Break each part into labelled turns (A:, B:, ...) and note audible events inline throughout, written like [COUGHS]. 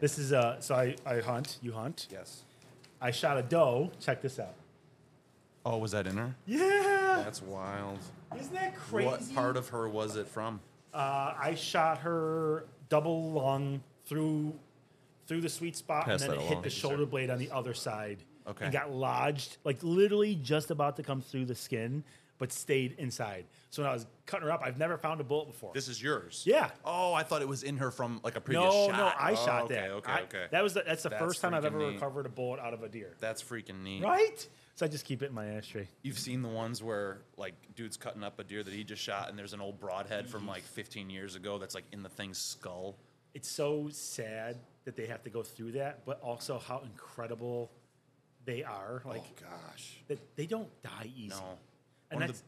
A: This is uh, so I, I hunt, you hunt.
B: Yes.
A: I shot a doe. Check this out.
C: Oh, was that in her?
A: Yeah,
B: That's wild.
A: isn't that crazy?
C: What part of her was it from?
A: Uh, I shot her double lung through through the sweet spot,
C: Pass
A: and then
C: that
A: it
C: along.
A: hit the shoulder blade on the other side.
C: Okay.
A: and got lodged, like literally just about to come through the skin, but stayed inside. So when I was cutting her up, I've never found a bullet before.
C: This is yours.
A: yeah.
C: Oh, I thought it was in her from like a previous
A: No,
C: shot.
A: no, I
C: Oh,
A: shot
C: okay,
A: that.
C: Okay,
A: I-
C: okay.
A: That was the, that's the
C: That's
A: first time I've
C: freaking
A: ever
C: neat.
A: recovered a bullet out of a deer.
C: That's freaking neat.
A: Right? So I just keep it in my ashtray.
C: You've seen the ones where like dude's cutting up a deer that he just shot, and there's an old broadhead from like 15 years ago that's like in the thing's skull.
A: it's so sad that they have to go through that, but also how incredible they are. Like
B: Gosh.
A: that they don't die easy.
C: Oh. No.
A: And
C: one, of
A: that's
C: the,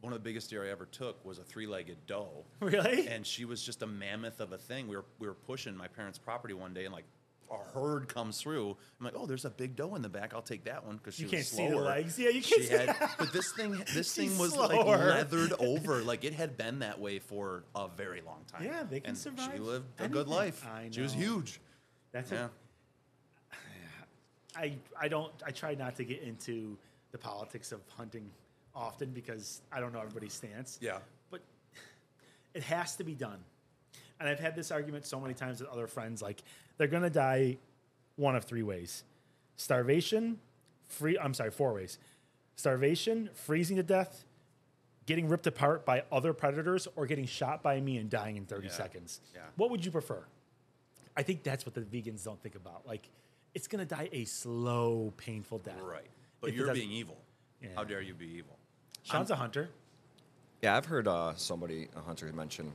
C: one of the biggest deer I ever took was a three-legged doe.
A: [LAUGHS] really
C: and she was just a mammoth of a thing. We were we were pushing my parents' property one day, and like a herd comes through. I'm like, oh, there's a big doe in the back. I'll take that one because she
A: you
C: was
A: can't see
C: slower.
A: the legs. Yeah, you
C: She
A: can't see
C: had, [LAUGHS] but this thing, this
A: [LAUGHS]
C: thing
A: She's
C: was like
A: slower. [LAUGHS]
C: leathered over. Like it had been that way for a very long time.
A: Yeah, they can
C: and She
A: survive
C: lived a good
A: anything.
C: life.
A: I
C: She was
A: know. [LAUGHS]
C: huge.
A: That's
C: Yeah.
A: a, I I don't I try not to get into the politics of hunting often because I don't know everybody's stance.
C: Yeah.
A: But [SIGHS] it has to be done. And I've had this argument so many times with other friends like they're going to die one of three ways. Starvation, free I'm sorry, four ways. Starvation, freezing to death, getting ripped apart by other predators or getting shot by me and dying in 30
C: Yeah.
A: seconds.
C: Yeah.
A: What would you prefer? I think that's what the vegans don't think about. Like, it's gonna die a slow, painful death.
C: Right. But
A: If it
C: you're
A: doesn't-
C: being evil. How dare you be evil?
A: Sean's a hunter.
B: Yeah, I've heard uh, somebody, a hunter, mention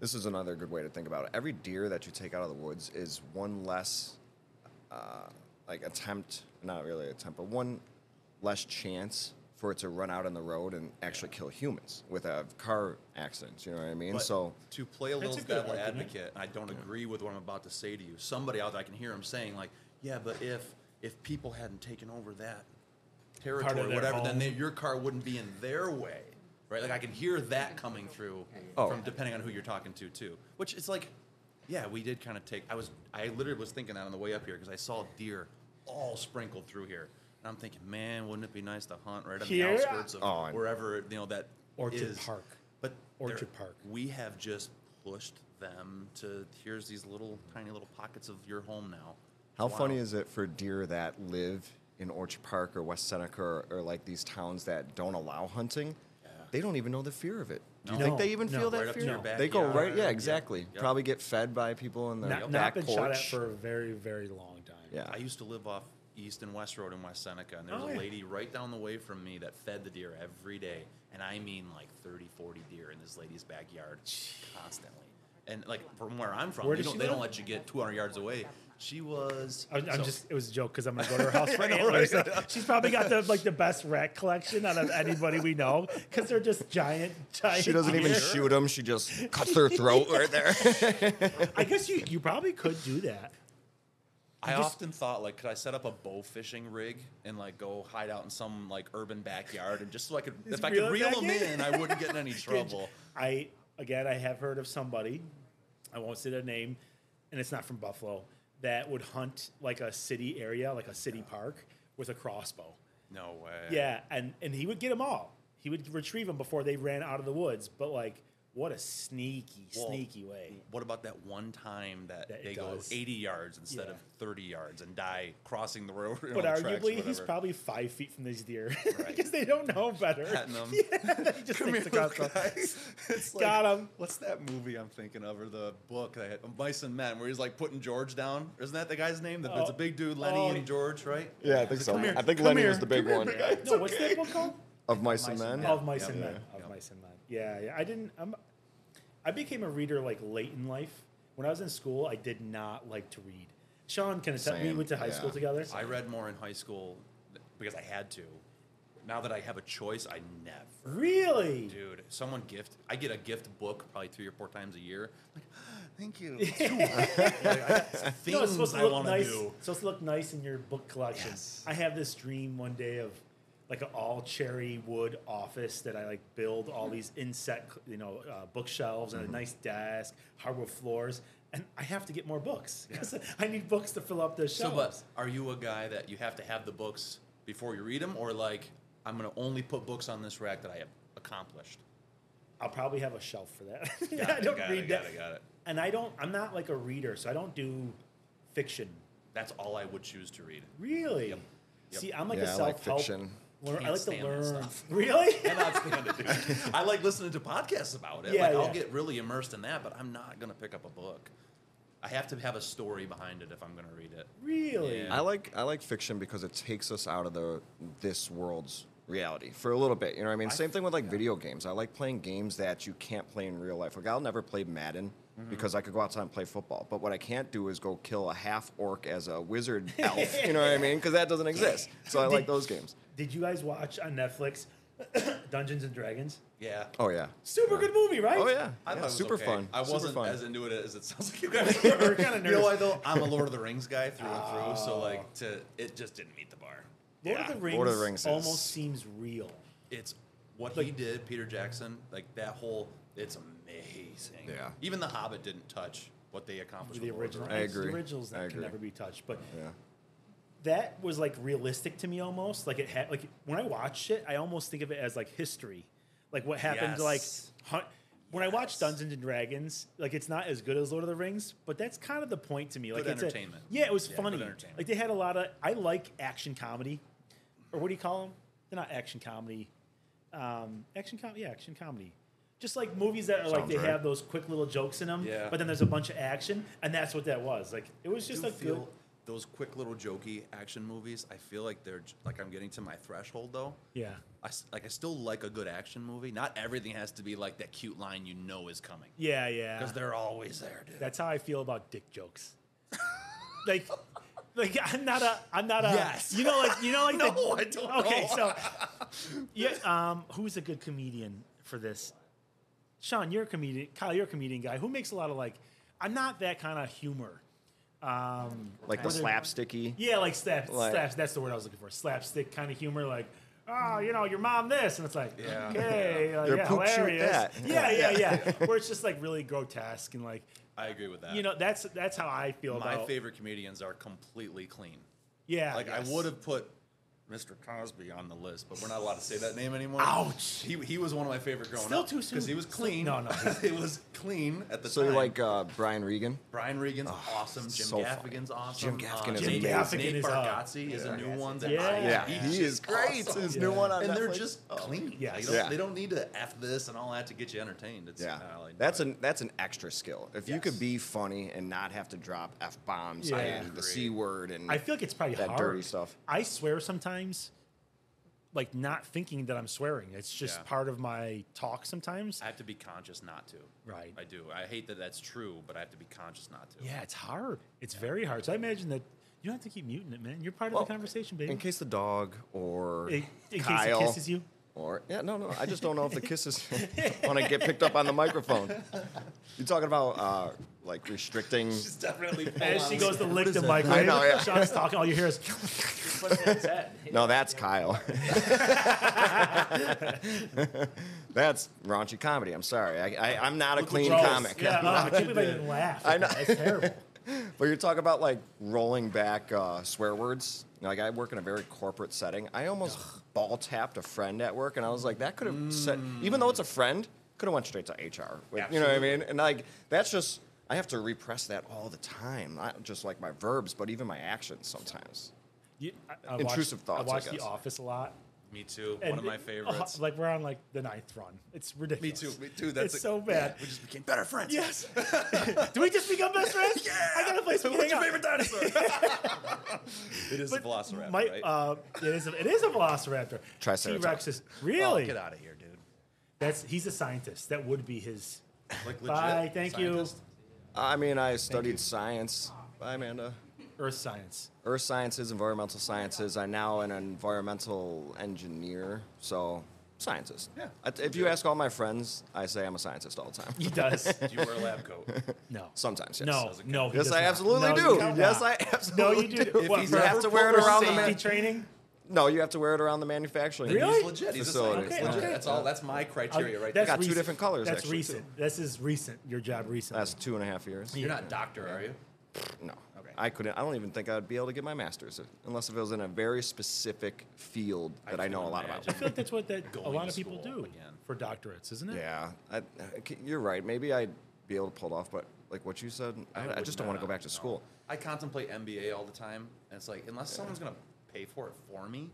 B: this is another good way to think about it. Every deer that you take out of the woods is one less, uh, like attempt, not really attempt, but one less chance for it to run out on the road and actually kill humans with a car accidents. You know what I mean?
C: But
B: so
C: to play a little
A: a good
C: devil
A: argument.
C: advocate, and I don't agree with what I'm about to say to you. Somebody out there, I can hear him saying like, "Yeah, but if if people hadn't taken over that territory,
A: their
C: whatever,
A: home.
C: then they, your car wouldn't be in their way, right?" Like I can hear that coming through
B: Oh.
C: from depending on who you're talking to too. Which it's like, yeah, we did kind of take. I was I literally was thinking that on the way up here because I saw deer all sprinkled through here. And I'm thinking, man, wouldn't it be nice to hunt right on
A: Here?
C: the outskirts of
B: Oh, I-
C: wherever you know that
A: Orchard
C: is.
A: Park.
C: But
A: Orchard
C: they're-
A: Park.
C: We have just pushed them to here's these little tiny little pockets of your home now.
B: How
C: Wow.
B: funny is it for deer that live in Orchard Park or West Seneca or, or like these towns that don't allow hunting? They don't even know the fear of it. Do you
A: No.
B: think they even
A: No.
B: feel that
C: Right up to
B: fear?
C: your No.
B: They go
C: backyard.
B: right, yeah,
C: Yep.
B: exactly.
C: Yep.
B: Probably get fed by people in their
A: Not, not
B: back
A: been
B: porch.
A: shot at for a very, very long time.
B: yeah,
C: I used to live off East and West Road in West Seneca, and there was
A: Oh,
C: a
A: yeah.
C: lady right down the way from me that fed the deer every day. And I mean like 30, 40 deer in this lady's backyard constantly. And like from where I'm from,
A: Where
C: they,
A: does
C: don't,
A: she
C: they don't
A: live?
C: let you get 200 yards away. She was.
A: I, I'm
C: so-
A: just, it was a joke because I'm gonna go to her house for antlers. She's probably got the like the best rat collection out of anybody we know because they're just giant, giant.
B: she doesn't even
A: deer.
B: shoot them. She just cuts their throat right there.
A: I guess you you probably could do that.
C: I
A: just-
C: often thought like, could I set up a bow fishing rig and like go hide out in some like urban backyard and just so I could,
A: Just
C: if I could
A: reel it
C: reel
A: back
C: them
A: in.
C: in, I wouldn't get in
A: [LAUGHS]
C: any trouble.
A: I again, I have heard of somebody, I won't say their name, and it's not from Buffalo, that would hunt like a city area, like a city park, with a crossbow.
C: No way.
A: Yeah, and and he would get them all. He would retrieve them before they ran out of the woods. But like, what a sneaky,
C: Well,
A: sneaky way.
C: What about that one time that,
A: That it
C: they go
A: does.
C: 80 yards instead
A: Yeah.
C: of 30 yards and die crossing the road? you know,
A: But
C: the tracks or
A: arguably, he's
C: whatever?
A: probably five feet from these deer [LAUGHS]
C: Right.
A: because they don't know better.
C: Patting 'em.
A: [LAUGHS] Yeah, he just
C: Come
A: takes
C: here,
A: the crossbow.
C: guys. [LAUGHS]
A: [LAUGHS]
C: It's like,
A: Got 'em.
C: What's that movie I'm thinking of, or the book that I had, Mice and Men, where he's like putting George down? Isn't that the guy's name? The, It's a
A: Oh.
C: big dude, Lenny
A: Oh.
C: and George, right?
B: yeah, I think so.
C: here,
B: I think
C: come
B: Lenny
C: here,
B: was the big one
A: No, what's that book called?
B: of mice and men.
A: Of mice
C: Yeah.
A: and
C: Yeah.
A: men. Of
C: Yeah.
A: mice and men. Yeah, yeah. I didn't. I'm, I became a reader like late in life. When I was in school, I did not like to read. Sean can attest. We
B: Same,
A: went to high
B: yeah.
A: school together.
C: I read more in high school th- because I had to. Now that I have a choice, I never.
A: really?
C: Dude, someone gift. I get a gift book probably three or four times a year. I'm like, [GASPS] thank
A: [LAUGHS]
C: you. Like, I got things
A: No, it's supposed to
C: I
A: look
C: want to
A: nice.
C: do.
A: It's supposed to look nice in your book collection.
C: Yes.
A: I have this dream one day of like an all cherry wood office that I like
C: Mm-hmm.
A: build all these inset, you know, uh, bookshelves and a nice desk, hardwood floors, and I have to get more books because [LAUGHS] I need books to fill up the
C: So,
A: shelves.
C: but are you a guy that you have to have the books before you read them, or like I'm gonna only put books on this rack that I have accomplished?
A: I'll probably have a shelf for that. [LAUGHS]
C: Got
A: I
C: it,
A: don't
C: got
A: read
C: it,
A: that.
C: Got it, got it.
A: And I don't. I'm not like a reader, so I don't do fiction.
C: That's all I would choose to read.
A: Really?
C: Yep. Yep.
A: See, I'm like a
B: Yeah, I like
A: self-help.
B: fiction.
A: learn- I
C: Can't
A: like to
C: stand that
A: learn.
C: stuff.
A: [LAUGHS] Really?
C: Cannot stand it, dude. I like listening to podcasts about it.
A: Yeah,
C: like
A: yeah.
C: I'll get really immersed in that, but I'm not gonna pick up a book. I have to have a story behind it if I'm gonna read it.
A: really?
C: Yeah.
B: I like I like fiction because it takes us out of the this world's reality for a little bit. You know what I mean? Same thing with like video games. I like playing games that you can't play in real life. Like I'll never play Madden
C: Mm-hmm.
B: because I could go outside and play football. But what I can't do is go kill a half orc as
C: [LAUGHS]
B: a wizard elf. you know what I mean? Because that doesn't exist. So I like those games.
A: Did you guys watch on Netflix [COUGHS] Dungeons and Dragons?
C: Yeah.
B: Oh yeah.
A: Super good movie, right?
B: Oh yeah.
C: I
B: Yeah,
C: thought it was
B: super
C: okay.
B: fun.
C: I
B: Super
C: wasn't
B: fun.
C: as into it as it sounds like you guys [LAUGHS] were.
A: kinda
C: You know
A: nerds.
C: why though? I'm a Lord of the Rings guy through and through, so like to it just didn't meet the bar.
A: Lord,
C: Yeah.
A: of the Rings
B: Lord of the Rings is-
A: almost seems real.
C: It's what he did, Peter Jackson. Like that whole, it's amazing.
B: Yeah.
C: Even the Hobbit didn't touch what they accomplished.
A: The
C: with Lord of
A: original,
B: I
C: Rings.
A: it's the
B: agree.
A: originals that
B: I
A: can
B: agree.
A: never be touched. But
B: Yeah.
A: that was like realistic to me almost. Like it had like when I watched it, I almost think of it as like history, like what happened. Like
C: Yes.
A: hun- when I watch
C: Yes.
A: Dungeons and Dragons, like it's not as good as Lord of the Rings, but that's kind of the point to me. Like
C: Good
A: it's a-
C: entertainment.
A: yeah, it was
C: Yeah, good
A: funny.
C: entertainment.
A: Like they had a lot of. I like action comedy, or what do you call them? They're not action comedy. Um, action com yeah, action comedy. Just like movies that are like
B: Sounds
A: they
B: right.
A: have those quick little jokes in them,
C: Yeah.
A: but then there's a bunch of action, and that's what that was. Like it was just
C: do
A: a
C: feel
A: good.
C: those quick little jokey action movies. I feel like they're j- like I'm getting to my threshold though.
A: Yeah.
C: I s- like I still like a good action movie. Not everything has to be like that cute line you know is coming
A: Yeah, yeah.
C: because they're always there, dude.
A: That's how I feel about dick jokes. like, like I'm not a, I'm not a.
C: Yes.
A: You know, like you know,
C: [LAUGHS]
A: like
C: No,
A: the,
C: I don't
A: Okay,
C: know.
A: so yeah, um, who's a good comedian for this? Sean, you're a comedian. Kyle, you're a comedian guy who makes a lot of like. I'm not that kind of humor.
B: Like the slapsticky.
A: Yeah, like slap,
B: Like-
A: slaps. That's the word I was looking for. Slapstick kind of humor, like. Oh, you know, your mom this, and it's like,
C: Yeah.
A: okay, like,
B: Your
A: yeah,
B: poop shoot
A: hilarious.
B: that.
C: [LAUGHS]
A: Yeah, yeah, yeah. Where it's just like really grotesque and like,
C: I agree with that.
A: you know, that's that's how I feel
C: my
A: about.
C: favorite comedians are completely clean.
A: Yeah,
C: Like
A: yes.
C: I would have put Mr. Cosby on the list, but we're not allowed to say that name anymore.
A: Ouch.
C: He, he was one of my favorite growing
A: Still
C: up.
A: too soon.
C: Because [LAUGHS] he was
A: Still-
C: clean.
A: no, no.
C: it was clean at the
B: So
C: time.
B: you like uh, Brian Regan?
C: Brian Regan's awesome. Jim
B: so funny.
C: Gaffigan's awesome.
B: Jim Gaffigan is
C: Nate-
B: amazing. Gaffigan
C: Nate
A: is, uh,
C: Bargatze is a new one. That
A: Yeah.
C: I,
A: Yeah,
C: he's
B: he
C: just
B: is great.
C: awesome.
B: His new one on
C: And they're
B: Netflix. Oh,
C: just clean.
A: Yes.
C: Like, you don't-
B: Yeah.
C: They don't need to f this and all that to get you entertained. It's
B: Yeah,
C: I like
B: that's
C: that.
B: an that's an extra skill. If you
C: Yes.
B: could be funny and not have to drop f bombs
A: Yeah.
B: and the c word and
A: I feel like it's probably
B: that
A: hard.
B: dirty stuff.
A: I swear sometimes, like not thinking that I'm swearing. It's just
C: Yeah.
A: part of my talk sometimes.
C: I have to be conscious not to.
A: Right.
C: I do. I hate that that's true, but I have to be conscious not to.
A: yeah, it's hard. It's very hard. So I imagine that you don't have to keep muting it, man. You're part
B: Well,
A: of the conversation, baby.
B: in case the dog or
A: In- in case it
B: Kyle
A: kisses you.
B: or yeah, no, no, I just don't know if
A: [LAUGHS]
B: the kisses want to get picked up on the microphone. You're talking about uh, like restricting.
C: She's
A: [LAUGHS]
C: definitely.
A: As she goes to lick the
B: I
A: microwave,
B: know, yeah.
A: Sean's talking. All you hear is
B: No, that's
A: [LAUGHS]
B: Kyle. [LAUGHS] that's raunchy comedy. I'm sorry, I, I, I'm not a clean
A: Gross.
B: comic.
A: Yeah,
B: I'm
A: oh, I
B: not.
A: can't believe I didn't laugh. I know. That's terrible.
B: But you're talking about like rolling back uh, swear words. Like I work in a very corporate setting. I almost ball tapped a friend at work, and I was like, that could have said, even though it's a friend, could have went straight to HR. Like, you know what I mean? And like that's just I have to repress that all the time. Not just like my verbs, but even my actions sometimes.
A: You, I, I
B: Intrusive
A: watch,
B: thoughts,
A: I
B: I
A: watch The
B: guess.
A: Office a lot.
C: Me too.
A: and oh,
C: One of my
A: [LAUGHS] it- uh,
C: favorites.
A: like we're on like the ninth run. It's
C: me
A: ridiculous.
C: too. Me too. That's
A: it's
C: a-
A: so bad.
C: yeah, we just became better friends.
A: Yes. Do we just become best friends?
C: Yeah.
A: I gotta play some.
C: [LAUGHS] What's your
A: Hang on.
C: favorite
A: [LAUGHS]
C: dinosaur? it is a
A: But
C: Velociraptor,
A: my-
C: right?
A: uh, it is. A, it is a Velociraptor.
B: Triceratops.
A: T-Rex is
C: Oh,
A: really.
C: get out of here, dude.
A: That's he's a scientist. That would be his.
C: Like legit.
A: Bye. Thank you.
C: scientist.
B: I mean, I studied science. Bye, Amanda.
A: Earth science.
B: Earth sciences, environmental sciences. I'm now an environmental engineer, so scientist.
C: Yeah.
B: I- If you ask all my friends, I say I'm a scientist all the time.
A: He
C: [LAUGHS]
A: does.
C: Do you wear a lab coat?
A: No.
B: Sometimes, yes.
A: No.
C: doesn't
A: No.
C: count.
A: he
B: Yes,
A: does
B: I
A: not.
B: absolutely
A: No,
B: do.
A: you do
B: Yes,
A: not.
B: I absolutely
A: No, you do.
B: do.
A: What,
C: he's
A: for
C: ever
B: you have to wear it
A: for
B: around the
A: safety
B: man.
A: training.
B: No, you have to wear it around the manufacturing.
A: Really?
C: He's legit. He's just like,
B: Facilities.
C: it's legit.
A: Okay.
C: That's all. That's my criteria right [LAUGHS]
A: That's
C: there.
B: got two
A: recent.
B: different colors,
A: That's
B: actually,
A: recent. This is recent. Your job recently.
B: Last two and a half years.
C: You're not a doctor, are you?
B: No.
C: Okay.
B: I couldn't. I don't even think I'd be able to get my master's if- unless if it was in a very specific field that I,
C: can
B: know a lot about.
A: I feel like that's what that a
C: Going
A: lot
C: to
A: of people
C: school
A: do
C: again.
A: for doctorates, isn't it?
B: Yeah, I, I c- you're right. Maybe I'd be able to pull it off, but like what you said, I, I
C: would
B: just don't want to
C: not,
B: go back to
C: no.
B: school.
C: I contemplate MBA all the time, and it's like unless someone's gonna pay for it for me,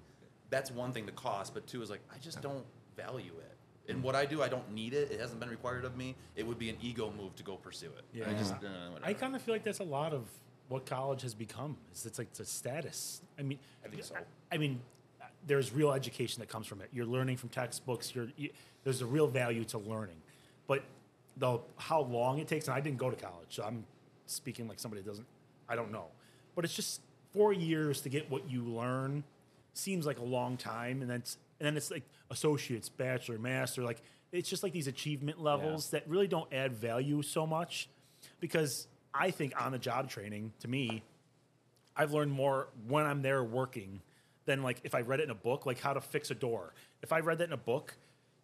C: that's one thing the cost. But two is like I just don't value it. And what I do, I don't need it. It hasn't been required of me. It would be an ego move to go pursue it. I
A: Yeah.
C: just, uh,
A: I
C: whatever.
A: kind of feel like that's a lot of what college has become. Is it's like it's a status. I mean,
C: I think so.
A: I mean, there's real education that comes from it. You're learning from textbooks. You're you, there's a real value to learning, but the how long it takes. And I didn't go to college, so I'm speaking like somebody that doesn't. I don't know, but it's just four years to get what you learn. Seems like a long time, and then it's, and then it's like associates, bachelor, master. Like it's just like these achievement levels that really don't add value so much, because I think on the job training to me I've learned more when I'm there working than like if I read it in a book, like how to fix a door. If I read that in a book,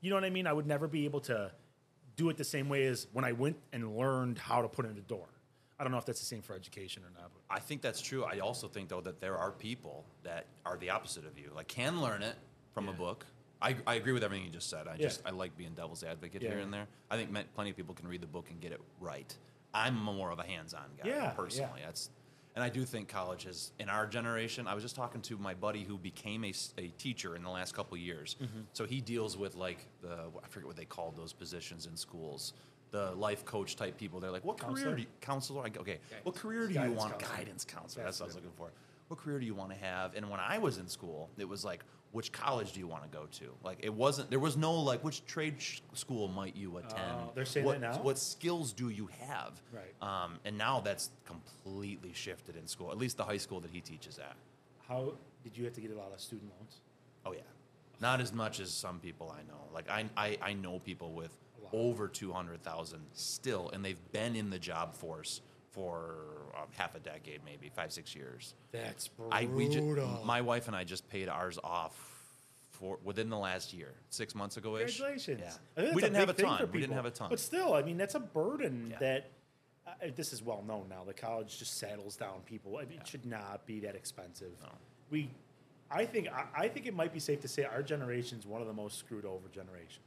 A: you know what I mean? I would never be able to do it the same way as when I went and learned how to put in a door. I don't know if that's the same for education or not. But
C: I think that's true. I also think though that there are people that are the opposite of you, like can learn it from a book. I, I agree with everything you just said. I just I like being devil's advocate
A: Yeah.
C: here and there. I think men- plenty of people can read the book and get it right. I'm more of a hands-on guy
A: Yeah, yeah.
C: personally. That's and I do think college is in our generation. I was just talking to my buddy who became a, s- a teacher in the last couple years.
A: Mm-hmm.
C: So he deals with like the I forget what they called those positions in schools. The life coach type people, they're like, "What
A: Counselor?
C: career do you, counselor? I go, okay, what career do you
A: Guidance
C: want?
A: counselor.
C: Guidance counselor. That's what I was looking for. What career do you want to have? And when I was in school, it was like, which college do you want to go to? Like, it wasn't. There was no like, which trade sh- school might you attend?
A: Oh, they're saying
C: what,
A: that now?
C: What skills do you have?
A: Right.
C: Um, and now that's completely shifted in school. At least the high school that he teaches at.
A: how did you have to get a lot of student loans?
C: Oh yeah, not as much as some people I know. Like I I, I know people with
A: Wow.
C: over two hundred thousand still, and they've been in the job force for um, half a decade, maybe five six years.
A: That's brutal.
C: I we ju- my wife and I just paid ours off for within the last year, six months ago ish.
A: Congratulations. I think
C: Yeah.
A: that's
C: We didn't
A: big
C: have a
A: thing for
C: ton. We didn't
A: people.
C: have a ton.
A: But still, I mean, that's a burden
C: Yeah.
A: that uh, this is well known now. The college just saddles down people. I mean, It should not be that expensive. We, I think, I, I think it might be safe to say our generation's one of the most screwed over generations.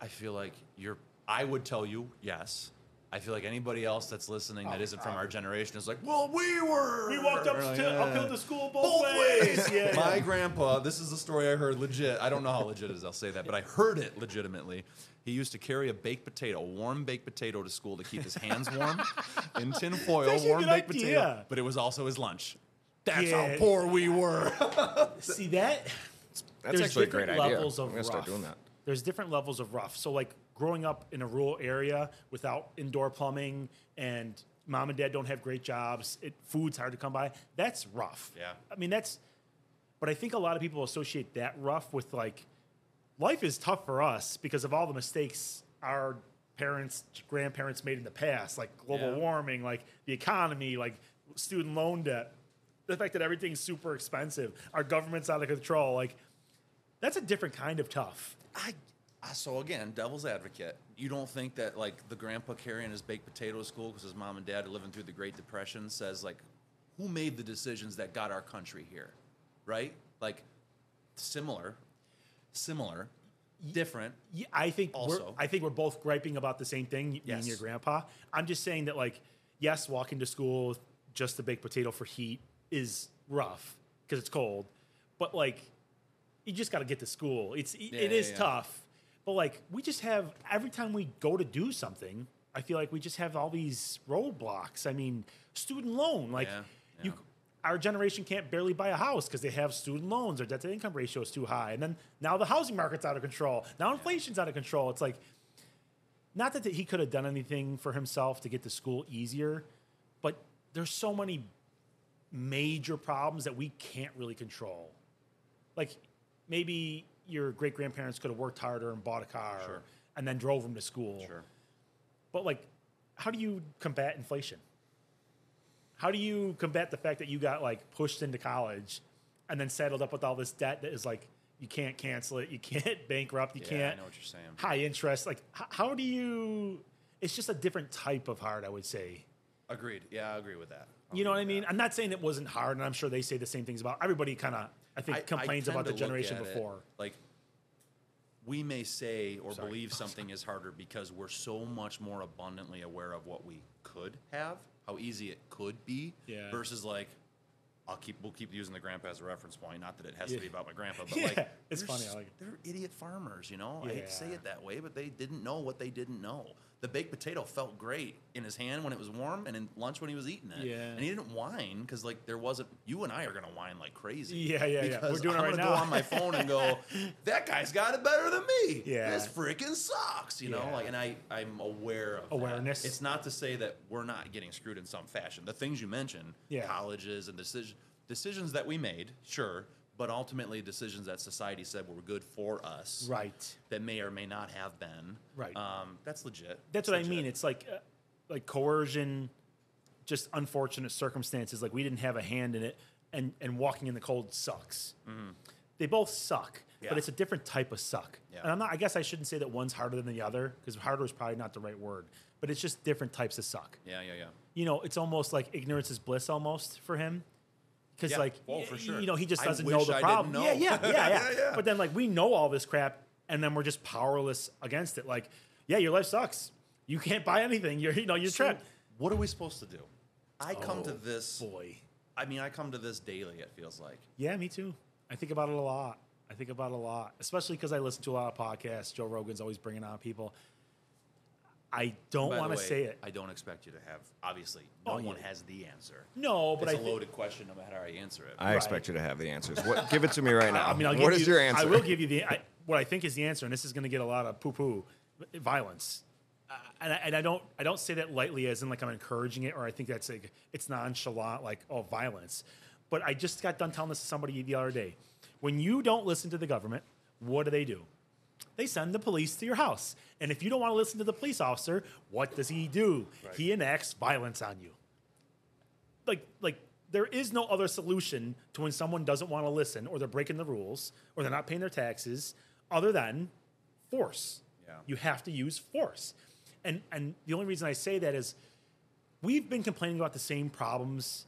C: I feel like you're. I would tell you yes. I feel like anybody else that's listening that
A: Oh,
C: isn't from our generation is like, well, we were.
A: We walked up
C: We're like,
A: to uphill
C: "Yeah."
A: the school both,
C: both
A: ways.
C: ways.
A: [LAUGHS] yeah.
C: My grandpa, this is a story I heard legit. I don't know how legit it is, I'll say that, but I heard it legitimately. He used to carry a baked potato, a warm baked potato to school to keep his hands warm in tin foil,
A: actually a
C: warm
A: good
C: baked
A: idea.
C: potato. But it was also his lunch. That's
A: Yeah.
C: how poor we were.
A: See that?
B: That's
A: there's
B: actually a great
A: different
B: idea.
A: levels
B: I'm
A: of
B: gonna start
A: rough.
B: doing that.
A: There's different levels of rough. So like growing up in a rural area without indoor plumbing and mom and dad don't have great jobs, it, food's hard to come by. That's rough.
C: Yeah.
A: I mean that's but I think a lot of people associate that rough with like life is tough for us because of all the mistakes our parents, grandparents made in the past, like global
C: Yeah.
A: warming, like the economy, like student loan debt, the fact that everything's super expensive, our government's out of control, like that's a different kind of tough.
C: I, I so again, devil's advocate. You don't think that like the grandpa carrying his baked potato to school because his mom and dad are living through the Great Depression says like, who made the decisions that got our country here, right? Like, similar, similar, different.
A: Yeah, I think we're,
C: Also-
A: I think we're both griping about the same thing. Me and
C: Yes.
A: your grandpa. I'm just saying that like, yes, walking to school with just a baked potato for heat is rough because it's cold, but like, you just got to get to school. It's it, it
C: yeah,
A: is
C: yeah.
A: tough, but like we just have every time we go to do something, I feel like we just have all these roadblocks. I mean, student loan, like
C: Yeah,
A: you.
C: yeah.
A: Our generation can't barely buy a house because they have student loans or debt to income ratio is too high. And then now the housing market's out of control. Now inflation's out of control. It's like, not that he could have done anything for himself to get to school easier, but there's so many major problems that we can't really control. Like maybe your great grandparents could have worked harder and bought a car
C: Sure.
A: and then drove him to school. But like, how do you combat inflation? How do you combat the fact that you got like pushed into college and then saddled up with all this debt that is like you can't cancel it, you can't [LAUGHS] bankrupt, you
C: Yeah,
A: can't
C: I know what you're saying.
A: high interest. Like h- how do you? It's just a different type of hard, I would say.
C: Agreed. Yeah, I agree with that. I'll
A: You know
C: agree
A: what I
C: with
A: mean?
C: that.
A: I'm not saying it wasn't hard, and I'm sure they say the same things about everybody. Kind of, I think,
C: I- I
A: complains
C: tend
A: about
C: to
A: the
C: look
A: generation
C: at it
A: before.
C: like we may say or believe something is harder because we're so much more abundantly aware of what we could have, how easy it could be,
A: Yeah.
C: versus like I'll keep we'll keep using the grandpa as a reference point. Not that it has
A: Yeah.
C: to be about my grandpa, but
A: [LAUGHS] Yeah,
C: like
A: it's
C: they're
A: funny, I
C: s-
A: like it.
C: they're idiot farmers, you know. I hate to say
A: Yeah.
C: it that way, but they didn't know what they didn't know. The baked potato felt great in his hand when it was warm, and in lunch when he was eating it.
A: Yeah.
C: and he didn't whine because like there wasn't. You and I are gonna whine like [LAUGHS] crazy.
A: Yeah, yeah, yeah. We're
C: because
A: doing it
C: I'm
A: right
C: gonna
A: now.
C: Go on my phone and
A: [LAUGHS]
C: go, that guy's got it better than me.
A: Yeah.
C: this freaking sucks. You know,
A: Yeah.
C: like, and I, I'm aware of that.
A: Awareness.
C: It's not to say that we're not getting screwed in some fashion. The things you mentioned,
A: Yeah.
C: colleges and decision decisions that we made, sure, but ultimately decisions that society said were good for us,
A: Right.
C: That may or may not have been,
A: Right.
C: Um, that's legit.
A: That's
C: It's
A: what I
C: legit.
A: mean. It's like uh, like coercion, just unfortunate circumstances. Like we didn't have a hand in it, and and walking in the cold sucks. They both suck,
C: Mm-hmm. Yeah.
A: but it's a different type of suck.
C: Yeah.
A: And I'm not. I guess I shouldn't say that one's harder than the other because harder is probably not the right word. But it's just different types of suck.
C: yeah, yeah, yeah.
A: You know, it's almost like ignorance is bliss almost for him. Because
C: Yeah.
A: like,
C: Oh,
A: y-
C: for sure.
A: you know, he just
C: I
A: doesn't know
C: wish
A: the
C: I didn't
A: problem.
C: know.
A: Yeah, yeah, yeah, yeah,
C: [LAUGHS] Yeah, yeah.
A: But then like we know all this crap, and then we're just powerless against it. Like, yeah, your life sucks. You can't buy anything. You're you know you're
C: So
A: trapped.
C: What are we supposed to do? I come to
A: Oh,
C: this.
A: Boy,
C: I mean, I come to this daily. It feels like.
A: yeah, me too. I think about it a lot. I think about it a lot, especially because I listen to a lot of podcasts. Joe Rogan's always bringing on people. I don't
C: By the
A: want to
C: way,
A: Oh, say it.
C: I don't expect you to have. Obviously, no
A: Oh,
C: one
A: yeah.
C: has the answer.
A: no, but
C: it's
A: I
C: a
A: think-
C: loaded question, no matter how you answer it.
B: I expect you to have the answers. What? Give it to me right now.
A: I mean, I'll
B: What
A: give
B: is
A: you,
B: your answer?
A: I will give you the I, what I think is the answer, and this is going to get a lot of poo-poo violence. Uh, and, I, and I don't I don't say that lightly, as in like I'm encouraging it, or I think that's like it's nonchalant, like oh violence. But I just got done telling this to somebody the other day. When you don't listen to the government, what do they do? They send the police to your house, and if you don't want to listen to the police officer, what does he do? He enacts violence on you like like there is no other solution to when someone doesn't want to listen or they're breaking the rules or they're not paying their taxes other than force.
C: Yeah.
A: You have to use force. And and the only reason I say that is we've been complaining about the same problems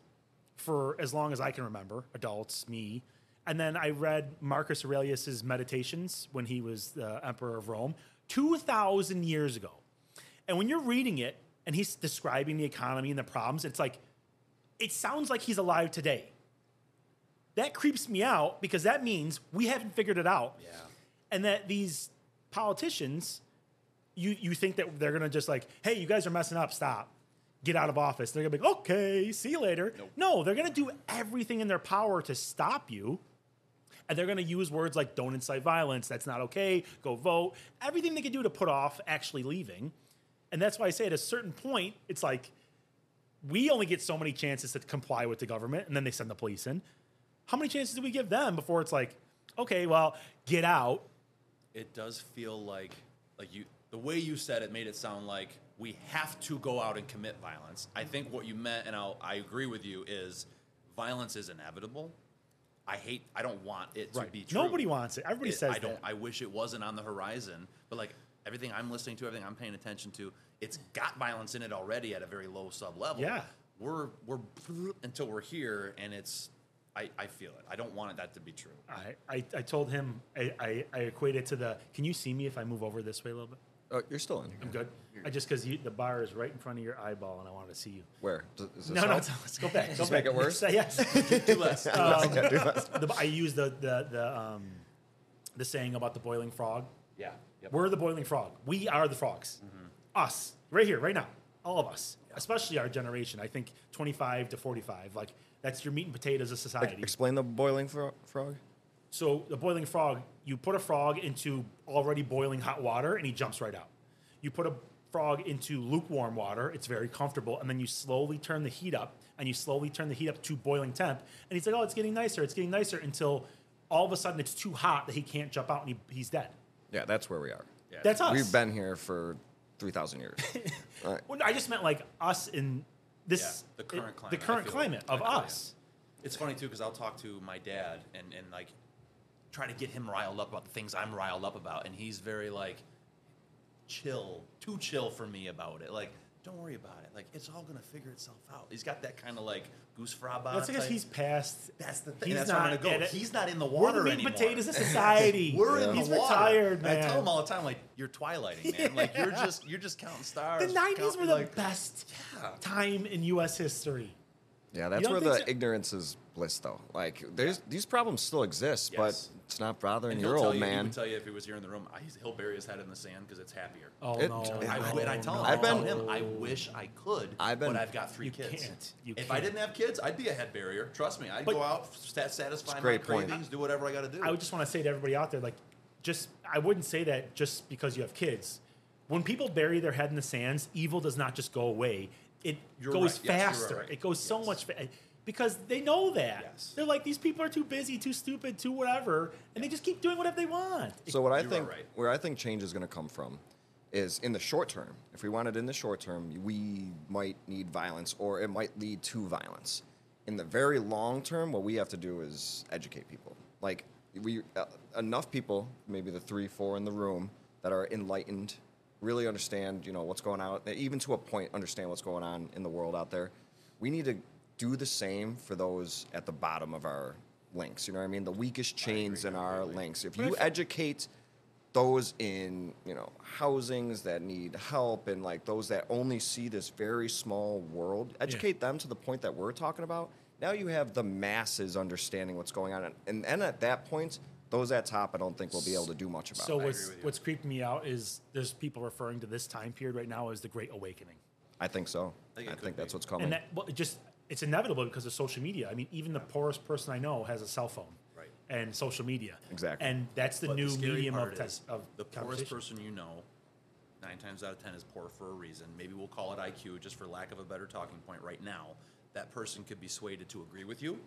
A: for as long as I can remember, adults, me. And then I read Marcus Aurelius's Meditations when he was the emperor of Rome 2000 years ago. And when you're reading it and he's describing the economy and the problems, it's like it sounds like he's alive today. That creeps me out because that means we haven't figured it out.
C: Yeah.
A: And that these politicians, you, you think that they're gonna just like, hey, you guys are messing up, stop. Get out of office. They're gonna be like, okay, see you later. No, they're gonna do everything in their power to stop you. And they're gonna use words like don't incite violence, that's not okay, go vote, everything they can do to put off actually leaving. And that's why I say at a certain point, it's like we only get so many chances to comply with the government and then they send the police in. How many chances do we give them before it's like, okay, well, get out?
C: It does feel like, like you, the way you said it made it sound like we have to go out and commit violence. I think what you meant, and I'll, I agree with you, is violence is inevitable. I hate. I don't want it to
A: Right.
C: be true.
A: Nobody wants it. Everybody
C: it-
A: says
C: I don't.
A: that.
C: I wish it wasn't on the horizon, but like everything I'm listening to, everything I'm paying attention to, it's got violence in it already at a very low sub level.
A: Yeah.
C: we're we're [LAUGHS] until we're here, and it's. I, I feel it. I don't want that to be true.
A: I, I, I told him, I, I, I equate it to the, can you see me if I move over this way a little bit?
B: Oh, you're still in.
A: I'm
B: Here.
A: good. I just, because the bar is right in front of your eyeball and I wanted to see you.
B: Where? Does, does this
A: No, no,
B: help?
A: it's- [LAUGHS] let's go back. Go
B: Just
A: back.
B: make it worse?
A: [LAUGHS] Yes.
C: [LAUGHS] Do less.
A: [LAUGHS] Um, the, I use the, the, the, um, the saying about the boiling frog.
C: yeah. Yep. Mm-hmm.
A: We're the boiling frog. We are the frogs. Us, right here, right now, all of us, especially our generation. I think 25 to 45, like that's your meat and potatoes of society.
B: Explain the boiling fro- frog.
A: So the boiling frog, you put a frog into already boiling hot water and he jumps right out. You put a frog into lukewarm water, it's very comfortable, and then you slowly turn the heat up and you slowly turn the heat up to boiling temp. And he's like, oh, it's getting nicer, it's getting nicer until all of a sudden it's too hot that he can't jump out and he, he's dead.
B: Yeah, that's where we are.
C: Yeah.
A: That's us.
B: We've been here for three
A: [LAUGHS]
B: thousand years. All right.
A: Well, no, I just meant like us in this
C: Yeah, the current
A: it-
C: climate,
A: the
C: I
A: current
C: feel
A: climate
C: like.
A: of
C: I feel
A: us.
C: It's funny too because I'll talk to my dad and and like try to get him riled up about the things I'm riled up about, and he's very like chill, too chill for me about it. Like, don't worry about it. Like, it's all gonna figure itself out. He's got that kind of like goose fraba.
A: That's because
C: type-
A: he's past.
C: that's the thing.
A: he's
C: That's where I'm
A: not
C: gonna
A: at
C: go.
A: it.
C: He's not in the
A: We're
C: water
A: the meat and
C: anymore.
A: potatoes
C: [LAUGHS]
A: of society.
C: We're in
A: He's
C: the water.
A: retired, man.
C: And I tell him all the time, like, you're twilighting, man. Like
A: [LAUGHS]
C: you're just you're just counting stars.
A: the '90s
C: counting,
A: were the
C: like,
A: best
C: Yeah.
A: time in U.S. history.
B: Yeah, that's
A: don't
B: where
A: think
B: the
A: so?
B: ignorance is bliss, though. Like, there's these problems still exist,
C: Yes.
B: but it's not bothering
C: And
B: your
C: he'll tell
B: old
C: you, He
B: man.
C: would tell you if he was here in the room, I- he's- he'll bury his head in the sand because it's happier.
A: Oh
B: It-
A: no!
B: it-
C: I,
A: no,
C: and I tell him,
A: no.
C: I
B: I've
C: tell
B: been-
C: him, I wish I could,
B: I've been-
C: but I've got three
A: You
C: kids.
A: can't. You
C: if I
A: can't.
C: didn't have kids, I'd be a head barrier. Trust me, I'd
A: But-
C: go out, sat, satisfy my
B: great point.
C: cravings, do whatever I got to do.
A: I would just want to say to everybody out there, like, just I wouldn't say that just because you have kids. When people bury their head in the sands, evil does not just go away. It
C: You're
A: goes
C: right. Yes, you are
A: faster.
C: right.
A: It goes so
C: Yes.
A: much fa- because they know that.
C: Yes.
A: They're like these people are too busy, too stupid, too whatever, and they just keep doing whatever they want.
B: [LAUGHS] So what I
C: You are
B: think,
C: right.
B: where I think change is going to come from, is in the short term. If we want it in the short term, we might need violence, or it might lead to violence. In the very long term, what we have to do is educate people. Like we, uh, enough people, maybe the three, four in the room that are enlightened, really understand, you know, what's going on. Even to a point, understand what's going on in the world out there. We need to do the same for those at the bottom of our links. You know what I mean? The weakest chains in our links. If you educate those in you know housings that need help and like those that only see this very small world educate them to the point that we're talking about now you have the masses understanding what's going on and and then at that point those at top i don't think will be able to do much about
A: So
B: it
A: what's
C: with you.
A: what's creeping me out is there's people referring to this time period right now as the Great Awakening.
B: i think so i
C: I think
B: think,
C: it could
B: that's
C: be.
B: what's coming
A: and that well, it just it's inevitable because of social media. I mean, even the poorest person I know has a cell phone,
C: Right.
A: And social media,
B: Exactly.
A: And that's the
C: But
A: new
C: scary
A: medium of
C: part is
A: test of
C: the poorest
A: conversation.
C: person you know. Nine times out of ten is poor for a reason. Maybe we'll call it IQ just for lack of a better talking point right now. That person could be swayed to agree with you,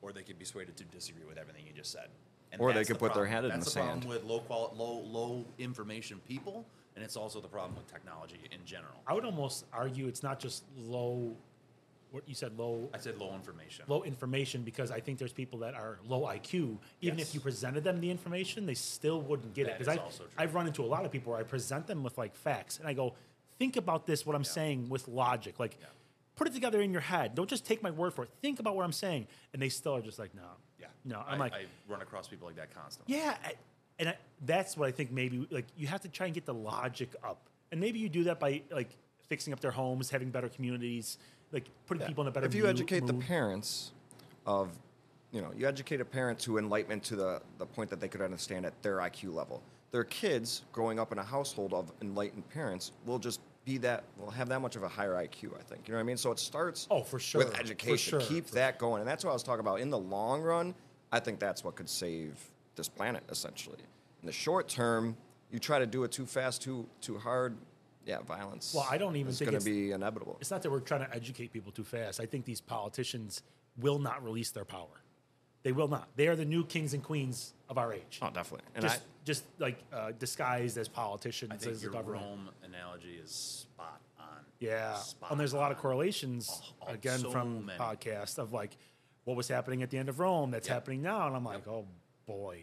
C: or they could be swayed to disagree with everything you just said. And
B: Or they
C: that's
B: could
C: the
B: put their
C: problem.
B: head in
C: that's
B: the sand.
C: problem with low quality, low low information people, and it's also the problem with technology in general.
A: I would almost argue it's not just low. What you said, low
C: I said low information.
A: low information, because I think there's people that are low IQ. Even if
C: Yes.
A: you presented them the information, they still wouldn't get it.
C: That
A: Because
C: is
A: I
C: also true.
A: I've run into a lot of people where I present them with like facts, and I go, think about this, what I'm saying with logic, like. Put it together in your head. Don't just take my word for it. Think about what I'm saying, and they still are just like, no,
C: yeah,
A: no.
C: I,
A: I'm like,
C: I run across people like that constantly.
A: Yeah, I, and I, that's what I think. Maybe like you have to try and get the logic up, and maybe you do that by like fixing up their homes, having better communities, like putting people in a better.
B: if you
A: mood-
B: educate the
A: mood.
B: parents of you know you educate a parent to enlightenment to the, the point that they could understand at their iq level their kids growing up in a household of enlightened parents will just be that will have that much of a higher iq i think you know what i mean so it starts
A: Oh, for sure.
B: with
A: For sure.
B: education keep
A: For
B: that going and that's what i was talking about in the long run i think that's what could save this planet essentially in the short term you try to do it too fast too too hard yeah violence
A: Well, I don't even
B: is
A: think
B: going to
A: it's-
B: be inevitable
A: It's not that we're trying to educate people too fast. I think these politicians will not release their power. They will not. They are the new kings and queens of our age.
B: oh definitely and
A: just,
B: I,
A: just like uh, disguised as politicians,
C: I think
A: as the
C: your
A: government.
C: Rome analogy is spot on.
A: Yeah,
C: Spot
A: and there's a lot of
C: on.
A: correlations
C: Oh, oh,
A: again
C: so
A: from
C: many.
A: podcast of like what was happening at the end of Rome that's
C: Yep.
A: happening now, and I'm like, oh boy,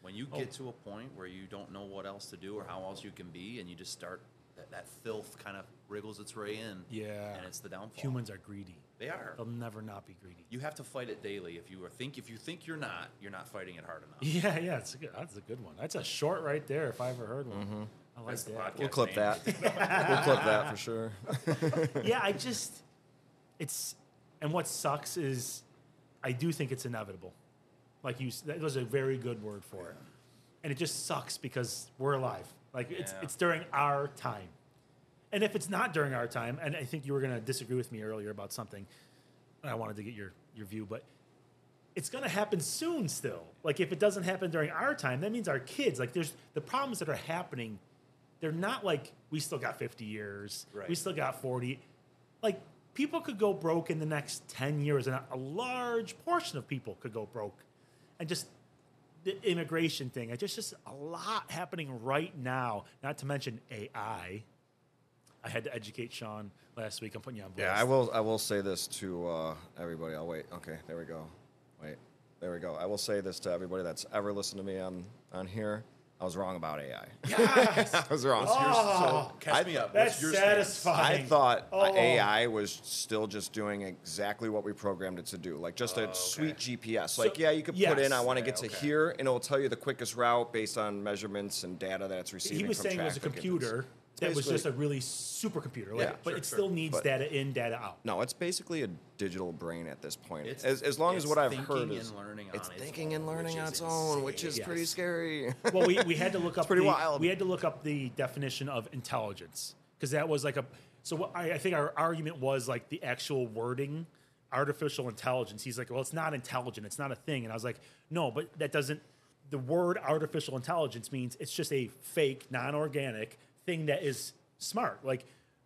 C: when you
A: Oh.
C: get to a point where you don't know what else to do or how else you can be and you just start that, that filth kind of wriggles its way in
A: yeah, Oh.
C: and it's the downfall
A: Humans are greedy;
C: they are
A: they'll never not be greedy. [LAUGHS]
C: you have to fight it daily if you are think if you think you're not you're not fighting it hard enough
A: Yeah, yeah, it's a good, that's a good one. That's a short right there, if I ever heard one.
B: Mm-hmm.
A: I like
C: That's the
A: that.
B: We'll
C: podcast
B: clip
C: name.
B: that. we'll clip that for sure.
A: yeah, I just it's and what sucks is I do think it's inevitable. Like you, s- that was a very good word for it, and it just sucks because we're alive. Like it's
C: Yeah.
A: it's during our time, and if it's not during our time, and I think you were going to disagree with me earlier about something, and I wanted to get your your view, but it's going to happen soon. Still, like if it doesn't happen during our time, that means our kids. Like there's the problems that are happening. They're not like we still got 50 years. We
C: Right.
A: still got 40 like people could go broke in the next 10 years and a- a large portion of people could go broke and just the immigration thing it's just, just a lot happening right now not to mention ai I had to educate Sean last week. I'm putting you on blast.
B: Yeah, I will. I will say this to uh, everybody. I'll wait. Okay, there we go. Wait, there we go. I will say this to everybody that's ever listened to me on on here. I was wrong about AI. [LAUGHS] I was wrong.
A: Ah,
C: Oh, catch
B: I-
C: me up.
A: That's
C: What's your stance?
A: satisfying.
B: I thought
A: Oh.
B: AI was still just doing exactly what we programmed it to do, like just a sweet GPS. Like, yeah, you could put
A: Oh,
B: in,
A: yes.
B: I want to
C: Okay,
B: get to
C: okay.
B: here, and it'll tell you the quickest route based on measurements and data that it's receiving.
A: he was
B: from
A: saying it was a
B: traffic and things.
A: computer that was
B: basically-
A: just a really supercomputer, like,
B: Yeah,
A: but
C: sure,
A: it
C: sure.
A: still needs
B: But-
A: data in, data out.
B: No, it's basically a digital brain at this point.
C: It's-
B: as, as long as
C: it's
B: what I've
C: thinking
B: heard is
C: and learning
B: it's
C: on its
B: thinking and
C: own,
B: learning
C: which
B: on
C: is
B: its own, which
C: insane.
B: is
A: Yes.
B: pretty scary. [LAUGHS]
A: Well, we, we had to look up
B: pretty
A: the,
B: wild.
A: We had to look up the definition of intelligence because that was like a. So what I, I think our argument was like the actual wording, artificial intelligence. He's like, well, it's not intelligent. It's not a thing. And I was like, no, but that doesn't. The word artificial intelligence means it's just a fake, non-organic thing that is smart. Like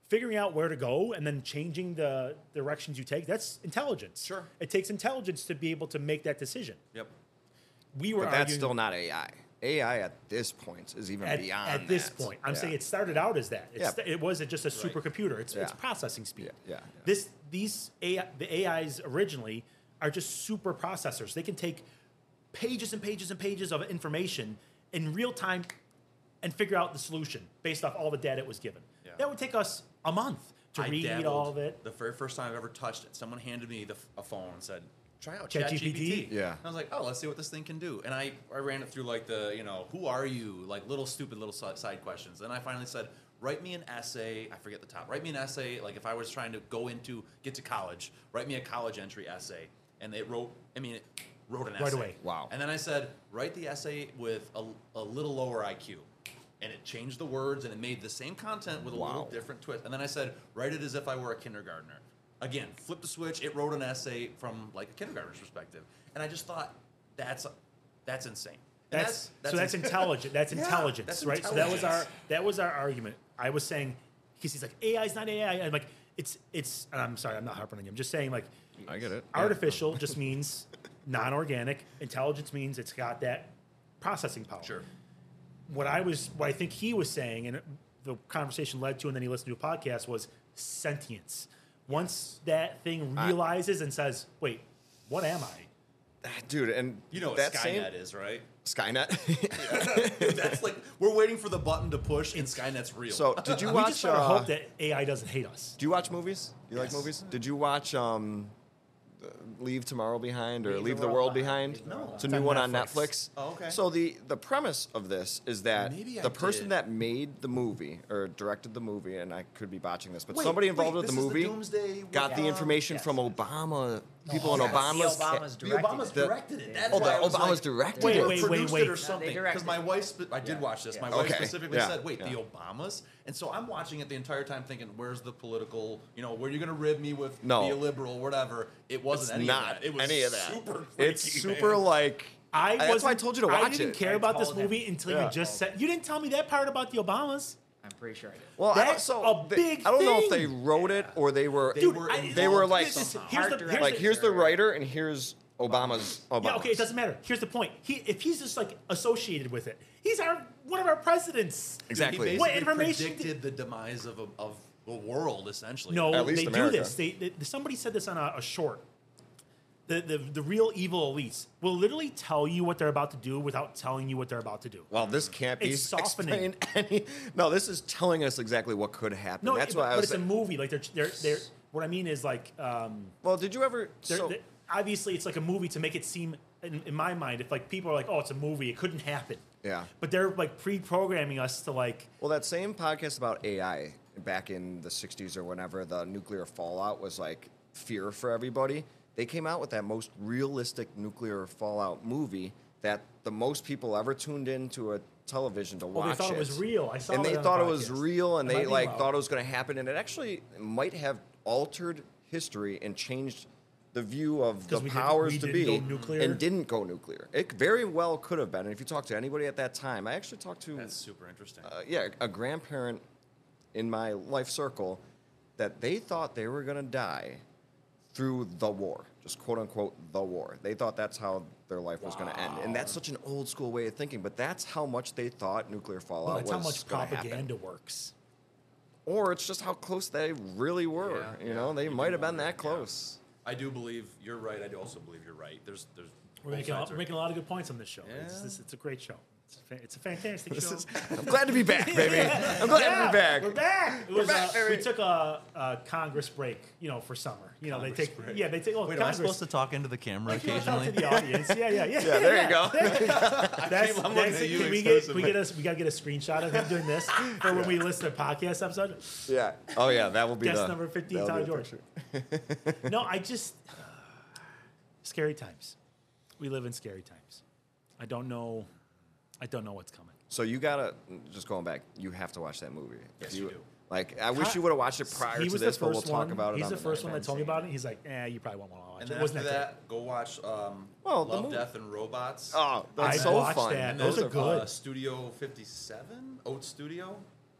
A: figuring out where to go and then changing the directions you take. That's intelligence.
C: Sure.
A: It takes intelligence to be able to make that decision.
C: Yep.
A: We were
B: but that's
A: arguing-
B: still not AI. AI at this point is even
A: at,
B: beyond
A: at this
B: that.
A: point. I'm
B: Yeah.
A: saying it started out as that. It's,
B: Yeah.
A: It was just a supercomputer. It's, it's
B: Yeah.
A: processing speed.
B: Yeah, yeah, yeah.
A: This these AI, the AIs originally are just super processors. They can take pages and pages and pages of information in real time and figure out the solution based off all the data it was given.
C: Yeah.
A: That would take us a month to
C: I
A: read
C: dabbled.
A: all of it.
C: The very first time I've ever touched it, someone handed me the, f- a phone and said, "Try out
A: ChatGPT?
C: ChatGPT."
B: Yeah.
C: And I was like, "Oh, let's see what this thing can do." And I, I ran it through like the you know who are you like little stupid little si- side questions. And I finally said, "Write me an essay." I forget the top. Write me an essay like if I was trying to go into get to college. Write me a college entry essay. And it wrote. I mean, it wrote an
A: Right
C: essay.
A: away.
B: Wow.
C: And then I said, "Write the essay with a, a little lower IQ." And it changed the words and it made the same content with a little
B: Wow.
C: different different twist. And then I said, write it as if I were a kindergartner. Again, flip the switch. It wrote an essay from like a kindergartner's perspective, and I just thought that's that's insane. And
A: That's, so
C: [LAUGHS]
A: that's intelligent. That's intelligence,
C: that's
A: right? So that was our
C: intelligence.
A: that was our argument. I was saying because he's like AI is not AI. I'm like it's it's. And I'm sorry, I'm not harping on you. I'm just saying like
B: I get it. Yeah.
A: artificial just means non-organic. Intelligence means it's got that processing power.
C: sure.
A: What I was what I think he was saying, and the conversation led to, and then he listened to a podcast was sentience. Once that thing realizes and says, "Wait, what am I?"
B: dude, and
C: You know what
B: that
C: Skynet
B: same,
C: is,
B: [LAUGHS]
C: right? [LAUGHS]
B: Skynet.
C: that's like we're waiting for the button to push, and Skynet's real.
B: so, did you
A: we
B: watch?
A: just sort of
B: uh,
A: hope that AI doesn't hate us.
B: do you watch movies? Do you
C: Yes.
B: like movies? Did you watch um, uh, Leave Tomorrow Behind or Leave, the, World, Behind?
C: No.
B: It's a
A: It's
B: new
A: on
B: one on
A: Netflix.
B: Netflix.
C: Oh, okay.
B: So the the premise of this is that
C: Maybe I
B: the person
C: did.
B: that made the movie or directed the movie, and I could be botching this, but
C: Wait,
B: somebody involved
C: wait,
B: with the
C: this is the
B: movie
C: Doomsday
B: got
C: with,
B: the
C: um,
B: information
D: yes.
B: from Obama people in
C: yes. The
B: Obama's. ca-
D: Obama's
C: the
D: directing
C: Obama's
D: it.
B: The-
C: directed it. That's
B: Oh,
C: why
B: the
C: I was
B: Obama's
C: like,
B: directed
A: Wait,
B: it.
A: wait,
C: produced
A: wait,
C: it or
A: wait.
C: something.
D: No, they
C: Because
D: directed
C: my
D: it.
C: wife, spe- I did
D: Yeah.
C: watch this. My
D: Yeah.
C: wife
B: Okay,
C: specifically
B: yeah,
C: said, "Wait, the
B: yeah.
C: Obamas," and so I'm watching it the entire time, thinking, "Where's the political? You know, where you going to rib me with?
B: No.
C: be a liberal, whatever." It
B: It's
C: wasn't any
B: not
C: of that. It was
B: any of that.
C: Super
B: it's
C: freaky,
B: super
C: man.
B: like.
A: I
B: that's why I
A: wasn't-
B: told you to
A: I
B: watch
A: didn't
B: it.
A: care
D: I
A: about this
D: told him.
A: movie until
B: Yeah.
A: you just said you didn't tell me that part about the Obamas.
D: I'm pretty sure I did.
B: Well, I don't,
A: That's
B: so
A: a
B: they-
A: big
B: I don't know if
A: thing.
B: they wrote it or they were.
C: They
A: Dude,
C: were
A: I-
B: they were
A: this-
B: like- uh,
A: this-
D: somehow.
A: here's the, here's
D: Art directed.
B: like
A: the-
B: here's the writer and here's Obama's. Obama's.
A: yeah, okay, it doesn't matter. Here's the point. He if he's just like associated with it, he's our one of our presidents.
C: Dude, he
B: Exactly.
A: What
C: basically
A: information
C: predicted the demise of a, of the world? Essentially,
A: No,
B: At least
A: they
B: America.
A: do this. They, they somebody said this on a, a short. The, the the real evil elites will literally tell you what they're about to do without telling you what they're about to do.
B: Well, this can't be
A: It's softening.
B: explained [LAUGHS] any. No, this is telling us exactly what could happen.
A: no,
B: That's
A: it-
B: why I
A: but
B: was.
A: it's a movie. Like they're they're they're. What I mean is like. Um,
B: well, did you ever?
A: They're,
B: So,
A: they're- obviously, it's like a movie to make it seem, in, in my mind, if like people are like, "Oh, it's a movie, it couldn't happen."
B: Yeah.
A: But they're like pre-programming us to like,
B: well, that same podcast about AI back in the '60s or whenever the nuclear fallout was like fear for everybody. They came out with that most realistic nuclear fallout movie that the most people ever tuned into a television to
A: well,
B: watch.
A: oh, they thought it was real. I saw.
B: and
A: that
B: they
A: on a
B: thought it was
A: podcast.
B: real and
A: It might
B: they
A: be
B: like
A: wrong.
B: thought it was going to happen and it actually might have altered history and changed the view of the
A: we didn't-
B: powers
A: we
B: to
A: didn't
B: be
A: go nuclear?
B: and didn't go nuclear it very well could have been and if you talk to anybody at that time i actually talked to
C: that's super interesting.
B: uh, yeah a grandparent in my life circle that they thought they were going to die through the war just quote unquote the war they thought that's how their life was going to end and that's such an old school way of thinking but that's how much they thought nuclear fallout
A: Well, that's
B: was
A: how much
B: gonna happen.
A: propaganda works.
B: or it's just how close they really were.
C: Yeah,
B: you
C: yeah.
B: know, they
C: You
B: might
C: do
B: have been
C: wonder,
B: that
C: yeah.
B: close.
C: I do believe you're right. I do also believe you're right. There's there's
A: We're
C: both
A: making, a,
C: sides
A: we're
C: are-
A: making a lot of good points on this show. It's,
C: Yeah.
A: this, it's a great show. It's a, fa- it's a fantastic
B: [LAUGHS] [LAUGHS] This
A: show.
B: is, I'm glad to be back, baby. I'm glad to
A: Yeah,
B: be back.
A: We're back. It was,
B: back,
A: uh, we
B: baby.
A: took a, a Congress break, you know, for summer. You know, they
C: Congress
A: take
C: break.
A: yeah, they take. Oh,
C: Wait, am I
A: Congress.
C: supposed to talk into the camera
A: Like, you know, talk
C: occasionally?
A: to the audience. Yeah, yeah, yeah.
B: [LAUGHS] Yeah, there
A: [LAUGHS]
B: you go. [LAUGHS]
A: That's,
C: keep- I'm
A: that's
C: looking at
A: it.
C: you
A: Can we get we
C: exclusively.
A: get us we gotta get a screenshot of him doing
B: [LAUGHS]
A: this for when we list a podcast episode.
B: Yeah. Oh yeah, that will be
A: Guest
B: the
A: number 15,
B: that'll be
A: Tyler
B: the
A: George.
B: picture. [LAUGHS]
A: No, I just [SIGHS] scary times. We live in scary times. I don't know. I don't know what's coming.
B: So you gotta just going back. You have to watch that movie. If
C: Yes, you do.
B: Like I wish you would have watched it prior
A: he
B: to
A: was
B: this,
A: the
B: but
A: first
B: we'll talk
A: one.
B: about it.
A: He's
B: on
A: the
B: the
A: first
B: next
A: one that told me
B: episode.
A: about it. He's like, eh, you probably won't want to watch
C: And
A: it.
C: then
A: it. Wasn't
C: after
A: that
C: that, go watch um,
B: Well, the
C: Love,
B: movie-
C: Death, and Robots.
B: Oh, that's
A: I
B: so
A: watched
B: fun.
A: that.
C: and
A: those
C: those
A: are good.
C: Uh, Studio 57, Oat Studio.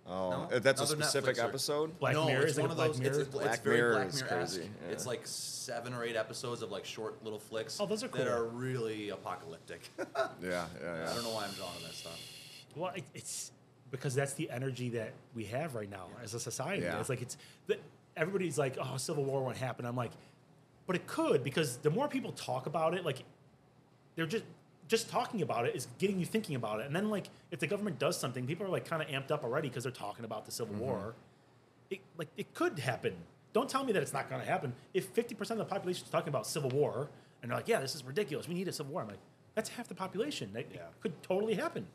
B: Oh,
C: No?
B: that's a
C: Another
B: specific
C: Netflix or-
B: episode.
A: Black
C: no,
A: Mirror?
C: it's
A: Is it
C: one
A: a
C: of
A: Black
C: those.
A: Mirror?
C: It's, it's,
B: Black
C: very
B: Mirror
C: Black
B: is
C: Mirror
B: crazy, yeah.
C: It's like seven or eight episodes of like short little flicks.
A: Oh, those are
C: That
A: cool.
C: are really apocalyptic. [LAUGHS]
B: Yeah,
C: I
B: yeah,
C: don't know why I'm drawn to that stuff.
A: Well, it, it's because that's the energy that we have right now as a society.
B: Yeah.
A: It's like it's the, everybody's like, "Oh, Civil War won't happen." I'm like, but it could because the more people talk about it, like they're just just talking about it is getting you thinking about it. And then like if the government does something, people are like kind of amped up already because they're talking about the Civil War. It like it could happen. Don't tell me that it's not going to happen. If 50% of the population is talking about Civil War and they're like, "Yeah, this is ridiculous. We need a Civil War." I'm like, that's half the population. That
C: Yeah.
A: could totally happen.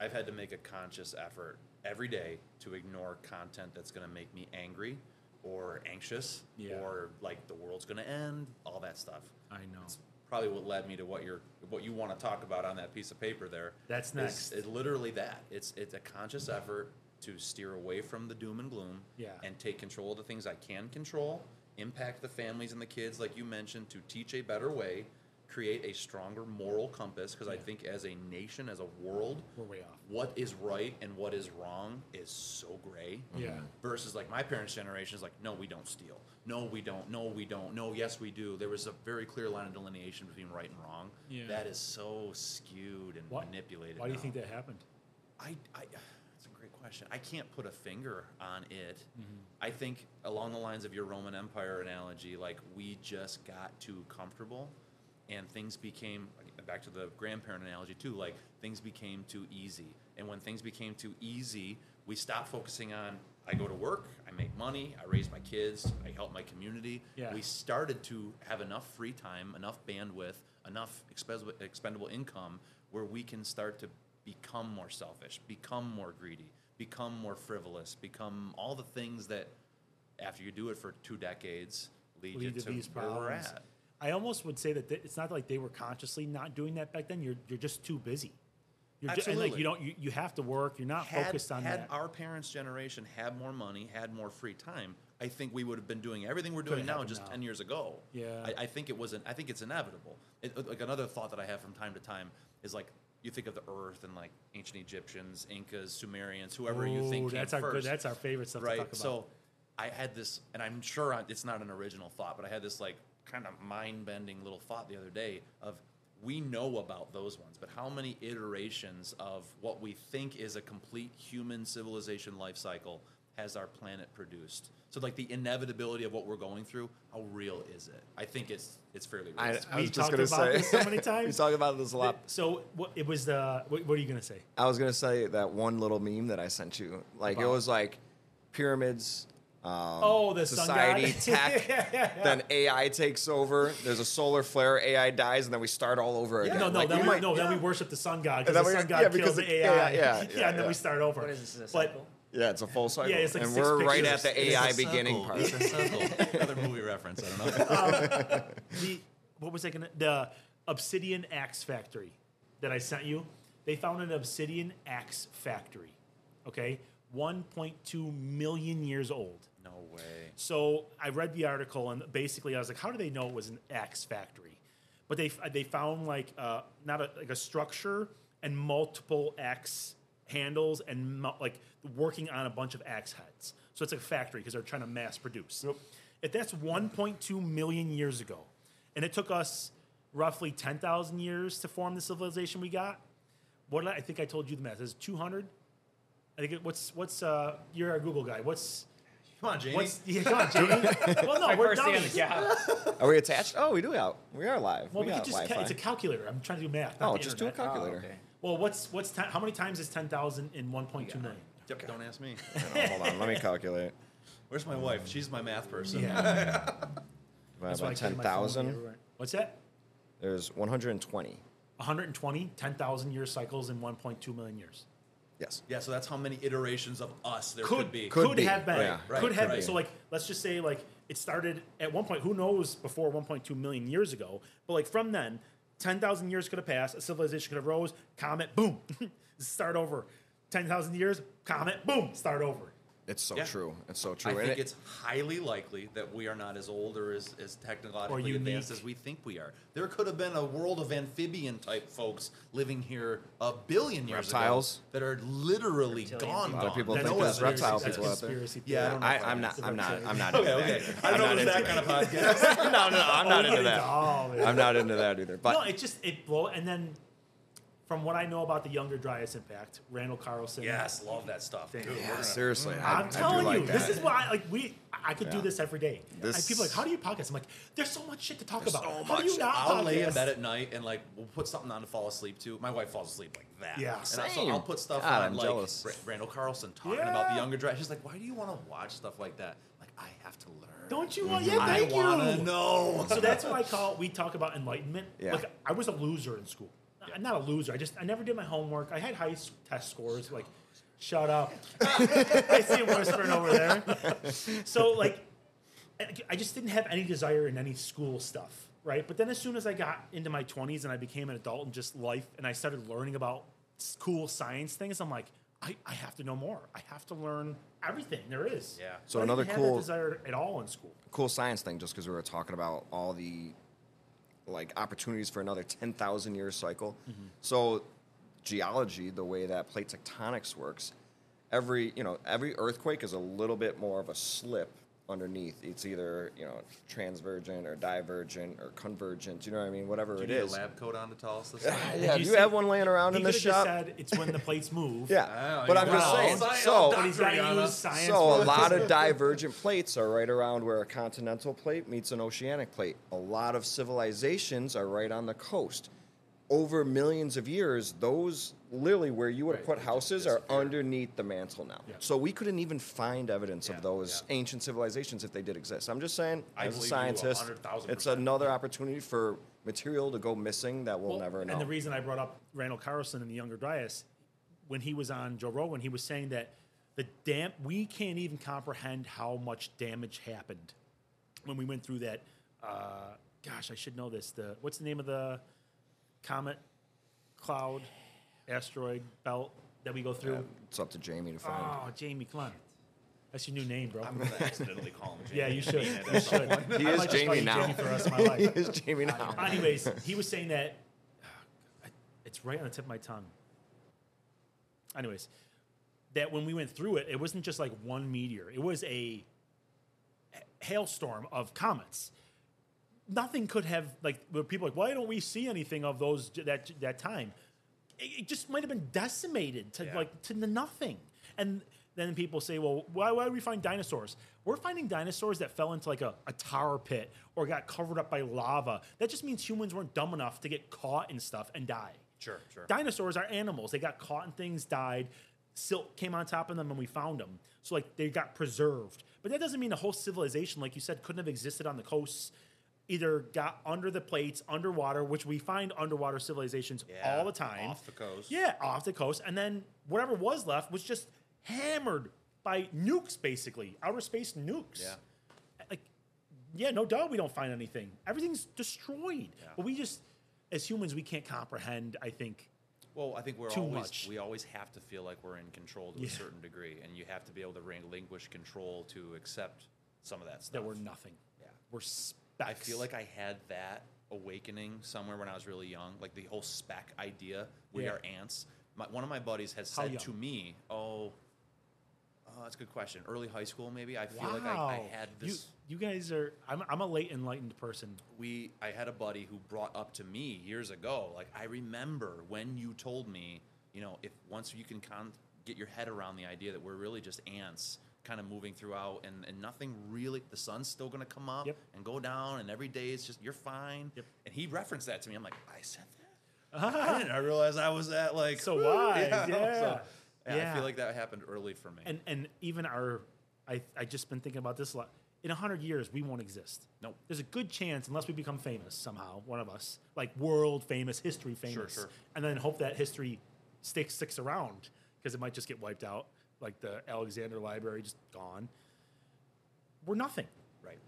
C: I've had to make a conscious effort every day to ignore content that's going to make me angry or anxious
A: Yeah.
C: or like the world's going to end, all that stuff.
A: I know.
C: Probably what led me to what you're what you want to talk about on that piece of paper there.
A: That's
C: is-
A: next.
C: Is, literally that. It's it's a conscious effort to steer away from the doom and gloom
A: Yeah.
C: and take control of the things I can control, impact the families and the kids like you mentioned to teach a better way, create a stronger moral compass because I
A: Yeah.
C: think as a nation, as a world,
A: We're way off.
C: what is right and what is wrong is so gray.
A: Yeah.
C: Versus like my parents' generation is like, no, we don't steal. No, we don't. No, we don't. No, yes, we do. There was a very clear line of delineation between right and wrong.
A: Yeah.
C: That is so skewed and
A: Why-
C: manipulated.
A: Why do you
C: now.
A: think that happened?
C: I, I, that's a great question. I can't put a finger on it. I think along the lines of your Roman Empire analogy, like we just got too comfortable, and things became back to the grandparent analogy too. Like things became too easy, and when things became too easy, we stopped focusing on. I go to work, I make money, I raise my kids, I help my community.
A: Yeah.
C: We started to have enough free time, enough bandwidth, enough expendable, expendable income where we can start to become more selfish, become more greedy, become more frivolous, become all the things that, after you do it for two decades, lead,
A: Lead
C: you
A: to these
C: where we're
A: problems.
C: at.
A: I almost would say that th- it's not like they were consciously not doing that back then. You're you're just too busy. You're ju- and, like,
C: Absolutely.
A: you don't you, you have to work. You're not
C: Had,
A: focused on
C: had
A: that.
C: our parents' generation had more money, had more free time, I think we would have been doing everything we're
A: Could've
C: doing now
A: happened
C: just
A: now.
C: ten years ago.
A: Yeah.
C: I, I think it wasn't. I think it's inevitable. It, like another thought that I have from time to time is like you think of the Earth and like ancient Egyptians, Incas, Sumerians, whoever you think
A: Ooh,
C: came
A: that's our good.
C: first.
A: That's our favorite stuff to
C: right
A: talk about.
C: so i had this and i'm sure I- it's not an original thought but i had this like kind of mind-bending little thought the other day of we know about those ones but how many iterations of what we think is a complete human civilization life cycle has our planet produced so like the inevitability of what we're going through how real is it i think it's it's fairly real
B: I, I
A: We
B: was just gonna
A: talked about
B: say
A: this so many
B: [LAUGHS] we
A: times.
B: talk about this a
A: [LAUGHS]
B: lot.
A: so what, it was the what, what are you gonna say?
B: I was gonna say that one little meme that I sent you. Like it
A: About-
B: was like pyramids,
C: Um,
A: oh, the
B: society,
A: sun god. [LAUGHS]
B: tech, then AI takes over. There's a solar flare, AI dies, and then we start all over again.
A: No, no,
B: Like,
A: then
B: we
A: we,
B: might-
A: no, then we worship the sun god
B: And
A: because
B: then
A: the
B: we-
A: sun god
B: yeah,
A: kills
B: because
A: the
B: it-
A: AI. [LAUGHS]
B: yeah, yeah, yeah,
A: and then
B: yeah.
A: we start over.
D: What is this? Is this a
A: But-
D: cycle?
B: Yeah, it's a full cycle.
A: Yeah, it's like
B: and
A: six
B: we're right at
A: pictures.
B: the AI beginning part.
C: another movie reference i don't know
A: the what was I gonna the obsidian axe factory that I sent you? They found an obsidian axe factory. Okay, 1.2 million years old.
C: no way
A: So I read the article and basically I was like, how do they know it was an axe factory? But they they found like uh, not a, like a structure and multiple axe handles and mu- like working on a bunch of axe heads. So it's a factory because they're trying to mass produce. If that's 1.2 million years ago, and it took us roughly 10,000 years to form the civilization we got, what did I, I think I told you the math is 200 I think it, what's what's uh you're our Google guy. What's
D: Come on, Jamie.
A: what's yeah, come on,
B: [LAUGHS]
A: Jamie. well, no,
E: My
A: we're
E: first
A: down.
E: day on the job.
B: Are we attached? Oh, we do out. We are live.
A: Well,
B: we
A: we could
B: got
A: just ca-
B: Wi-Fi.
A: it's a calculator. I'm trying to do math. not
B: oh,
A: the
B: just do a
A: internet.
B: calculator.
A: [LAUGHS]
E: okay.
A: Well, what's what's ten, how many times is ten thousand in one point two
B: [LAUGHS]
A: million?
C: Yep, don't ask me.
B: No, hold on, let me
A: [LAUGHS]
B: calculate.
C: Where's my wife? She's my math person.
A: Yeah,
B: Divided
A: why
B: by
A: I carry
B: ten
A: my phone
B: thousand.
A: everywhere. What's that?
B: There's one hundred and twenty.
A: 120 10,000 year cycles in 1.2 million years.
B: Yes.
C: Yeah, so that's how many iterations of us there could,
A: Could
C: be.
A: could,
B: be.
A: have been
B: Right,
C: right,
A: could have been.
C: right.
A: So like let's just say like it started at one point. Who knows before 1.2 million years ago? But like from then, 10,000 years could have passed. A civilization could have rose. Comet, boom, [LAUGHS] start over. 10,000 years, comet, boom, start over.
B: It's so
C: Yeah.
B: true. It's so true.
C: I
B: And
C: think
B: it-
C: it's highly likely that we are not as old or as, as technologically
A: Or
C: advanced
A: unique.
C: as we think we are. There could have been a world of amphibian type folks living here a billion years
B: Reptiles.
C: ago that are literally
E: Reptilian
C: gone.
E: people.
B: A lot of people
C: gone.
B: think
C: No
B: there's
C: evidence.
B: reptile
A: that's
B: people out there.
A: conspiracy
C: Yeah, I
A: theory.
C: don't know.
B: I,
C: if I
B: I'm not.
A: guess
B: I'm
A: it's
B: not.
A: okay.
B: I'm not.
C: Okay,
B: into
C: okay.
B: that.
C: I
B: I'm
C: don't know
B: not
C: if it's
B: into
C: that kind of
B: [LAUGHS]
C: podcast.
B: no, no, no, I'm not into that.
A: [LAUGHS] Oh, man.
B: I'm not into that either.
A: no,
B: But
A: it just it blow. And then, from what I know about the younger Dryas impact, Randall Carlson.
C: yes, love that stuff. Dude,
A: Thank
C: we're
A: you.
B: Yeah,
C: gonna-
B: seriously, I,
A: I'm
B: I do
A: telling
B: like
A: you,
B: that.
A: this is why I like we. I I could do
B: Yeah.
A: this every day.
B: This-
A: and people are like, how do you podcast? I'm like, there's so much shit to talk
B: There's
A: about.
B: so
A: how do you
B: much.
A: not
C: I'll lay in
A: podcast?
C: bed at night and like we'll put something on to fall asleep to. My wife falls asleep like that.
A: Yeah.
C: and I, so
B: Same.
C: I'll put stuff
B: God,
C: on
B: I'm
C: like
B: jealous.
C: Ra- Randall Carlson talking about the
A: Yeah.
C: younger drive. She's like, "Why do you want to watch stuff like that?" Like I have to learn.
A: Don't
B: Mm-hmm.
A: you want? Yeah,
C: I
A: thank
C: wanna
A: you. [LAUGHS]
C: know.
A: So that's what I call. We talk about enlightenment.
B: Yeah.
A: Like I was a loser in school.
C: Yeah.
A: I'm not a loser. I just I never did my homework. I had high s- test scores. Like,
C: [LAUGHS]
A: shut up. I see him whispering over there. So like, I- I just didn't have any desire in any school stuff, right? But then as soon as I got into my 20s and I became an adult and just life, and I started learning about s- cool science things, I'm like. I, I have to know more. I have to learn everything there is.
C: Yeah.
B: So
A: But I
B: another
A: didn't have
B: cool-
A: that desire at all in school.
B: cool science thing just because we were talking about all the like opportunities for another 10,000 year cycle. So geology, the way that plate tectonics works, every, you know, every earthquake is a little bit more of a slip underneath. It's either, you know, transvergent or divergent or convergent, you know what I mean, whatever
C: Do you
B: it
C: need a
B: is.
C: lab coat on to tell us
B: [LAUGHS]
C: this?
B: Yeah,
A: Did
B: do
A: you
B: you have
A: see-
B: one laying around
A: He
B: in
A: could
B: the
A: have just
B: shop?
A: said it's
B: [LAUGHS]
A: when the plates move.
B: yeah.
C: Oh,
B: but
C: you
B: I'm just
C: got
B: saying.
C: it all.
B: So
A: But he's got to
C: Rihanna.
A: use science.
B: So
A: for
B: a
A: it.
B: lot of divergent plates are right around where a continental plate meets an oceanic plate. A lot of civilizations are right on the coast. Over millions of years, those literally where you would
C: Right,
B: put
C: they just
B: houses are
C: disappear.
B: underneath the mantle now.
A: Yeah.
B: So we couldn't even find evidence
C: Yeah,
B: of those
C: yeah.
B: ancient civilizations if they did exist. I'm just saying,
C: I
B: as a
C: believe you
B: scientist,
C: 100,000%.
B: it's another opportunity for material to go missing that we'll,
A: Well,
B: never know.
A: And the reason I brought up Randall Carlson and the younger Dryas, when he was on Joe Rogan, he was saying that the dam we can't even comprehend how much damage happened when we went through that. Uh, gosh, I should know this. The what's the name of the comet, cloud, asteroid belt that we go through?
B: it's up to Jamie to find.
C: Ah.
B: [LAUGHS]
A: Oh, Jamie, come on. That's your new name, bro.
C: I'm gonna accidentally call him. Jamie.
A: [LAUGHS]
B: [LAUGHS]
A: Yeah, you should.
C: Mean it.
A: You should.
B: He
A: I
B: is
A: might just call
B: Jamie
A: you
B: now.
A: Jamie for the rest of my life.
B: Is
C: [LAUGHS]
B: Jamie now?
A: [LAUGHS] Anyways, he was saying that uh, it's right on the tip of my tongue. Anyways, that when we went through it, it wasn't just like one meteor. It was a hailstorm of comets. Nothing could have like where people are like, why don't we see anything of those j- that that time? It, it just might have been decimated to
C: Yeah.
A: like to the nothing. And then people say, well, why why do we find dinosaurs? We're finding dinosaurs that fell into like a, a tar pit or got covered up by lava. That just means humans weren't dumb enough to get caught in stuff and die.
C: Sure, sure.
A: Dinosaurs are animals. They got caught in things, died. Silt came on top of them, and we found them. So like they got preserved. But that doesn't mean a whole civilization, like you said, couldn't have existed on the coasts. Either got under the plates, underwater, which we find underwater civilizations
C: Yeah,
A: all the time.
C: off the coast.
A: Yeah, off the coast. And then whatever was left was just hammered by nukes, basically. Outer space nukes.
C: Yeah.
A: Like, yeah, no doubt we don't find anything. Everything's destroyed.
C: Yeah.
A: But we just, as humans, we can't comprehend, I think.
C: Well, I think we're
A: Too
C: always
A: much.
C: we always have to feel like we're in control to a
A: Yeah.
C: certain degree, and you have to be able to relinquish control to accept some of that stuff.
A: that we're nothing.
C: Yeah.
A: We're specks.
C: I feel like I had that awakening somewhere when I was really young, like the whole spec idea. We
A: Yeah.
C: are ants. My, one of my buddies had
A: How
C: said
A: young?
C: to me, "Oh, oh, that's a good question. Early high school, maybe. I feel like I, I had this."
A: You, you guys are. I'm, I'm a late enlightened person.
C: we I had a buddy who brought up to me years ago, like I remember when you told me, you know, if once you can con- get your head around the idea that we're really just ants kind of moving throughout and, and nothing really the sun's still going to come up
A: Yep.
C: and go down and every day it's just you're fine
A: Yep.
C: and he referenced that to me i'm like i said that
A: [LAUGHS]
C: i didn't i realized i was at like [LAUGHS]
A: So
C: woo,
A: wise,
C: so-
A: yeah.
C: yeah, i
A: Yeah.
C: feel like that happened early for me
A: and and even our I I just been thinking about this a lot. In hundred years, we won't exist.
C: Nope.
A: There's a good chance, unless we become famous somehow, one of us, like world famous, history famous,
C: sure.
A: and then hope that history sticks sticks around because it might just get wiped out, like the Alexander Library just gone. We're nothing.
C: right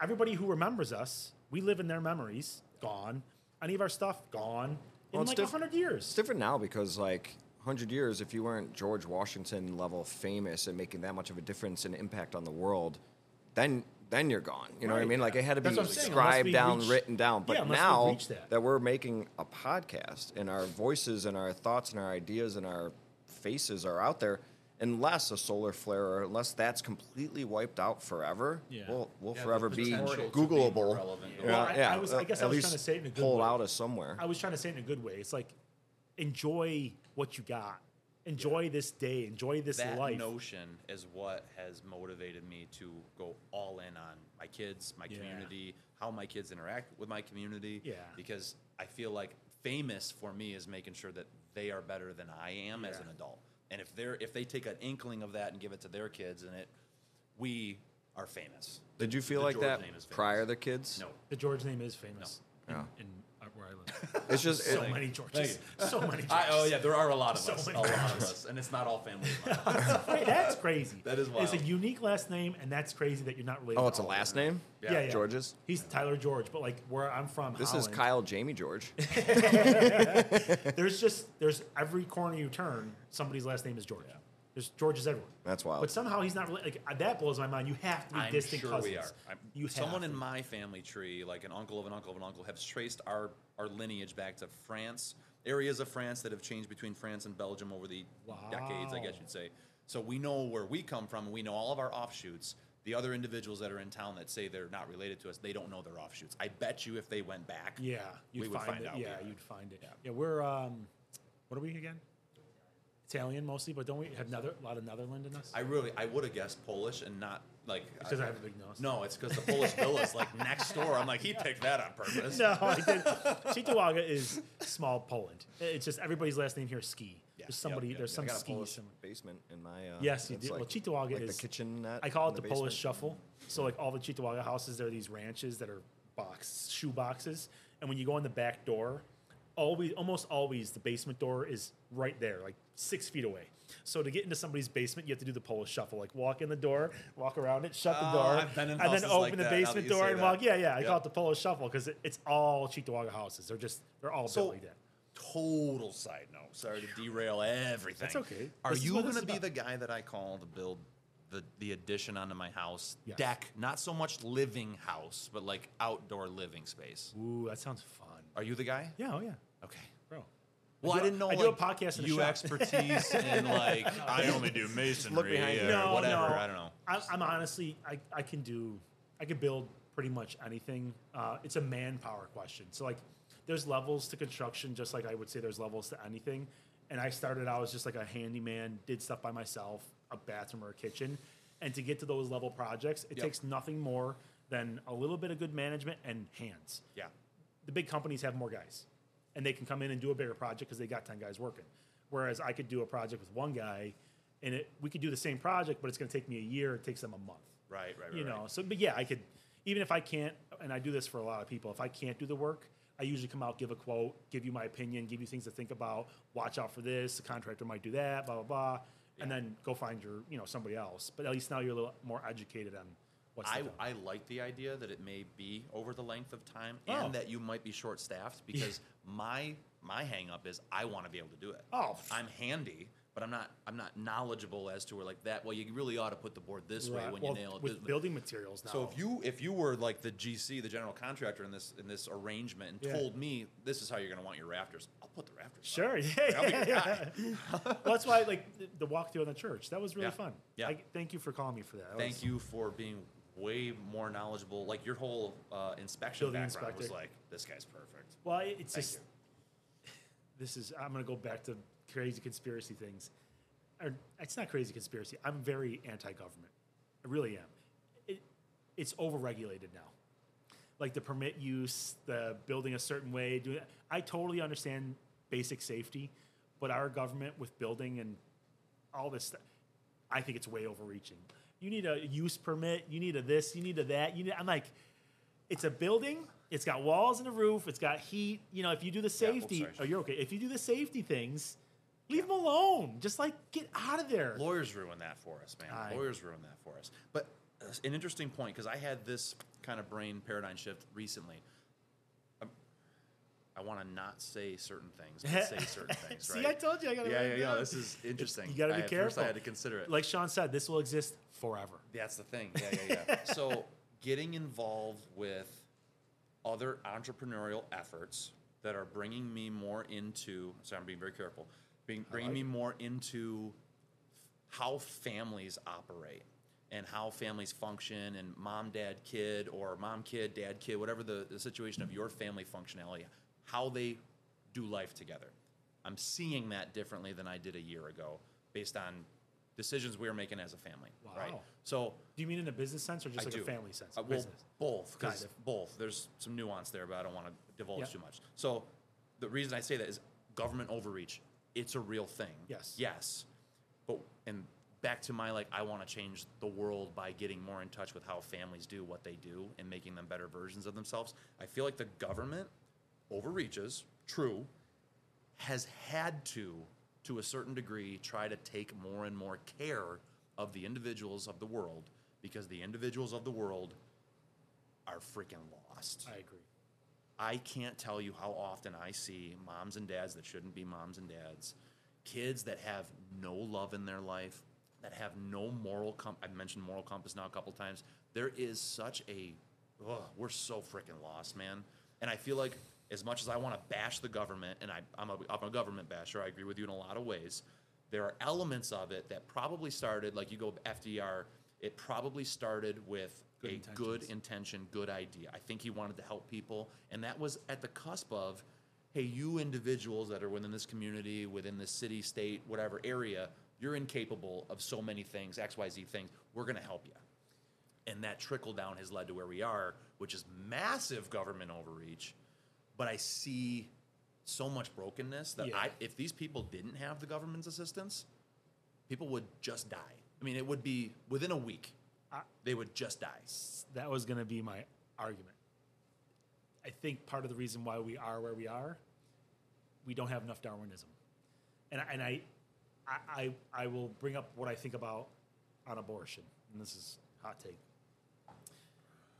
A: Everybody who remembers us, we live in their memories. Gone. Any of our stuff gone in
B: Well, it's
A: like
B: diff-
A: like hundred years.
B: It's different now because like 100 years if you weren't George Washington level famous and making that much of a difference and impact on the world then then you're gone. You know what I
A: Right.
B: mean? Like it had to be
A: That's what I'm saying, unless
B: scribed
A: we
B: down,
A: reach-
B: written down. But
A: Yeah, unless we
B: now
A: reach that.
B: we're making a podcast and our voices and our thoughts and our ideas and our faces are out there, unless a solar flare or unless that's completely wiped out forever,
A: Yeah.
B: we'll we'll
C: Yeah, the
B: forever be
C: potential to be more
B: Googleable.
C: relevant.
B: Yeah,
A: Well, I- I
B: yeah.
A: was- I guess I
B: at
A: was
B: least
A: trying to say it in a good
B: pulled
A: way.
B: out of somewhere.
A: I was trying to say it in a good way. It's like enjoy what you got. Enjoy this day. Enjoy this
C: that
A: life.
C: notion is what has motivated me to go all in on my kids, my
A: Yeah.
C: community, how my kids interact with my community.
A: Yeah.
C: Because I feel like famous for me is making sure that they are better than I am as
A: Yeah.
C: an adult. And if they're if they take an inkling of that and give it to their kids and it we are famous.
B: Did you feel
C: The
B: like
C: George
B: that
C: name is famous.
B: prior the kids?
C: No.
A: the George name is famous
B: No.
A: in, in uh, where I live.
B: It's
A: [LAUGHS]
B: just
A: so
B: it-
A: many Georges. So many
C: [LAUGHS]
A: Georges.
C: I, oh yeah, there are a lot of
A: So
C: us. A
A: many
C: lot
A: [LAUGHS]
C: of us. And it's not all family. of mine.
A: Hey, that's crazy.
C: [LAUGHS] That is
A: It's
C: wild.
A: a unique last name, and that's crazy that you're not related.
B: Oh,
A: to
B: it's a
A: all of
B: last
A: them.
B: name.
A: Yeah, yeah.
B: George's.
A: He's Tyler George, but like where I'm from,
B: This is
A: Holland,
B: Kyle Jamie [LAUGHS] George.
A: There's just there's every corner you turn, somebody's last name is George. There's Georges everywhere.
B: That's wild.
A: But somehow he's not related. Like uh, that blows my mind. You have to be
C: I'm
A: distant
C: sure
A: cousins.
C: we are. I'm-
A: you
C: someone
A: have
C: in
A: to.
C: my family tree, like an uncle of an uncle of an uncle, has traced our our lineage back to France, areas of France that have changed between France and Belgium over the decades, I guess
A: Wow.
C: you'd say. So we know where we come from, and we know all of our offshoots. The other individuals that are in town that say they're not related to us, they don't know their offshoots. I bet you if they went back,
A: Yeah, you'd
C: we would
A: find,
C: find
A: it.
C: out.
A: Yeah, you'd find it. Yeah, we're um, what are we again? Italian mostly, but don't we have another a lot of Netherland in us?
C: I really, I would have guessed Polish and not like
A: Because I have a big nose.
C: No, it's because the
A: [LAUGHS]
C: Polish villa's like next door. I'm like, he picked that on purpose.
A: [LAUGHS] no, I did. Chitawaga is small Poland. It's just everybody's last name here is ski.
C: Yeah,
A: There's somebody.
C: yeah, yeah.
A: There's
B: I
A: some
B: got a
A: ski.
B: Polish
A: somewhere.
B: basement in my. Uh,
A: Yes, you
B: it's
A: do.
B: Like,
A: well, Chitawaga
B: like
A: is
B: the kitchen
C: Uh,
B: net.
A: I call
B: in
A: it the, Polish
B: basement.
A: shuffle. So like all the Chitawaga houses, there are these ranches that are box shoe boxes, and when you go in the back door, always almost always the basement door is right there, like six feet away. So to get into somebody's basement, you have to do the Polish shuffle, like walk in the door, walk around it, shut the
C: Oh,
A: door,
C: I've been in
A: and then
C: houses
A: open
C: like
A: the
C: that, now that
A: basement
C: you say
A: door and
C: that.
A: walk. Yeah, yeah. I call
C: Yep.
A: it the Polish shuffle because it, it's all Chitawaga houses. They're just they're all
C: So,
A: built like that.
C: total side note. Sorry to derail everything.
A: That's okay.
C: Are
A: This is
C: you
A: what this
C: going to
A: is
C: be
A: about.
C: the guy that I call to build the, the addition onto my house?
A: Yes.
C: Deck, not so much living house, but like outdoor living space.
A: Ooh, that sounds fun.
C: Are you the guy?
A: Yeah, oh yeah,
C: Okay.
A: bro.
C: Well, I,
A: do-
C: didn't know.
A: I
C: like,
A: do a podcast in a
C: you
A: shop. [LAUGHS]
C: expertise in like I only do masonry
B: behind
C: or
B: you.
A: no,
C: whatever.
A: No.
C: I don't know.
A: I, I'm honestly, I, I can do, I can build pretty much anything. Uh, it's a manpower question. So like, there's levels to construction, just like I would say there's levels to anything. And I started out as just like a handyman, did stuff by myself, a bathroom or a kitchen. And to get to those level projects, it
C: Yep.
A: takes nothing more than a little bit of good management and hands
C: Yeah.
A: the big companies have more guys and they can come in and do a bigger project because they got 10 guys working whereas i could do a project with one guy and it, we could do the same project but it's going to take me a year it takes them a month
C: Right. Right. Right.
A: you
C: right.
A: know so but yeah i could even if i can't and i do this for a lot of people if i can't do the work i usually come out give a quote give you my opinion give you things to think about watch out for this the contractor might do that blah blah blah and then go find your you know somebody else but at least now you're a little more educated on what's
C: I,
A: to come.
C: I like the idea that it may be over the length of time
A: Oh.
C: and that you might be short staffed because my my hang up is I want to be able to do it.
A: Oh, f-
C: I'm handy, but I'm not I'm not knowledgeable as to where like that. Well, you really ought to put the board this way
A: Right.
C: when
A: Well,
C: you nail it.
A: with
C: this-
A: building materials now
C: so if you if you were like the GC, the general contractor in this in this arrangement and
A: Yeah.
C: told me this is how you're gonna want your rafters, I'll put the rafters. up.
A: Sure. Yeah.
C: I'll be your
A: yeah, yeah. well, that's why, like, the- the walkthrough on the church, that was really
C: Yeah.
A: fun.
C: Yeah.
A: I, thank you for calling me for that. That
C: Thank
A: was-
C: you for being way more knowledgeable. Like your whole uh, inspection
A: Building
C: background was
A: inspector.
C: like, this guy's perfect.
A: Well, it- it's
C: Thank
A: just,
C: you.
A: this is, I'm going to go back to crazy conspiracy things. or it's not crazy conspiracy. I'm very anti-government. I really am. It, it's overregulated now. Like the permit use, the building a certain way, doing I totally understand basic safety, but our government with building and all this stuff, I think it's way overreaching. You need a use permit, you need a this, you need a that. You need I'm like, it's a building, it's got walls and a roof, it's got heat. You know, if you do the
C: Yeah, oh,
A: safety,
C: sorry.
A: oh, you're okay. If you do the safety things, leave them alone. Just like get out of there.
C: Lawyers ruin that for us, man.
A: Aye.
C: Lawyers ruin that for us. But uh, an interesting point because I had this kind of brain paradigm shift recently. Um, I want to not say certain things, but
A: [LAUGHS]
C: say certain things,
A: See, I
C: right?
A: told you I gotta
C: yeah,
A: write
C: yeah,
A: it
C: yeah.
A: down.
C: This is interesting.
A: you gotta be
C: I, at First,
A: careful.
C: I had to consider it.
A: Like Sean said, this will exist forever.
C: That's the thing. Yeah, yeah,
A: [LAUGHS]
C: yeah. so getting involved with other entrepreneurial efforts that are bringing me more into. Sorry, I'm being very careful. Being bringing me more into how families operate and how families function and mom dad kid or mom kid dad kid whatever the, the situation of your family functionality how they do life together i'm seeing that differently than i did a year ago based on decisions we are making as a family right
A: Wow.
C: so
A: Do you mean in a business sense or just
C: I
A: like
C: do.
A: a family sense?
C: Uh, well,
A: business.
C: both. 'cause
A: Kind of.
C: Both. There's some nuance there, but I don't want to divulge
A: Yeah.
C: too much. So the reason I say that is government overreach. It's a real thing.
A: Yes.
C: Yes. But and back to my like, I want to change the world by getting more in touch with how families do what they do and making them better versions of themselves. I feel like the government overreaches. True. Has had to, to a certain degree, try to take more and more care of the individuals of the world because the individuals of the world are freaking lost.
A: I agree.
C: I can't tell you how often I see moms and dads that shouldn't be moms and dads, kids that have no love in their life, that have no moral com I've mentioned moral compass now a couple times. There is such a, ugh, we're so freaking lost, man. And I feel like as much as I want to bash the government, and I, I'm, a, I'm a government basher, I agree with you in a lot of ways. There are elements of it that probably started, like you go FDR, it probably started with a good
A: intentions.
C: intention, good idea. I think he wanted to help people. And that was at the cusp of, hey, you individuals that are within this community, within this city, state, whatever area, you're incapable of so many things, XYZ things. We're going to help you. And that trickle down has led to where we are, which is massive government overreach. But I see so much brokenness that I,
A: Yeah.
C: if these people didn't have the government's assistance, people would just die. I mean, it would be within a week,
A: I-
C: they would just die.
A: That was going to be my argument. I think part of the reason why we are where we are, we don't have enough Darwinism, and I, and I, I, I, I will bring up what I think about on abortion, and this is hot take.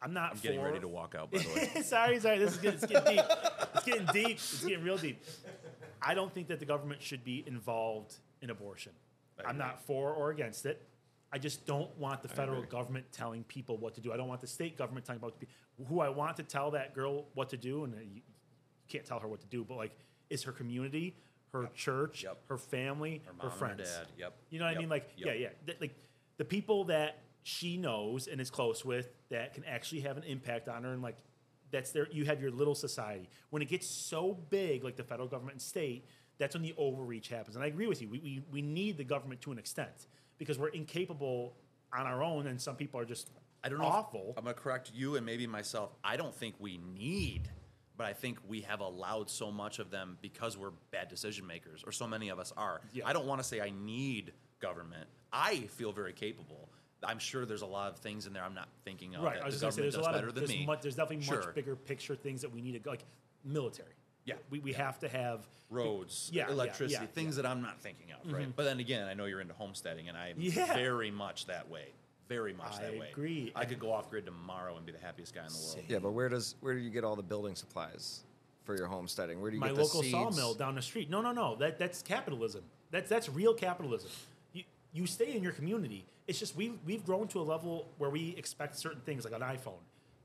A: I'm not.
C: I'm getting
A: for-
C: ready to walk out, by the way.
A: [LAUGHS] sorry, sorry. This is getting, it's getting deep. It's getting deep. It's getting real deep. I don't think that the government should be involved in abortion. I'm not for or against it. I just don't want the federal
B: agree.
A: government telling people what to do. I don't want the state government telling about what to be- who I want to tell that girl what to do, and uh, you can't tell her what to do. But like, is her community, her church,
C: Yep.
A: her family, her,
C: mom and
A: friends?
C: dad. Yep.
A: You know what
C: Yep.
A: I mean? Like,
C: Yep.
A: yeah, yeah. Th- like the people that she knows and is close with that can actually have an impact on her, and like that's their. You have your little society. When it gets so big, like the federal government and state, that's when the overreach happens. And I agree with you. We we, we need the government to an extent because we're incapable on our own, and some people are just
C: I don't know. if-
A: awful.
C: I'm gonna correct you and maybe myself. I don't think we need, but I think we have allowed so much of them because we're bad decision makers, or so many of us are.
A: Yeah.
C: I don't want to say I need government. I feel very capable. I'm sure there's a lot of things in there I'm not thinking of
A: Right.
C: that
A: I was
C: the
A: just gonna
C: government
A: say there's a
C: does
A: lot
C: better
A: of
C: than
A: there's,
C: me.
A: much, there's definitely
C: Sure.
A: much bigger picture things that we need to go like military.
C: Yeah.
A: We, we have to have
C: roads,
A: Yeah, yeah,
C: electricity,
A: yeah, Mm-hmm.
C: things that I'm not thinking of, right? But then again, I know you're into homesteading, and I'm
A: Yeah.
C: very much that way. Very much
A: I
C: that way.
A: agree.
C: I could go off grid tomorrow and be the happiest guy in the world.
B: Yeah, but where does where do you get all the building supplies for your homesteading? Where do you
A: my
B: get the
A: local
B: seeds?
A: sawmill down the street. No, no, no. That that's capitalism. That's that's real capitalism. You you stay in your community. It's just we we've grown to a level where we expect certain things like an iPhone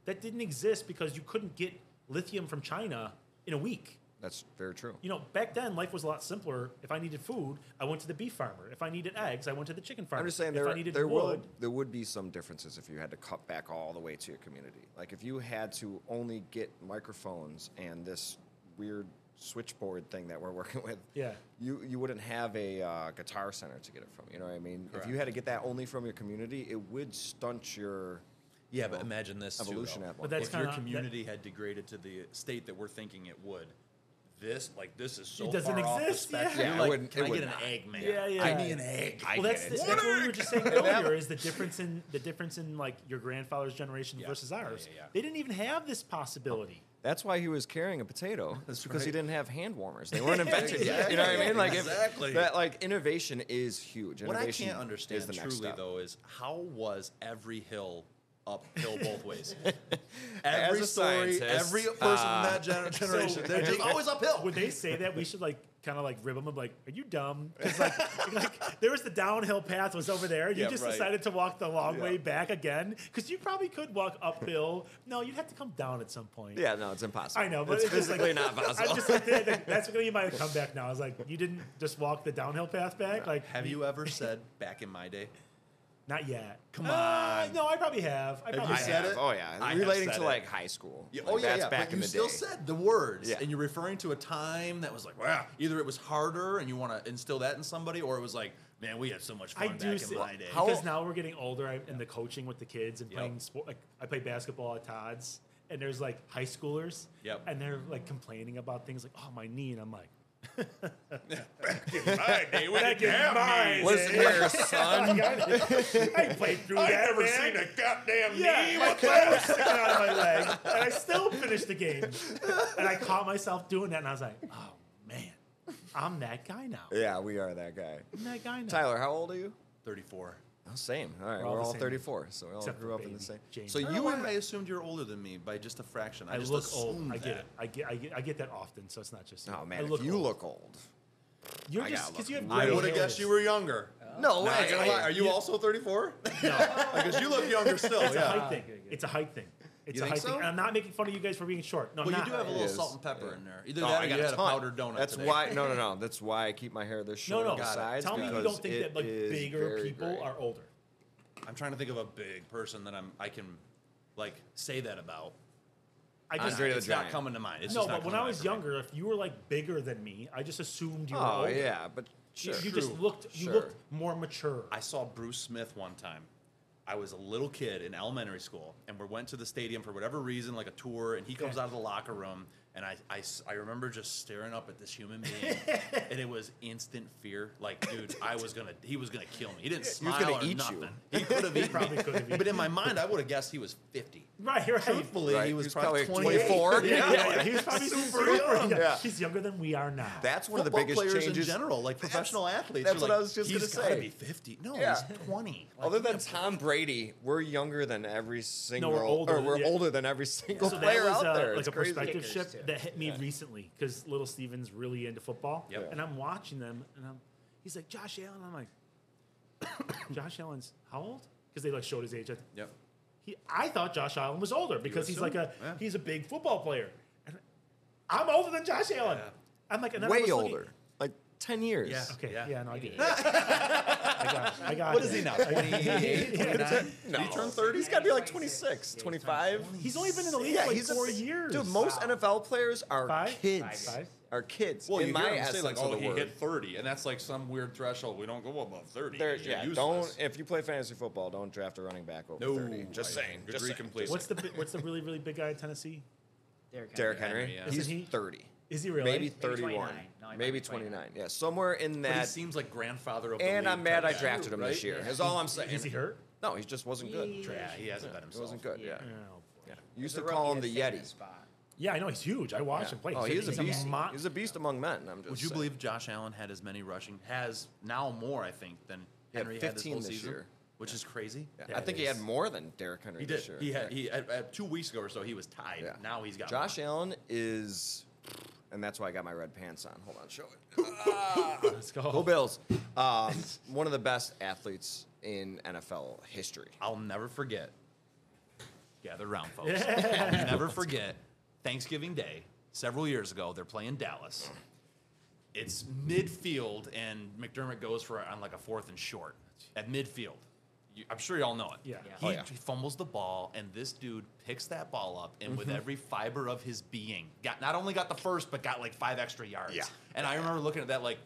A: that didn't exist because you couldn't get lithium from China in a week.
B: That's very true.
A: You know, back then life was a lot simpler. If I needed food, I went to the beef farmer. If I needed eggs, I went to the chicken farmer.
B: I'm just saying
A: if
B: there
A: I needed
B: there
A: wood,
B: will there would be some differences if you had to cut back all the way to your community. Like if you had to only get microphones and this weird switchboard thing that we're [LAUGHS] working with,
A: Yeah.
B: you you wouldn't have a uh, guitar center to get it from. You know what I mean? If
C: Correct.
B: you had to get that only from your community, it would stunt your
C: Yeah,
B: you
C: but
B: know,
C: imagine this too,
B: evolution
C: though.
B: at
A: But
B: one.
A: that's
C: if your
A: kinda- that-
C: community had degraded to the state that we're thinking it would, this like this is so
A: It doesn't
C: far off the
A: exist, yeah.
C: spectrum.
A: Yeah,
C: You're
B: it
C: like,
B: wouldn't-
C: can
B: it
C: I
B: would
C: get an
B: not.
C: egg, man?
A: Yeah, yeah.
C: I need an egg.
A: Well, that's, the,
B: it.
A: that's what we were just
B: [LAUGHS]
A: saying
B: that-
A: earlier is the difference in the difference in like your grandfather's generation
C: Yeah.
A: versus
C: Yeah,
A: ours.
C: yeah, yeah.
A: They didn't even have this possibility.
B: That's why he was carrying a
C: [LAUGHS]
B: potato. That's because he
C: right.
B: didn't have hand warmers.
C: [LAUGHS]
B: They weren't invented yet. You know what I mean? Like if-
C: Exactly.
B: that like innovation is huge.
C: What I
B: Innovation
C: can't
B: is
C: understand
B: the next
C: truly
B: step.
C: though is how was every hill
B: [LAUGHS]
C: uphill both ways?
B: As
C: every
B: a
C: story,
B: scientist,
C: every person in
B: uh,
C: that
B: [LAUGHS]
C: gener- generation, they're just always uphill.
A: When they say that, we should like kind of like rib them. like, are you dumb? 'Cause, like, [LAUGHS] like there was the downhill path was over there. You
C: Yeah,
A: just
C: right.
A: decided to walk the long
C: Yeah.
A: way back again because you probably could walk uphill. No, you'd have to come down at some point.
B: Yeah, no, it's impossible.
A: I know, but
B: it's,
A: it's just like-
B: physically not possible.
A: I'm just like, that- that- that's going to be my comeback now. I was like, you didn't just walk the downhill path back? Like,
C: Uh, Have you ever said back in my day?
A: Not yet. Come
C: on.
A: No, I probably have. I probably
C: you
B: I
C: said
A: have.
B: have.
C: it?
B: Oh yeah,
C: I have
B: relating
C: said
B: to
C: it.
B: like high school.
C: Yeah,
B: Like,
C: oh yeah,
B: that's
C: yeah.
B: back
C: but
B: in
C: you
B: the
C: still
B: day.
C: said the words,
B: Yeah.
C: and you're referring to a time that was like, wow. Either it was harder, and you want to instill that in somebody, or it was like, man, we had so much
A: I
C: fun
A: do
C: back
A: see,
C: in my day.
B: How-
A: because now we're getting older I, and the coaching with the kids and
C: Yep.
A: playing sport. Like I play basketball at Todd's, and there's like high schoolers,
C: Yep.
A: and they're like complaining about things like, "Oh, my knee," and
C: [LAUGHS]
A: I'm like,
C: my day, we
A: "That is mine. [LAUGHS]
B: Listen here, son.
A: I played through that. man.
C: a goddamn
A: Yeah, my thigh [LAUGHS] was sticking out of my leg, and I
C: [LAUGHS]
A: still finished the game. And I caught myself doing that, and I was like, "Oh man, I'm that guy now.
B: yeah, we are that guy.
A: I'm that guy now."
B: Tyler, how old are you?
C: Thirty-four.
B: Oh, same. All right,
A: We're all
B: we're
A: the
B: all
A: same.
B: 34, so we all
A: Except
B: grew
A: for
B: up in the
A: baby
B: same.
A: James.
B: So
A: I
C: But
B: you
C: you
B: were
C: I assumed you're older than me by just a fraction. I,
A: I
C: just
A: look old.
C: assumed
A: I get it.
C: that.
A: I get, I get. I get that often, so it's not just. you.
B: Oh
A: I
B: man, if you
A: old.
B: look old.
A: You're
B: I
A: just
B: gotta
A: because
B: look
A: you have.
B: old.
A: gray
C: I would have
A: hairs.
C: guessed you were younger.
A: Oh,
B: No
C: Not
B: way.
C: gonna lie, Are you also [LAUGHS]
A: [LAUGHS]
C: 34? Because you look younger still.
A: It's a
C: Oh, yeah.
A: height thing. It's a height thing. It's
C: You
A: a
C: think
A: height thing.
C: so?
A: And I'm not making fun of you guys for being short. No, I'm
C: Well, you
A: not.
C: do have a
B: It
C: little
B: is,
C: salt and pepper
B: yeah.
C: in there. Either
B: No,
C: that or
B: I
C: you
B: got
C: had
B: a
C: a
B: ton.
C: powdered donut.
B: That's
C: today.
B: why. No, no, no. That's why I keep my hair this short.
A: no, no.
B: on the
C: Got it.
B: sides
A: Tell me you
B: because
A: don't think
B: it
A: that like
B: is
A: bigger
B: very
A: people
B: gray.
A: are older.
C: I'm trying to think of a big person that I'm I can like say that about.
A: I
B: Andre
A: just
B: the
C: it's not
B: Giant.
C: coming to mind. It's
A: no,
C: just not
A: but when
C: coming
A: I
C: to
A: was
C: mind for me.
A: younger, if you were like bigger than me, I just assumed you were
B: Oh
A: older.
B: yeah, but
A: You,
B: sure.
A: you just
C: True.
A: looked. You
B: Sure.
A: looked more mature.
C: I saw Bruce Smith one time. I was a little kid in elementary school, and we went to the stadium for whatever reason, like a tour. And he comes
A: Yeah.
C: out of the locker room, and I, I s- I remember just staring up at this human [LAUGHS] being, and it was instant fear. Like, dude, I was gonna, he was gonna kill me. He didn't
B: He was
C: smile
B: gonna
C: or
B: eat you.
C: nothing. He could have eaten
A: Probably
C: me. [LAUGHS]
A: could have eaten
C: But in my mind, I would have guessed he was fifty.
A: right, right. [LAUGHS]
C: Truthfully,
B: Right.
C: he
B: He
C: was
B: was
C: probably,
B: probably
C: [LAUGHS] 24.
B: 24.
A: Yeah, yeah, yeah. He was probably super young.
B: Yeah.
A: He's younger than we are now.
B: That's one of the
C: Football
B: biggest
C: players
B: changes
C: in general, like
B: That's-
C: professional athletes.
B: that's
C: are
B: what
C: like,
B: I was just
C: "He's
B: gonna
C: gotta
B: say."
C: be fifty. No,
B: Yeah.
C: he's twenty. Like,
B: Other than
C: yeah.
B: Tom Brady, we're younger than every single,
A: older,
B: or we're
A: yeah.
B: older than every [LAUGHS] single
A: so that
B: player
A: was
B: out
A: uh,
B: there.
A: like
B: it's
A: a
B: crazy.
A: perspective
D: Kickers,
A: shift
D: too.
A: that hit me recently because Little Steven's really into football,
C: Yep.
A: and I'm watching them, and I'm, he's like Josh Allen. I'm like, [COUGHS] Josh Allen's how old? Because they like showed his age. I,
C: Yep.
A: he, I thought Josh Allen was older because he's like
C: assume,
A: a
C: yeah.
A: he's a big football player, and I'm older than Josh Allen.
C: Yeah.
A: I'm like and then I
B: Way
A: was
B: older,
A: looking-
B: like ten years.
C: Yeah.
A: [LAUGHS] Okay, yeah,
C: Yeah.
A: no, I get it. [LAUGHS] I got it. I got
C: What
A: it.
C: is he now?
A: I- [LAUGHS]
C: 28, 29?
B: No.
C: Did he turn 30?
B: He's got to be like 26,
D: 26,
B: 25.
A: He's only been in the league
B: Yeah,
A: like
B: he's a-
A: four years.
B: Dude, most NFL players are
A: Five?
B: kids.
A: Five.
B: Are kids.
C: Well,
B: in
C: you
B: my
C: hear him say
B: essence
C: like,
B: of
C: "Oh,
B: the
C: he
B: word.
C: hit 30," and that's like some weird threshold. We don't go above 30.
B: There,
C: 'cause you're
B: yeah,
C: useless.
B: don't if you play fantasy football, don't draft a running back over
C: No,
B: thirty. Just
C: I
B: saying.
C: agree
B: Just saying.
C: completely.
A: What's the bi- what's the really really big guy in Tennessee?
D: Derrick
B: Derrick
D: Henry.
B: Henry?
C: Henry, yeah.
B: He's
A: Isn't he?
B: thirty,
A: Is he really?
B: maybe thirty-one,
D: 29. No, he might
B: maybe
D: be 29.
B: twenty-nine. Yeah, somewhere in
C: But he
B: that.
C: seems like grandfather of the
B: And
C: league
B: I'm mad
C: type
B: I
C: guy,
B: drafted him
C: right?
B: this year.
D: Yeah.
B: Is all I'm saying.
A: Is he hurt?
B: No, he just wasn't good.
D: Yeah.
C: Yeah, he hasn't been
B: It
C: himself.
B: wasn't good. Yeah.
A: Oh, boy.
B: You used
D: He's
B: to
D: a
B: call
D: rookie
B: him the
D: at second
B: Yeti.
D: spot.
A: Yeah, I know he's huge. I watched him play.
B: Oh, he is a beast.
A: mon-
B: He's a beast among men. I'm just.
C: Would you
B: saying.
C: believe Josh Allen had as many rushing has now more I think than
B: He had
C: Henry had this
B: 15
C: whole
B: this
C: season,
B: year.
C: which is crazy.
B: Yeah,
A: Yeah,
B: I
A: it
B: think he had
A: is.
B: more than Derrick Henry
C: He
B: this
C: did.
B: year.
C: He
B: Yeah.
C: had he at, at two weeks ago or so he was tied.
B: Yeah.
C: Now he's got
B: Josh
C: more.
B: Allen is, and that's why I got my red pants on. Hold on, show
A: [LAUGHS]
B: it.
A: Let's go.
B: Go Bills.
C: [LAUGHS]
B: Um, one of the best athletes in NFL history.
C: I'll never forget. Gather round, folks. I'll never forget Thanksgiving Day several years ago. They're playing Dallas. It's midfield, and McDermott goes for it on like a fourth and short at midfield. you, I'm sure y'all know it.
A: Yeah.
D: Yeah.
C: He,
B: Oh, yeah.
C: he fumbles the ball, and this dude picks that ball up, and with every fiber of his being, got not only got the first, but got like five extra yards.
B: Yeah.
C: And I remember looking at that like,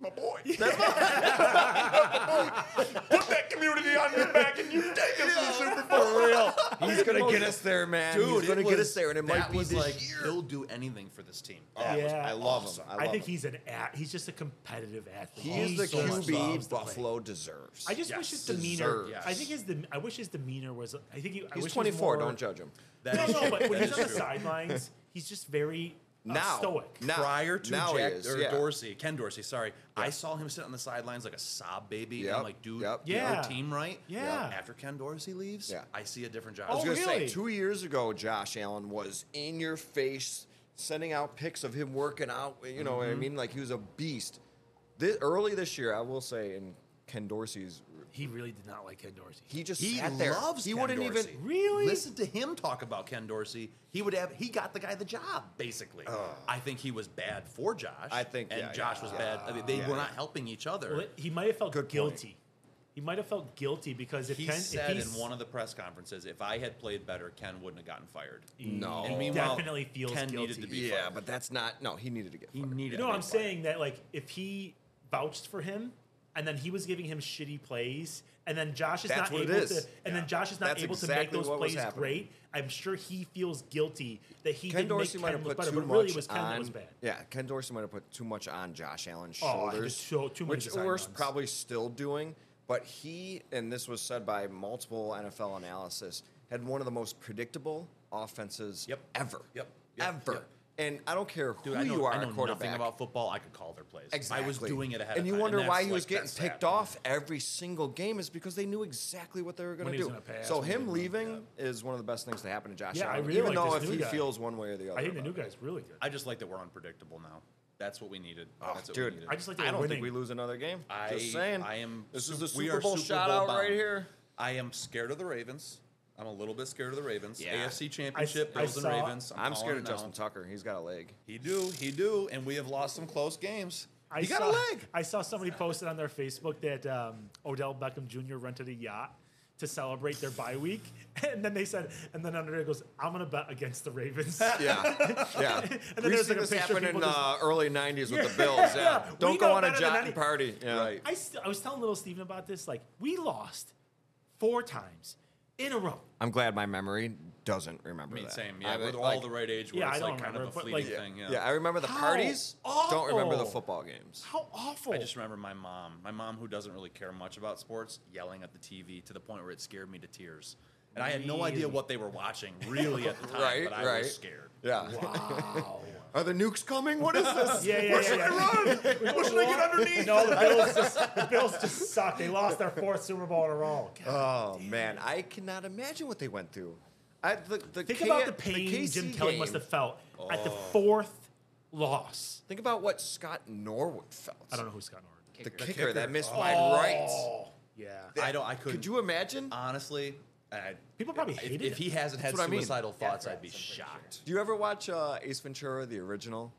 B: My boy.
C: put that community on your back, and you take us to the Super Bowl. [LAUGHS]
B: For real. He's gonna get us there, man.
C: Dude,
B: He's gonna
C: it
B: get
C: was-
B: us there, and it
C: that
B: might be
C: was
B: this
C: like,
B: year.
C: He'll do anything for this team.
B: Oh, it was-
A: Yeah.
B: I love
A: Awesome.
B: him. I,
A: I,
B: love
A: think
B: him.
A: he's an at. He's just a competitive athlete.
B: he is the
A: so much loves
B: QB
A: to play.
B: Buffalo deserves.
A: I just
C: Yes,
A: wish his demeanor.
B: deserves.
A: I think his. dem- I wish his demeanor was. I think he, I wish he
B: he's
A: was
B: 24.
A: more-
B: Don't judge him.
C: That
A: no,
C: is
A: no,
C: true.
A: but
C: That
A: when
C: is
A: he's on the
C: true.
A: sidelines, he's just very uh,
B: Now,
A: stoic.
B: now-
C: prior to
B: now he
C: Jack
B: is,
C: or
B: yeah.
C: Dorsey, Ken Dorsey, sorry, I saw him sitting on the sidelines like a sob baby. and I'm
B: Yep,
C: like, dude,
B: yep.
C: your
A: Yeah.
C: team right.
A: Yeah.
C: After Ken Dorsey leaves,
B: Yeah.
C: I see a different job.
B: I was
A: Oh,
B: gonna
A: really?
B: say two years ago, Josh Allen was in your face, sending out pics of him working out. You know what
C: Mm-hmm.
B: I mean? Like he was a beast. This early this year, I will say, in Ken Dorsey's,
A: he really did not like Ken Dorsey.
B: he just
C: he
B: sat there.
C: loves.
B: he
C: Ken
B: wouldn't
C: Dorsey.
B: even.
A: Really?
C: listen to him talk about Ken Dorsey. He would have. He got the guy the job basically. I think he was bad for Josh.
B: Oh. I think-
C: and
B: yeah,
C: Josh
B: yeah,
C: was
B: yeah.
C: bad. I mean, they
B: Yeah,
C: were
B: yeah.
C: not helping each other.
A: Well, it- he might have felt
B: Good point.
A: guilty. He might have felt guilty because if
C: he
A: Ken,
C: said
A: if
C: in
A: he's,
C: one of the press conferences, "If I had played better, Ken wouldn't have gotten fired."
B: No.
C: And meanwhile,
A: definitely feels
C: Ken
A: guilty.
C: needed to be
B: Yeah,
C: fired.
B: but that's not. No, he needed to get.
C: he
B: fired.
C: needed.
A: no,
C: to be
A: I'm
C: fired.
A: saying that like if he vouched for him and then he was giving him shitty plays and then Josh is
B: That's
A: not
B: what it
A: able
B: is.
A: to and then
B: Yeah.
A: Josh is not
B: That's
A: able
B: exactly
A: to make
B: what
A: those
B: was
A: plays
B: happening.
A: great. I'm sure he feels guilty that he
B: Ken
A: didn't
B: Dorsey
A: make
B: might
A: Ken
B: have
A: look
B: put
A: better,
B: too
A: but
B: much
A: really it was Ken
B: on.
A: that was bad.
B: Yeah, Ken Dorsey might have put too much on Josh Allen's
A: Oh, he did
B: shoulders,
A: so- too many
B: which
A: design
B: we're
A: runs.
B: probably still doing. But he, and this was said by multiple NFL analysis, had one of the most predictable offenses
C: Yep.
B: ever.
C: Yep. Yep.
B: Ever.
C: Yep.
B: And I don't care who
C: Dude, I know,
B: you are,
C: I know
B: a quarterback.
C: nothing about football. I could call their plays.
B: Exactly.
C: I was doing it ahead
B: And
C: of
B: you
C: time.
B: wonder why
C: that's,
B: he
C: like,
B: was getting
C: that's
B: picked
C: that.
B: off every single game is because they knew exactly what they were going
A: When
B: to
A: he was
B: do.
A: gonna pass,
B: so
A: when he
B: him
A: was gonna-
B: leaving is one of the best things to happen to Josh
A: Yeah, I
B: Allen,
A: really
B: even
A: like
B: though
A: this
B: if
A: new
B: he
A: guy.
B: feels one way or the other.
A: I think the
B: about
A: new
B: it.
A: guy's really good.
C: I just like that we're unpredictable now. That's what we needed. That's what
B: dude,
C: we needed.
A: I just like that
B: I don't
A: we're
B: think
A: winning.
B: we lose another game.
C: I-
B: Just saying.
C: I am.
B: This is
C: su-
B: the
C: we
B: Super
C: are
B: Bowl
C: Super
B: shout
C: Bowl
B: out
C: bound.
B: right here.
C: I am scared of the Ravens. I'm a little bit scared of the Ravens.
B: Yeah.
C: AFC Championship,
A: I
C: Bills and
A: saw-
C: Ravens. I'm,
B: I'm, scared
C: calling
B: of
C: it
B: Justin
C: now.
B: Tucker. He's got a leg.
C: He do, he do, and we have lost some close games.
A: I
C: he
A: saw,
C: got a leg.
A: I saw somebody posted on their Facebook that um, Odell Beckham Jr. rented a yacht to celebrate their bye week, [LAUGHS] and then they said, and then under it goes, "I'm gonna bet against the
B: [LAUGHS]
A: Ravens."
B: Yeah, yeah.
A: then
B: we
A: there's,
B: see
A: like, a
B: this
A: picture of
B: happen in
A: people just-
B: uh, early '90s with
A: Yeah,
B: the Bills. Yeah,
A: yeah. We
B: don't
A: know
B: go on a
A: better than
B: jot
A: any-
B: and party. Yeah.
C: Right.
A: I, st- I was telling little Steven about this. Like we lost four times in a row.
B: I'm glad my memory doesn't remember
C: I mean,
B: that.
C: same. Yeah,
B: I
C: we're
B: would,
C: all
B: like-
C: the right age where
A: Yeah, I
C: it's like
A: don't
C: kind of
A: remember,
C: a
A: but,
C: fleeting
A: like,
C: thing. Yeah.
B: I remember the
A: How
B: parties. Don't remember the
A: awful.
B: football games.
A: How awful!
C: I
A: [LAUGHS]
C: just remember my mom, my mom who doesn't really care much about sports, yelling at the TV to the point where it scared me to tears. And I had no idea
A: Really?
C: what they were watching really at the time,
B: Right,
C: but I
B: right.
C: was scared.
B: Yeah.
A: wow.
B: [LAUGHS] Are the nukes coming? What is this?
A: Yeah, yeah, yeah. yeah. [LAUGHS]
C: What should I get underneath?
A: No, the Bills just the Bills just suck. They lost their fourth Super Bowl in a row.
C: Uh,
B: Oh man, I cannot imagine what they went through. I, the, the
A: Think
B: K-
A: about the pain Jim
B: KC
A: Kelly
B: game.
A: must have felt at the
C: Oh.
A: fourth loss.
B: Think about what Scott Norwood felt.
A: I don't know who Scott Norwood.
B: The
D: Kicker.
B: kicker, that missed wide right.
A: Yeah.
C: I don't. I couldn't.
B: Could you imagine?
C: honestly? I,
A: People probably
C: if,
A: hated
C: if
A: him.
C: he hasn't had
B: That's what I mean.
C: suicidal thoughts, I'd be
D: Death threats, I'm pretty
C: shocked.
B: Do you ever watch uh, Ace Ventura, the original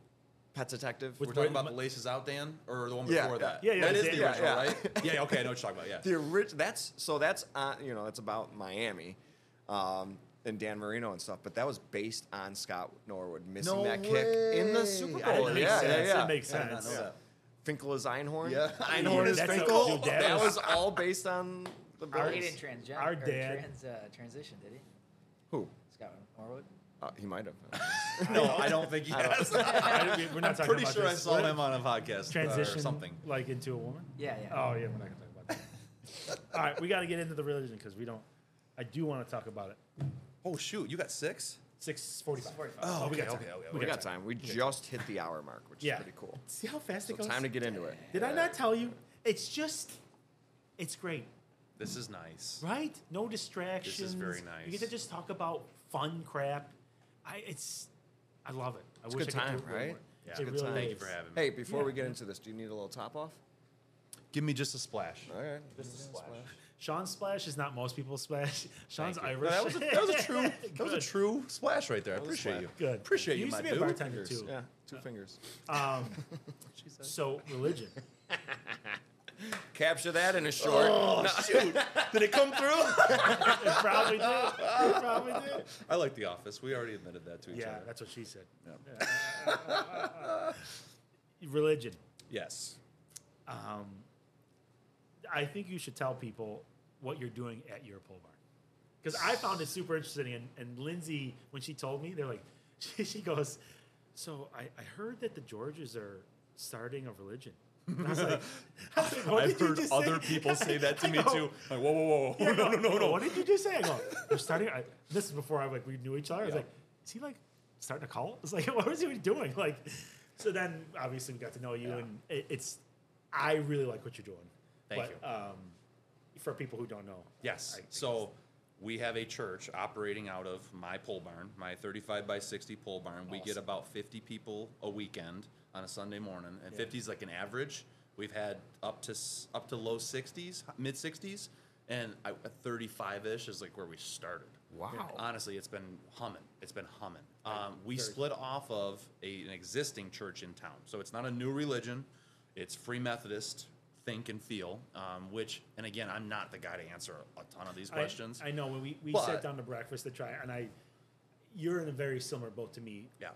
B: Pet Detective?
A: With
C: We're talking
A: Wait,
C: about
A: my-
C: the laces out, Dan, or the one
B: Yeah,
C: before
B: yeah.
C: that.
A: Yeah, yeah,
C: that is
A: yeah,
C: the
A: yeah,
C: original,
B: yeah.
C: right? Yeah, okay, I know what you're
B: [LAUGHS]
C: talking about. Yeah,
B: the orig- that's so that's uh, you know that's about Miami um, and Dan Marino and stuff, but that was based on Scott Norwood missing
C: No
B: that kick in the
C: way.
B: Super
C: I
B: Bowl.
A: That makes
B: yeah,
A: sense.
B: yeah, yeah.
A: It makes
C: I did not
A: sense.
C: know that.
B: Finkel is Einhorn.
C: Yeah.
B: Einhorn
A: Yeah,
B: is
A: that's a-
B: Finkel.
A: dude, that
B: that,
A: was-
B: was all based on the
A: Our-
D: Our, he
B: Bills.
D: didn't transgen-
A: our
D: or
A: dad-
D: trans, uh, transition, did he?
B: Who?
D: Scott Norwood.
B: Uh, he might have.
C: No, I don't
A: [LAUGHS]
C: think he has.
A: I- we- We're not talking
C: Pretty
A: about
C: sure I
A: this.
C: saw
A: We're-
C: him on a podcast uh,
A: transition
C: or something.
A: like into a woman.
D: Yeah, yeah.
A: Oh yeah, we're not gonna talk about that. All right, we got to get into the religion because we don't. I do want to talk about it.
C: Oh shoot, you got six?
A: Six forty-five.
D: It's 45.
C: Oh,
A: we
C: okay,
A: got time.
C: okay, okay,
A: We
B: We
C: okay.
B: got time. We just hit the hour mark, which
A: Yeah.
B: is pretty cool.
A: See how fast it
B: So
A: goes.
B: time to get into it.
A: Did I not tell you? It's just, it's great,
C: This is nice.
A: right? No distractions.
C: very
A: You get to
C: nice.
A: just talk about fun crap. I it's, I love it. I
B: It's
A: wish
B: good
A: I could do
B: time,
A: it more.
B: right?
A: Yeah.
B: Yeah.
A: It
B: It's good
A: really
B: time.
C: Thank you
A: is.
C: for having me.
B: Hey, before we
A: Yeah.
B: get into this, do you need a little top off?
C: Give me just a splash.
B: All right.
A: Sean's splash is not most people's splash. Sean's Irish.
C: that was a, that was a true that was a
A: Good.
C: true splash right there. I
B: was a
C: appreciate you.
A: [LAUGHS]
B: splash.
A: Good.
C: Appreciate
A: He
C: you,
A: used
C: my
A: to be a
C: dude.
A: bartender
B: Fingers.
A: too.
B: Yeah, two fingers.
A: So religion.
B: Capture that in a short. [LAUGHS] No,
C: Did it come
A: [LAUGHS]
C: through?
A: It probably did. It
C: [LAUGHS]
A: probably did.
C: I like The Office. We already admitted that to each
A: Yeah,
C: other.
A: that's what she said.
C: Yep.
A: [LAUGHS] Religion. Um,
C: Yes.
A: I think you should tell people what you're doing at your pole bar. Because I found it super interesting. And, and Lindsay, when she told me, they're like, [LAUGHS] she, she goes, So I, I heard that the Georges are starting a religion. And I was like, [LAUGHS] I was like, [LAUGHS]
C: [LAUGHS]
A: what
C: I've
A: did you
C: heard
A: just
C: other people say that to
A: [LAUGHS] I
C: me
A: know.
C: too. Like, whoa, [LAUGHS] whoa, whoa.
A: Yeah, I go, I go, What did you just say? I go, They're starting. I, this is before I like we knew each other. I was
C: Yeah.
A: like, Is he like starting a cult? [LAUGHS] It's like, what was he doing? Like, so then obviously we got to know you,
C: Yeah.
A: and it, it's. I really like what you're doing.
C: Thank
A: but, Um, for people who don't know,
C: Yes.
A: I think
C: so we have a church operating out of my pole barn, my 35 by 60 pole barn. We get about 50 people a weekend on a Sunday morning, and 50 is like an average. We've had up to s- up to low 60s, mid 60s, and 35 ish is like where we started.
B: Wow.
C: Honestly, it's been humming. It's been humming. Um, we split off of a, an existing church in town, so it's not a new religion. It's Free Methodist. Think and feel, um, which, and again, I'm not the guy to answer a ton of these
A: I-
C: questions.
A: I, know when we, we
C: But-
A: sat down to breakfast to try, and I, you're in a very similar boat to me.
C: yeah,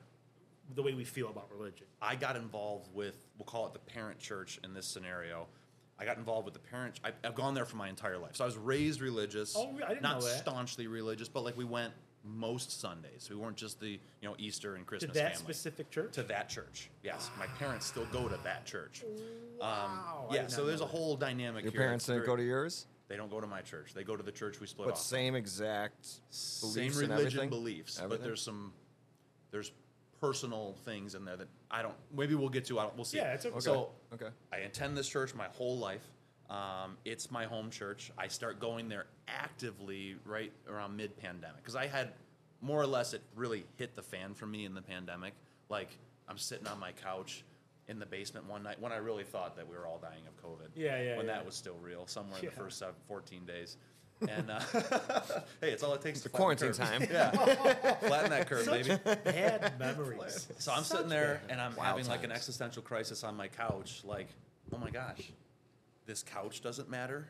A: The way we feel about religion.
C: I got involved with, we'll call it the parent church in this scenario. I got involved with the parent. I, I've gone there for my entire life, so I was raised religious.
A: Oh, I didn't
C: not
A: know that.
C: staunchly religious, but like we went most Sundays. We weren't just the you know Easter and
A: To
C: Christmas.
A: that
C: family.
A: specific church.
C: to that church. Yes, my parents still go to that church. Um,
A: Wow, I
C: yeah,
A: did
C: so
A: not
C: there's
A: know
C: a
A: that.
C: whole dynamic.
B: Your
C: here
B: parents
C: that's
B: didn't go to
C: very-
B: yours,
C: They don't go to my church. They go to the church we split
B: but
C: off.
B: same exact
C: same
B: beliefs and
C: religion
B: everything?
C: beliefs,
B: Everything?
C: but there's some there's personal things in there that I don't. Maybe we'll get to. I don't. We'll see.
A: Yeah, it's okay.
C: So
B: Okay.
C: I attend this church my whole life. Um, it's my home church. I start going there actively right around mid pandemic because I had more or less it really hit the fan for me in the pandemic. Like I'm sitting on my couch in the basement one night when I really thought that we were all dying of COVID.
A: Yeah, yeah,
C: When
A: yeah.
C: that was still real, somewhere in
A: Yeah.
C: the first seven, 14 days. And
A: [LAUGHS]
C: uh, [LAUGHS] hey, it's all it takes. to
B: The
C: flatten
B: quarantine
C: curves.
B: time.
C: Flatten that curve,
A: Such
C: baby. [LAUGHS]
A: bad memories.
C: So I'm sitting there and I'm
B: Wild
C: having like an
B: times.
C: existential crisis on my couch. Like, oh my gosh, this couch doesn't matter.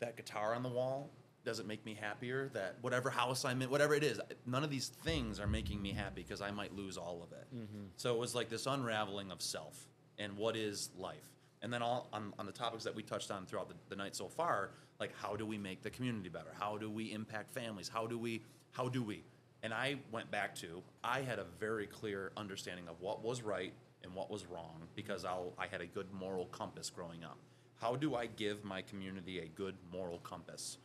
C: That guitar on the wall doesn't make me happier. That whatever house I'm in, whatever it is, none of these things are making me happy because I might lose all of it.
B: Mm-hmm.
C: So it was like this unraveling of self and what is life. And then all on, on the topics that we touched on throughout the, the night so far, like how do we make the community better? How do we impact families? How do we? How do we? And I went back to I had a very clear understanding of what was right and what was wrong because I'll, I had a good moral compass growing up. How do I give my community a good moral compass?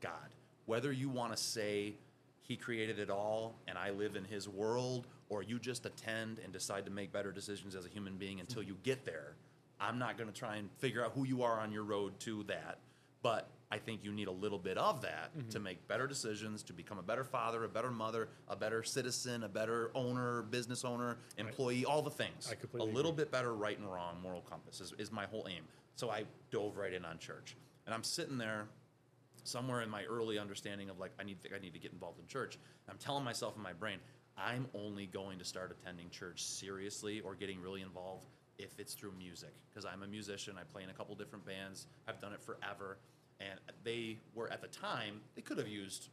C: God. Whether you want to say he created it all and I live in his world, or you just attend and decide to make better decisions as a human being until you get there, I'm not going to try and figure out who you are on your road to that. But I think you need a little bit of that
A: Mm-hmm.
C: to make better decisions, to become a better father, a better mother, a better citizen, a better owner, business owner, employee, all the things.
A: I completely
C: a little little bit better right and wrong moral compass is, is my whole aim. So I dove right in on church, and I'm sitting there somewhere in my early understanding of like I need to, I need to get involved in church. I'm telling myself in my brain I'm only going to start attending church seriously or getting really involved if it's through music because I'm a musician. I play in a couple different bands. I've done it forever, and they were at the time they could have used.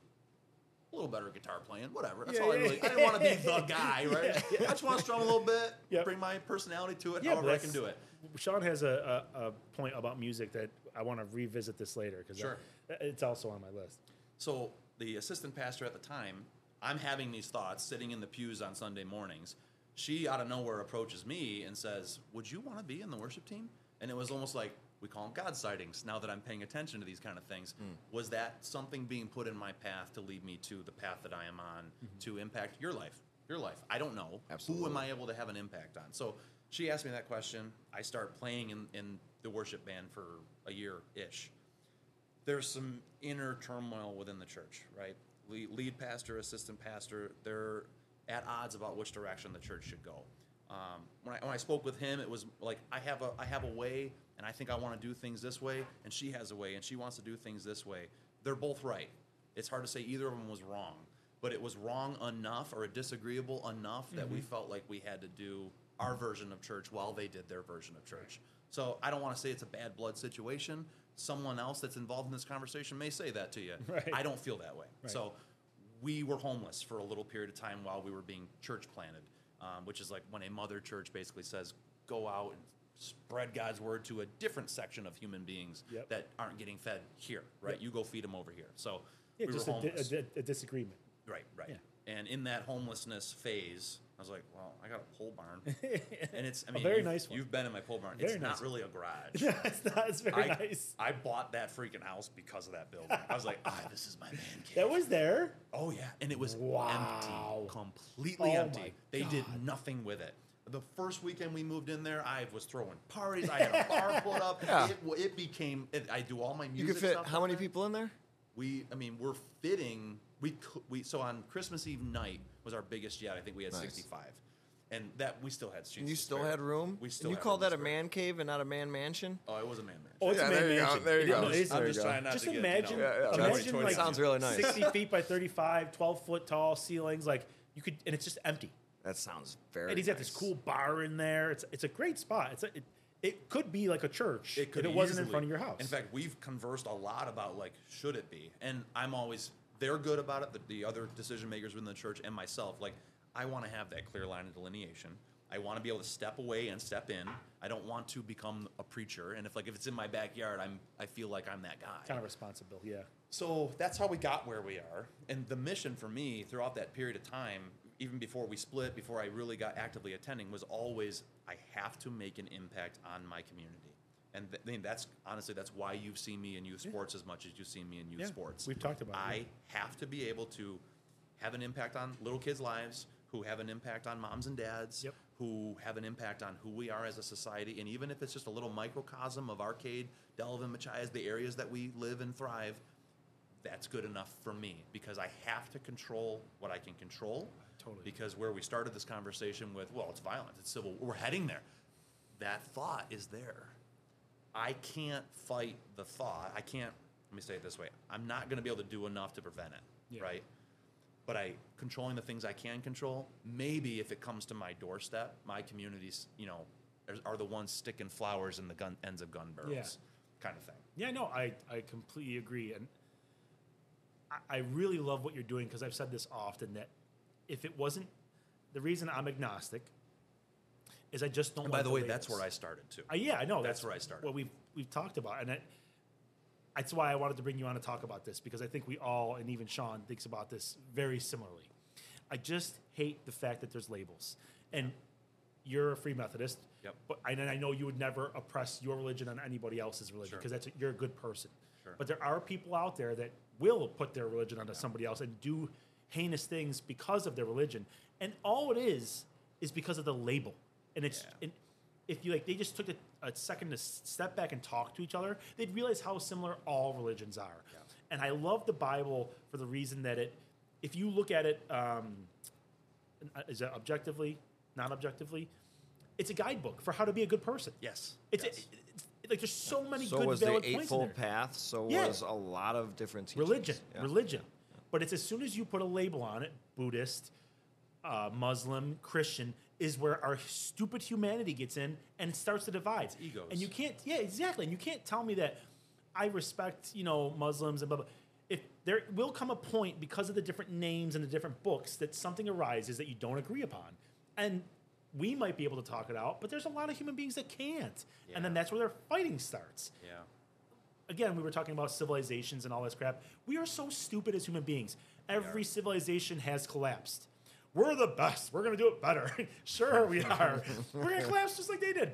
C: A little better guitar playing, whatever. That's
A: Yeah,
C: all I
A: yeah.
C: really. I didn't want to be the guy, right?
A: [LAUGHS]
C: I just want to strum a little bit,
A: Yep.
C: bring my personality to it,
A: Yeah, but
C: however I can
A: that's-
C: do it.
A: Sean has a, a, a point about music that I want to revisit this later because
C: Sure.
A: it's also on my list.
C: So the assistant pastor at the time, I'm having these thoughts sitting in the pews on Sunday mornings. She out of nowhere approaches me and says, "Would you want to be in the worship team?" And it was almost like we call them God sightings. Now that I'm paying attention to these kind of things, was that something being put in my path to lead me to the path that I am on to impact your life? Your life. I don't know. Who am
B: Absolutely.
C: I able to have an impact on? So she asked me that question. I start playing in, in the worship band for a year ish there's some inner turmoil within the church, right? Le- Lead pastor, assistant pastor, they're at odds about which direction the church should go. Um, when, I, when I spoke with him, it was like I have a I have a way, and I think I want to do things this way, and she has a way, and she wants to do things this way. They're both right. It's hard to say either of them was wrong, but it was wrong enough or
A: Mm-hmm.
C: disagreeable enough that we felt like we had to do our version of church while they did their version of church. So I don't want to say it's a bad blood situation. Someone else that's involved in this conversation may say that to you.
A: [LAUGHS] Right.
C: I don't feel that way. So we were homeless for a little period of time while we were being church planted, um, which is like when a mother church basically says, go out and spread God's word to a different section of human beings
A: Yep.
C: that aren't getting fed here, right?
A: Yep.
C: You go feed them over here. So
A: Yeah,
C: we
A: just
C: were
A: a, di- a,
C: homeless.
A: di- a disagreement. [LAUGHS]
C: Right, right. And in that homelessness phase, I was like, well, I got a pole
A: [LAUGHS]
C: barn. and it's, I mean,
A: very
C: you've,
A: nice one.
C: you've been in my pole barn.
A: Very
C: it's
A: nice
C: not
A: one.
C: really a garage.
A: That's not. It's [LAUGHS] very
C: I,
A: nice.
C: I bought that freaking house because of that building. I was like, ah, this is my man
A: [LAUGHS]
C: cave.
A: That was there.
C: oh, yeah. And it was
A: Wow.
C: empty, completely
A: Oh, my
C: empty. They did
A: God.
C: nothing with it. The first weekend we moved in there, I was throwing parties. I
A: [LAUGHS]
C: had a bar put up.
B: Yeah.
C: It, it became, it, I do all my music
B: You could fit
C: stuff
B: how
C: in
B: many
C: there
B: people in there?
C: we i mean we're fitting we cou- we so on christmas eve night was our biggest yet i think we had
B: Nice.
C: 65 and that we still had seats
B: And you
C: to
B: still
C: spare.
B: had room.
C: we
B: And
C: still
B: you
C: had
B: call
C: room
B: that
C: to
B: a
C: spare.
B: man cave and not a man mansion?
C: oh it was a man man
A: Oh, it's
B: Yeah,
A: a man
B: there you go,
A: mansion.
B: there you
A: It
B: go.
C: I'm
A: is-
C: just, I'm
B: There you
C: just
B: go.
C: trying not
A: just
C: to get, you
A: imagine,
C: know,
B: Yeah, yeah, that's-
A: imagine
C: Twenty-
A: like
B: Sounds really nice.
A: 60 feet by 35, 12 foot tall ceilings. Like you could, and it's just empty.
B: That sounds very.
A: And he's
B: nice.
A: got this cool bar in there. It's it's a great spot. It's a, it, it could be like a church
C: it could
A: if it
C: be
A: wasn't in
C: easily-
A: front of your house.
C: In fact, we've conversed a lot about like should it be, and I'm always they're good about it. The, the other decision makers within the church and myself, like I want to have that clear line of delineation. I want to be able to step away and step in. I don't want to become a preacher. And if like if it's in my backyard, I'm I feel like I'm that guy.
A: kind of responsible. Yeah.
C: So that's how we got where we are. And the mission for me throughout that period of time, even before we split, before I really got actively attending, was always I have to make an impact on my community. And th- I mean, that's honestly, that's why you've seen me in youth sports as much as you've seen me in youth
A: Yeah,
C: sports.
A: we've talked about it,
C: I
A: yeah.
C: have to be able to have an impact on little kids' lives who have an impact on moms and dads
A: Yep.
C: who have an impact on who we are as a society. And even if it's just a little microcosm of Arcade, Delvin, Machias, the areas that we live and thrive, that's good enough for me because I have to control what I can control.
A: Totally.
C: Because where we started this conversation with, well, it's violent, it's civil, we're heading there. That thought is there. I can't fight the thought. I can't, let me say it this way I'm not going to be able to do enough to prevent it,
A: Yeah.
C: right? but I controlling the things I can control. Maybe if it comes to my doorstep, my communities, you know, are- are the ones sticking flowers in the gun ends of gun barrels, kind of thing.
A: Yeah, no, I, I completely agree. And I, I really love what you're doing because I've said this often that if it wasn't the reason I'm agnostic is I just don't
C: And by
A: like
C: the way, that's
A: labels.
C: where I started too.
A: Uh, yeah, I know.
C: That's where I started.
A: What we've we've talked about, and I, that's why I wanted to bring you on to talk about this because I think we all, and even Sean, thinks about this very similarly. I just hate the fact that there's labels, and you're a Free Methodist.
C: Yep.
A: But and I know you would never oppress your religion on anybody else's religion
C: Sure.
A: because that's you're a good person.
C: Sure.
A: But there are people out there that will put their religion onto somebody else and do heinous things because of their religion, and all it is is because of the label, and it's
C: Yeah.
A: and if you like they just took a, a second to s- step back and talk to each other they'd realize how similar all religions are and i love the bible for the reason that it if you look at it um, uh, is that objectively not objectively it's a guidebook for how to be a good person
C: Yes,
A: it's,
C: yes.
A: it- it's like there's so many
B: So
A: good
B: was the
A: valid points in
B: eightfold
A: there.
B: path. So
A: Yeah.
B: was a lot of different teachings.
A: religion
B: Yeah.
A: religion but it's as soon as you put a label on it buddhist uh, muslim christian is where our stupid humanity gets in and starts to divide
C: egos.
A: and you can't yeah exactly and you can't tell me that i respect you know muslims and blah blah if there will come a point because of the different names and the different books that something arises that you don't agree upon and we might be able to talk it out but there's a lot of human beings that can't and then
C: Yeah.
A: that's where their fighting starts
C: yeah.
A: again, we were talking about civilizations and all this crap. We are so stupid as human beings. Every
C: are.
A: civilization has collapsed. We're the best. We're going to do it better. [LAUGHS]
C: [LAUGHS]
A: sure, we are. we're going to collapse just like they did.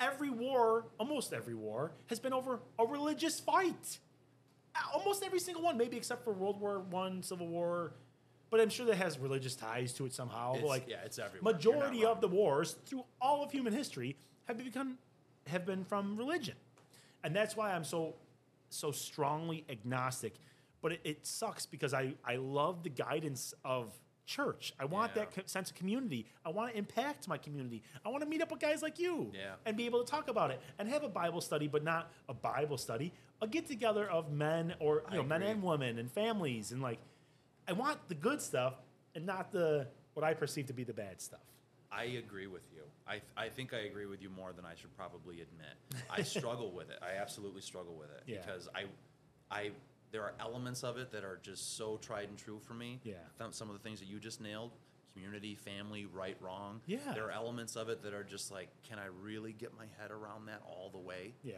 A: Every war, almost every war, has been over a religious fight. A- Almost every single one, maybe except for World War One, Civil War, but I'm sure that has religious ties to it somehow.
C: It's-
A: like,
C: yeah, it's everywhere. You're not
A: Majority
C: wrong.
A: of the wars through all of human history have become have been from religion, and that's why I'm so so strongly agnostic. But it, it sucks because I I love the guidance of church. I want
C: Yeah.
A: that co- sense of community. I want to impact my community. I want to meet up with guys like you
C: Yeah.
A: and be able to talk about it and have a Bible study, but not a Bible study, a get together of men or you know men
C: agree.
A: and women and families and like I want the good stuff and not the what I perceive to be the bad stuff.
C: I agree with you. I, I think I agree with you more than I should probably admit. [LAUGHS] I struggle with it. I absolutely struggle with it
A: Yeah.
C: because I, I there are elements of it that are just so tried and true for me.
A: Yeah.
C: Some- Some of the things that you just nailed, community, family, right, wrong.
A: Yeah.
C: There are elements of it that are just like, can I really get my head around that all the way?
A: Yeah.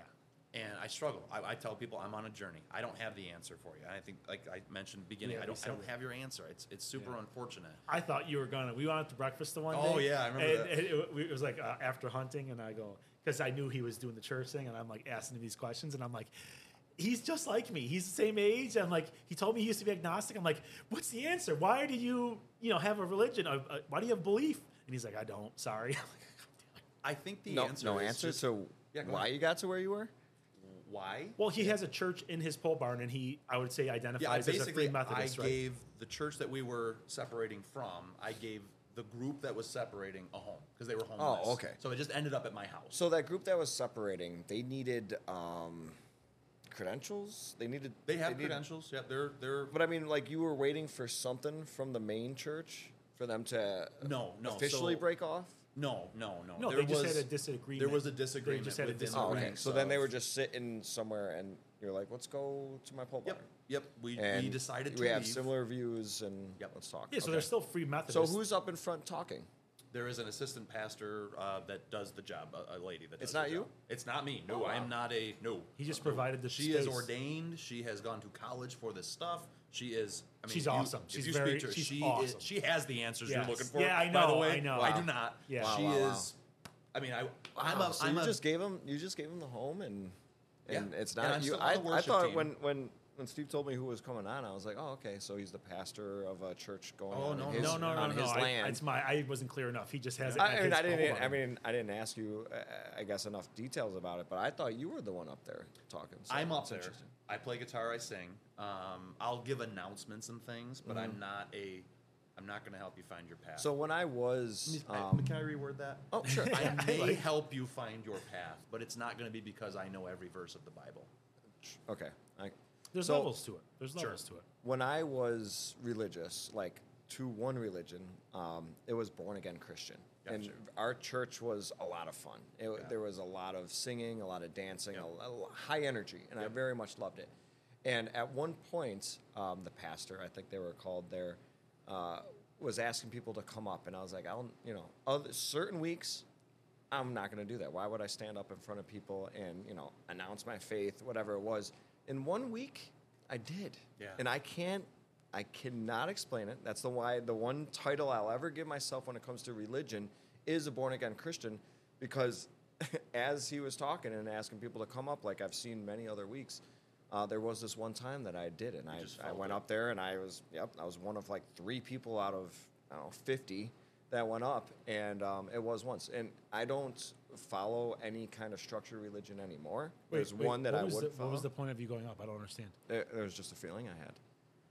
C: and I struggle. I, I tell people I'm on a journey. I don't have the answer for you. And I think, like I mentioned beginning, I
A: Yeah, you
C: don't, I
A: said
C: don't
A: that.
C: have your answer. It's it's super
A: Yeah.
C: unfortunate.
A: I thought you were gonna. We went out to breakfast the one
C: Oh,
A: day,
C: yeah, I remember
A: and,
C: that.
A: and it, wa- it was like uh, after hunting, and I go because I knew he was doing the church thing, and I'm like asking him these questions, and I'm like, he's just like me. He's the same age, and like he told me he used to be agnostic. I'm like, what's the answer? Why do you you know have a religion? Uh, uh, why do you have belief? And he's like, I don't. Sorry. [LAUGHS] I'm like,
C: I think the
B: no,
C: answer
B: no
C: is
B: answer
C: just
B: to
C: Yeah, go
B: why
C: ahead.
B: you got to where you were.
C: why.
A: well, he has a church in his pole barn, and he I would say identifies
C: Yeah, I
A: as a free
C: basically I
A: Methodist. right?
C: gave the church that we were separating from. I gave the group that was separating a home because they were homeless.
B: Oh, okay.
C: So it just ended up at my house.
B: So that group that was separating, they needed um, credentials. They needed.
C: they have
B: needed-
C: credentials. Yeah, they're they're
B: But I mean, like you were waiting for something from the main church for them to
C: No, no,
B: officially
C: so-
B: break off.
C: no no no.
A: No,
C: there
A: they just
C: was,
A: had a disagreement.
C: There was a
A: They
C: disagreement
A: just had a
C: within the
B: Oh,
A: disagreement.
B: okay.
C: ranks
B: So then they
C: of-
B: were just sitting somewhere, and you're like, "Let's go to my pole barn."
C: Yep yep. We,
B: And
C: we decided to
B: we have
C: leave.
B: similar views, and
C: Yep.
B: let's talk.
A: Yeah, so
B: Okay.
A: they're still free
B: So
A: Methodists.
B: who's up in front talking?
C: There is an assistant pastor uh, that does the job, a, a lady that does
B: It's not
C: the
B: you?
C: job. It's not me. No,
B: Oh,
C: I
B: wow.
C: am not a no.
A: He just
C: No.
A: provided the
C: She is
A: space.
C: ordained. She has gone to college for this stuff. She is. I mean,
A: She's
C: you-
A: awesome.
C: if
A: She's
C: you
A: very-
C: Speak to her,
A: she's
C: she
A: awesome.
C: Is, she has the answers
A: Yes.
C: you're looking for.
A: Yeah, I
C: By the
A: know,
C: way,
A: I know.
C: I
A: Wow.
C: do not.
A: Yeah. Wow,
C: She
B: wow, wow.
C: is. I mean, I. I'm
B: Wow,
C: a.
B: so
C: I'm
B: you
C: a,
B: just gave him. You just gave him the home, and and
C: Yeah.
B: it's
C: And
B: not
C: I'm
B: you.
C: still on
B: I,
C: the
B: I
C: worship
B: thought
C: team.
B: when when when Steve told me who was coming on, I was like, oh, okay, so he's the pastor of a church going
C: Oh,
B: on
C: no,
B: in his,
A: no, no, no,
B: on
A: no.
B: his
A: I,
B: land.
A: it's my. I wasn't clear enough. He just has. it
B: I,
A: at
B: I mean,
A: his
B: I didn't. e,
A: pole
B: I
A: barn.
B: mean, I didn't ask you. uh, I guess enough details about it, but I thought you were the one up there talking. so
C: I'm up
B: it's
C: there.
B: interesting.
C: I play guitar. I sing. Um, I'll give announcements and things, but
A: Mm.
C: I'm not a. I'm not going to help you find your path.
B: So when I was,
C: I-
B: um,
C: can I reword that?
B: oh
C: [LAUGHS]
B: sure,
C: I
B: I,
C: may help you find your path, but it's not going to be because I know every verse of the Bible.
B: okay. I,
A: There's
B: so-
A: levels to it. There's levels to it.
B: when I was religious, like to one religion, um, it was born again Christian. And
C: Gotcha.
B: our church was a lot of fun. It, w
C: Yeah.
B: There was a lot of singing, a lot of dancing, a lo- a, lo- high energy, and I very much loved it. And at one point, um, the pastor, I think they were called there, uh, was asking people to come up, and I was like, I'll, you know, other, certain weeks, I'm not going to do that. Why would I stand up in front of people and you know announce my faith, whatever it was? In one week, I did,
C: Yeah.
B: and I can't, I cannot explain it. That's the why the one title I'll ever give myself when it comes to religion is a born again Christian, because [LAUGHS] as he was talking and asking people to come up, like I've seen many other weeks. Uh, there was this one time that I did, and I,
C: just
B: I
C: felt
B: went
C: it.
B: up there, and I was, yep, I was one of like three people out of I don't know fifty that went up, and um, it was once. And I don't follow any kind of structured religion anymore. There's one that
A: what
B: I
A: was
B: would
A: the,
B: follow.
A: What was the point of you going up? I don't understand.
B: there, there was just a feeling I had.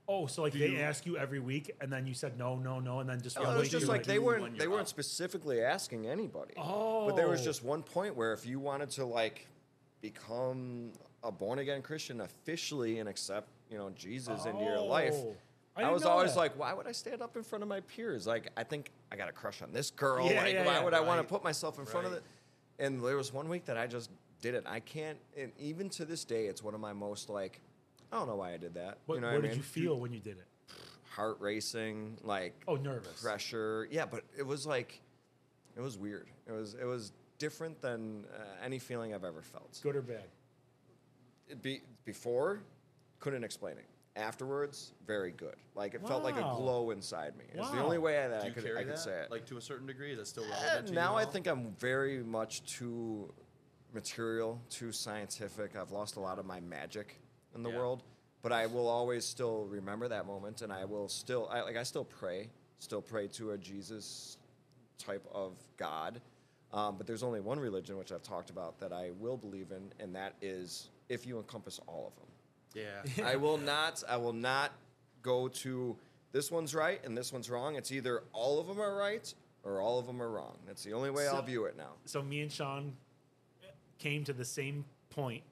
A: Oh, so like
C: Do
A: they
C: you-
A: ask you every week, and then you said no, no, no, and then just.
B: No,
A: one
B: Oh, it was
A: week
B: just
A: you're
B: like they
C: do
B: weren't
C: when
B: they
C: you're
B: weren't
C: up.
B: specifically asking anybody. But there was
A: Oh.
B: just one point where if you wanted to like become a born again Christian officially and accept, you know, Jesus into your life.
A: Oh. I
B: I,
A: didn't
B: was
A: know
B: always
A: that.
B: like, why would I stand up in front of my peers? Like, I think I got a crush on this girl.
A: Yeah,
B: like,
A: yeah,
B: why
A: yeah,
B: would I want
C: right,
B: to put myself in front of
C: right.
B: it? And there was one week that I just did it. I can't, and even to this day, it's one of my most like, I don't know why I did that.
A: What,
B: you know
A: what
B: what I
A: did
B: mean?
A: you feel when you did it?
B: Heart racing, like
A: Oh, nervous.
B: pressure. Yeah, but it was like, it was weird. It was it was different than uh, any feeling I've ever felt.
A: Good or bad?
B: It be, before, couldn't explain it. Afterwards, very good. Like it felt like a
A: Wow.
B: glow inside me. It's the
A: Wow.
B: only way that
C: Do
B: I
C: you
B: could
C: carry
B: I could
C: that?
B: say it.
C: Like to a certain degree, that's still
B: Eh,
C: relevant. to you
B: now I
C: all?
B: think I'm very much too material, too scientific. I've lost a lot of my magic in the
C: Yeah.
B: world, but I will always still remember that moment, and I will still I, like I still pray, still pray to a Jesus type of God. Um, but there's only one religion which I've talked about that I will believe in, and that is if you encompass all of them.
C: [LAUGHS]
B: [LAUGHS]
C: Yeah.
B: I will not. I will not go to this one's right and this one's wrong. It's either all of them are right or all of them are wrong. That's the only way
A: So-
B: I'll view it now.
A: So me and Sean came to the same point,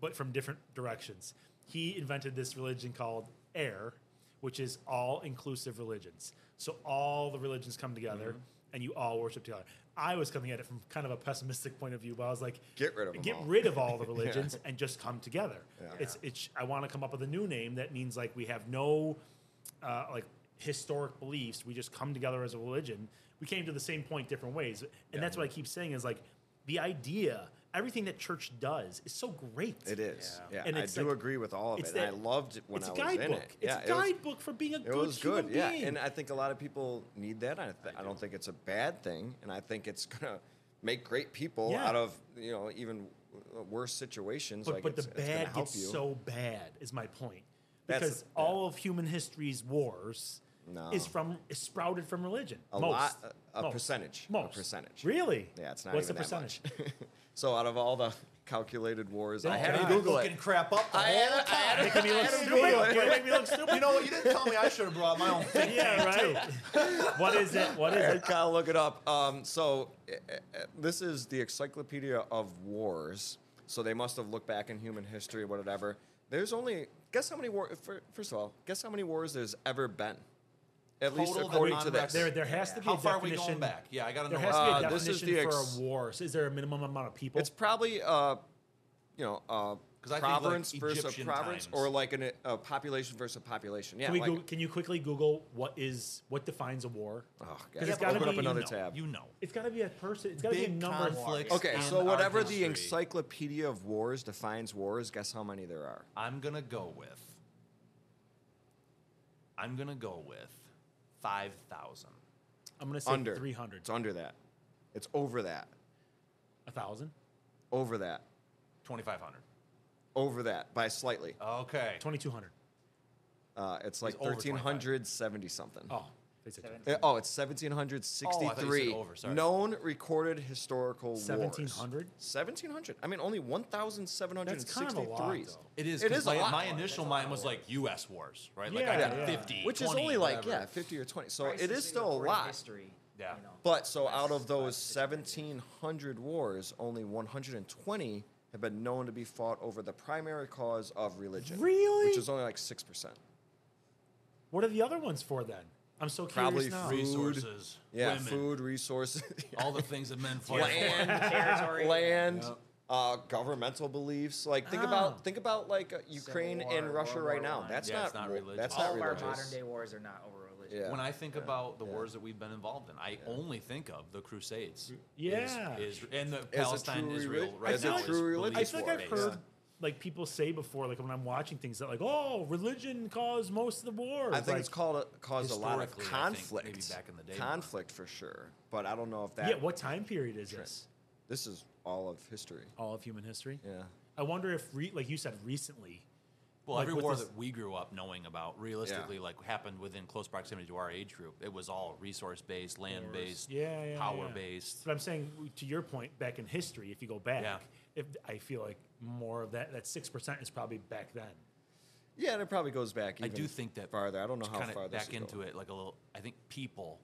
A: but from different directions. He invented this religion called AIR, which is all inclusive religions. So all the religions come together
B: Mm-hmm.
A: and you all worship together. I was coming at it from kind of a pessimistic point of view, but I was like,
B: Get rid of 'em
A: get
B: all.
A: rid of all
B: [LAUGHS]
A: the religions and just come together.
B: Yeah.
A: It's it's. I want to come up with a new name that means like we have no uh, like historic beliefs. We just come together as a religion. We came to the same point different ways, and that's what I keep saying is like the idea. Everything that church does is so great.
B: It is.
A: Yeah.
B: Yeah,
A: And
B: I
A: it's
B: do
A: like-
B: agree with all of it.
A: it's
B: and I
A: that-
B: loved it when
A: it's
B: I
A: a
B: was in
A: guidebook.
B: it.
A: It's
B: yeah,
A: a
B: was-
A: guidebook for being a
B: It
A: good
B: was
A: human
B: good, yeah.
A: being.
B: And I think a lot of people need that. I, th- I, don't think it's a bad thing, and I think it's gonna make great people
A: Yeah.
B: out of you know even w- worse situations.
A: But,
B: like
A: but
B: it's,
A: the
B: it's gonna
A: bad
B: help
A: gets
B: you.
A: so bad is my point
B: That's-
A: because all of human history's wars
B: No.
A: is from is sprouted from religion.
B: a
A: most,
B: lot, uh, a, a
A: most,
B: percentage, a
A: most
B: percentage.
A: Really?
B: Yeah, it's not
A: What's
B: even
A: the
B: that much.
A: percentage? [LAUGHS]
B: [LAUGHS] so out of all the calculated wars, I had
A: God.
B: to Google
C: Looking
B: it.
C: crap up. the
B: I had,
C: whole
B: [LAUGHS] I had to
A: Making me look
B: Adam
A: stupid.
B: Google [LAUGHS]
A: You're making me look stupid.
C: You know what? You didn't tell me I should have brought my own thing.
A: yeah, right. what is it? What is
B: [LAUGHS]
A: it?
B: gotta look it up. Um, so uh, uh, this is the Encyclopedia of Wars. So they must have looked back in human history, whatever. There's only guess how many war. eh, fir- First of all, guess how many wars there's ever been. At least
C: Total that
B: according
C: non-
B: to this.
A: There, there has to be
C: How
A: a
C: far are we
A: definition.
C: going back? Yeah, I got to
A: There
C: know.
A: has to be a
B: Uh, this is
A: definition
B: the
A: for
B: ex-
A: a war. So is there a minimum amount of people?
B: It's probably uh, you know, uh,
C: 'Cause I think, like,
B: province versus a
C: Egyptian
B: province,
C: times.
B: or like an, eh, a population versus a population. Yeah,
A: can, we
B: like,
A: Goo- can you quickly Google what is what defines a war?
B: oh, God.
A: 'Cause it's
B: Yeah,
A: gotta
B: open
A: be-
B: up another
A: you know,
B: tab.
C: Uh, You know.
A: It's got to be a person. It's got to be a
C: Big
A: number. of wars.
C: conflicts.
B: Okay,
C: in
B: so
C: our
B: whatever the
C: history.
B: Encyclopedia of Wars defines wars, guess how many there are?
C: I'm gonna go with. I'm gonna go with five thousand.
A: I'm gonna say
B: under
A: 300.
B: It's under that. It's over that.
A: A thousand?
B: Over that.
C: 2500
B: Over that by slightly.
C: okay
A: 2200.
B: Uh, it's like
C: It's over
B: 1370 something.
A: Oh, they said
D: Seven-
B: Uh, oh, it's 1763.
C: Oh, I thought you said over, sorry.
B: Known recorded historical
A: 1700?
B: wars. 1700? I mean, only 1,763.
A: That's kind of a lot, though.
C: it is
B: It
C: 'cause
B: is a
C: my,
B: lot
C: my
B: more.
C: initial
D: That's a lot
C: mind was like us wars right like
A: Yeah,
C: i got
A: yeah.
C: 50
B: Which is
C: 20,
B: only like,
C: whatever.
B: yeah, 50 or 20. So
D: Christ,
B: it
D: this
B: is
D: we
B: still a
D: record in
B: lot.
D: History,
C: Yeah.
D: You know,
B: But so out
D: That's-
B: of those
D: that's just amazing.
B: 1,700 wars, only 120 have been known to be fought over the primary cause of religion.
A: Really?
B: Which is only like 6%.
A: What are the other ones for then? I'm so
B: Probably
A: curious now.
B: free-
C: resources
B: Yeah,
C: women,
B: food, resources, [LAUGHS]
C: all the things that men
A: [LAUGHS]
C: fight for
B: land,
D: Territory.
B: land, uh, governmental beliefs. Like think
A: Ah.
B: about think about like uh, Ukraine
D: War,
B: and Russia
D: World
B: right
D: War
B: now.
D: One.
B: That's
C: Yeah,
B: not
C: it's not
B: war-
C: religious.
B: That's
D: all
B: not
D: of our
B: religious.
D: modern day wars are not over religion.
B: Yeah.
C: when i think about the wars that we've been involved in i only think of the crusades
A: Yeah.
C: is, is, and the palestine
B: true
C: israel
B: reli-
C: right
B: as
A: a
C: now
A: true
C: is
B: religious
A: I
B: These
C: belief
A: feel like
B: war
A: I've
C: based.
A: heard like people say before, like when I'm watching things that like, oh, religion caused most of the wars.
B: I think it's
A: Like,
B: called a, caused a lot of
C: Historically, I think
B: conflict.
C: maybe back in the day more.
B: conflict for sure. But I don't know if that.
A: Yeah. What time period is this?
B: This is all of history.
A: All of human history.
B: Yeah.
A: I wonder if, re- like you said, recently.
C: Well,
A: Like,
C: every
A: with
C: war
A: this-
C: that we grew up knowing about realistically like happened within close proximity to our age group. It was all resource based, land based,
A: Yeah, yeah,
C: power
A: yeah.
C: based.
A: But I'm saying, to your point, back in history, if you go back,
C: Yeah.
A: if I feel like more of that, that six percent is probably back then.
B: Yeah, and it probably goes back.
C: I
B: Even
C: do think that
B: farther. I don't know how
C: kind
B: far
C: of
B: this
C: back
B: would go.
C: into it like a little I think people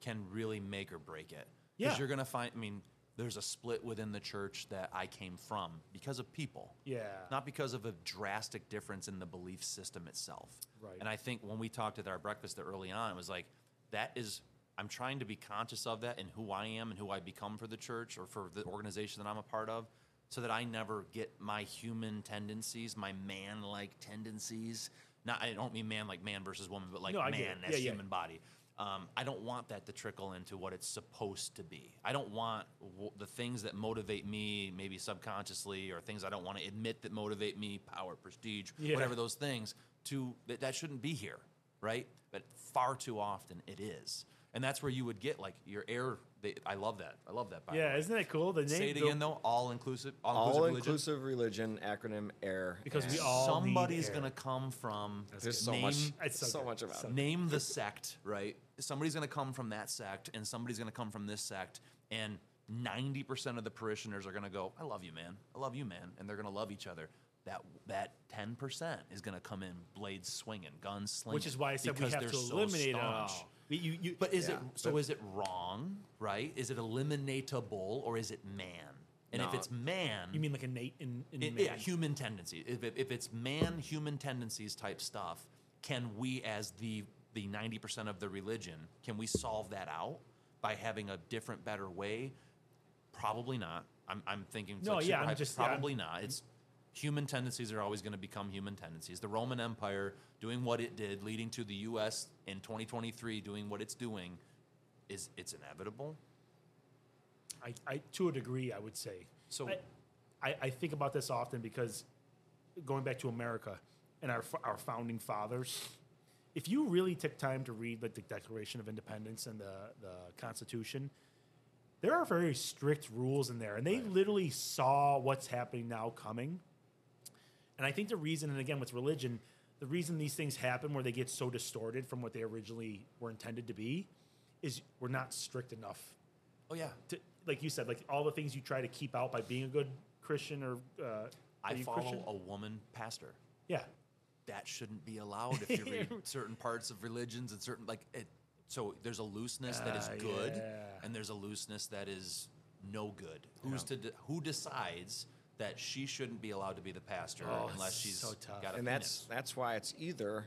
C: can really make or break it.
A: Yeah.
C: Because you're gonna find I mean, there's a split within the church that I came from because of people.
A: Yeah.
C: Not because of a drastic difference in the belief system itself.
A: Right.
C: And I think when we talked at our breakfast there early on, it was like, that is, I'm trying to be conscious of that and who I am and who I become for the church or for the organization that I'm a part of so that I never get my human tendencies, my man like tendencies. Not, I don't mean man like man versus woman, but like
A: No, I get
C: man
A: it.
C: as
A: Yeah, yeah.
C: human body. Um, I don't want that to trickle into what it's supposed to be. I don't want w- the things that motivate me, maybe subconsciously, or things I don't want to admit that motivate me, power, prestige,
A: Yeah.
C: whatever those things, to that, that shouldn't be here, right? But far too often it is. And that's where you would get like your air. They, I love that. I love that. By the
A: Yeah,
C: way.
A: isn't that cool? The name.
C: Say it
A: the-
C: again though. All inclusive. All
B: All
C: inclusive. religion.
B: inclusive religion. acronym AIR.
A: Because we
B: and
A: all need
C: Somebody's
A: air.
C: gonna come from.
B: there's so
C: name,
B: much,
A: It's so
B: so
A: good.
B: much about
A: So
B: it.
C: name the sect, right? Somebody's going to come from that sect, and somebody's going to come from this sect, and 90% of the parishioners are going to go, "I love you, man. I love you, man," and they're going to love each other. That that 10% is going to come in blades swinging, guns slinging,
A: Which is why I said we
C: because
A: have
C: they're
A: to
C: so
A: eliminate it all.
C: staunch.
A: We- you- you-
C: But is it
B: Yeah,
C: so?
B: but-
C: Is it wrong? Right? Is it eliminatable or is it man? And if
B: No.
C: it's man,
A: you mean like innate in, in
C: it-
A: man?
C: Yeah, human tendency. If, if, if it's man human tendencies type stuff, can we as the the ninety percent of the religion can we solve that out? by having a different, better way? Probably not. I'm, I'm thinking it's
A: No,
C: like
A: yeah,
C: super
A: I'm
C: hype-
A: just- yeah, I'm-
C: probably not. It's human tendencies are always going to become human tendencies. The Roman Empire doing what it did, leading to the U.S. in 2023 doing what it's doing, is it's inevitable.
A: I, I to a degree, I would say.
C: So-
A: I, I, I think about this often because going back to America and our f- our founding fathers, if you really took time to read like the Declaration of Independence and the the Constitution, there are very strict rules in there, and they literally saw what's happening now coming. And I think the reason, and again with religion, the reason these things happen where they get so distorted from what they originally were intended to be is we're not strict enough
C: Oh yeah,
A: to, like you said, like all the things you try to keep out by being a good Christian or uh, are
C: I
A: you
C: follow
A: Christian?
C: a woman pastor.
A: yeah,
C: that shouldn't be allowed if you read
A: [LAUGHS]
C: certain parts of religions and certain like it so there's a looseness that is
A: Ah,
C: good
A: yeah.
C: and there's a looseness that is no good who's to de- who decides that she shouldn't be allowed to be the pastor
A: Oh, it's
C: unless she's
A: so tough.
C: got a
B: and that's
C: penis.
B: that's why it's either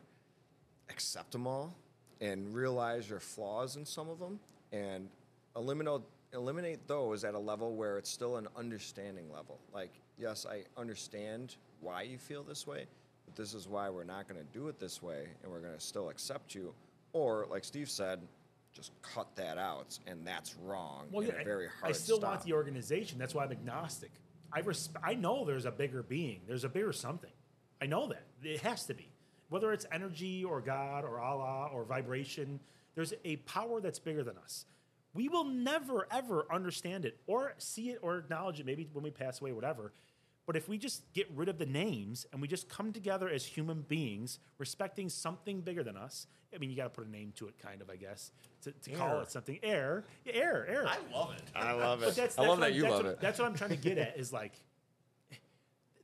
B: accept them all and realize your flaws in some of them and eliminate eliminate those at a level where it's still an understanding level like yes i understand why you feel this way but this is why we're not going to do it this way and we're going to still accept you or like steve said just cut that out and that's wrong
A: well,
B: and
A: yeah,
B: a
A: I-
B: very
A: I,
B: hard
A: still
B: stop.
A: want the organization. That's why I'm agnostic. I resp- I know there's a bigger being. There's a bigger something. I know that it has to be, whether it's energy or God or Allah or vibration. There's a power that's bigger than us. We will never ever understand it or see it or acknowledge it. Maybe when we pass away, whatever. But if we just get rid of the names and we just come together as human beings, respecting something bigger than us, I mean, you got to put a name to it, kind of, I guess, to, to call
B: Air.
A: it something. Air, yeah, air, air.
C: i love it
B: i love
A: But
B: it
A: that's,
B: i
A: that's
B: love
A: what
B: that
A: I'm-
B: you
A: that's
B: love
A: what-
B: it
A: That's what I'm trying to get at is like,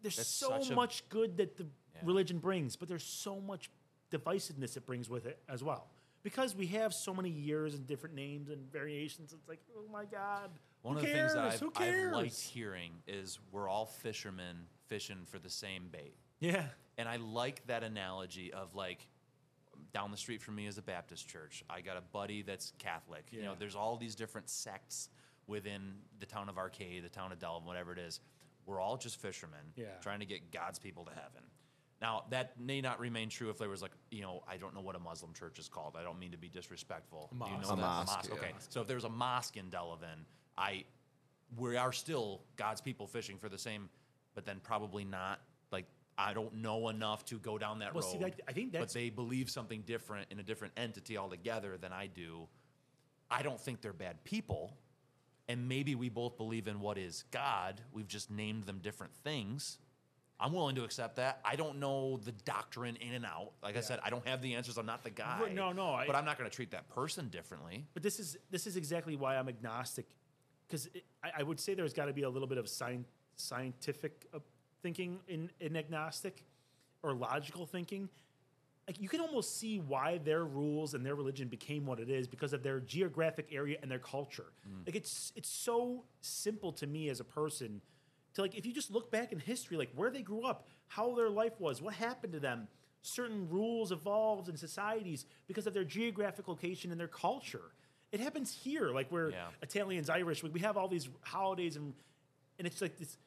A: there's
C: That's
A: so
C: such a-
A: much good that the religion brings, but there's so much divisiveness it brings with it as well. Because we have so many years and different names and variations, it's like, oh my god,
C: one
A: who
C: of the
A: cares?
C: things I've,
A: who
C: I've
A: cares?
C: liked hearing is we're all fishermen fishing for the same bait
A: yeah,
C: and I like that analogy of like down the street from me is a Baptist church. I got a buddy that's Catholic. You know,
A: Yeah.
C: there's all these different sects within the town of Arcade, the town of Delvin, whatever it is. We're all just fishermen
A: Yeah.
C: trying to get God's people to heaven. Now that may not remain true if there was like you know I don't know what a Muslim church is called. I don't mean to be disrespectful. Do you know
A: Mosque.
C: that?
B: A mosque, yeah.
C: Okay, so if there's a mosque in Delavan, I we are still God's people fishing for the same, but then probably not. Like I don't know enough to go down that
A: Well,
C: road.
A: see, that- I think
C: but
A: that's-
C: they believe something different in a different entity altogether than I do. I don't think they're bad people, and maybe we both believe in what is God. We've just named them different things. I'm willing to accept that. I don't know the doctrine in and out. Like I said, I don't have the answers. I'm not the guy.
A: Right, no, no, I-
C: but I'm not going to treat that person differently.
A: but this is this is exactly why I'm agnostic, because I, I would say there's got to be a little bit of scien- scientific uh, thinking in, in agnostic, or logical thinking. Like you can almost see why their rules and their religion became what it is because of their geographic area and their culture. Like it's it's so simple to me as a person to like if you just look back in history, like where they grew up, how their life was, what happened to them. Certain rules evolved in societies because of their geographic location and their culture. It happens here, like we're
C: Yeah.
A: Italians, Irish. We, we have all these holidays, and and it's like this.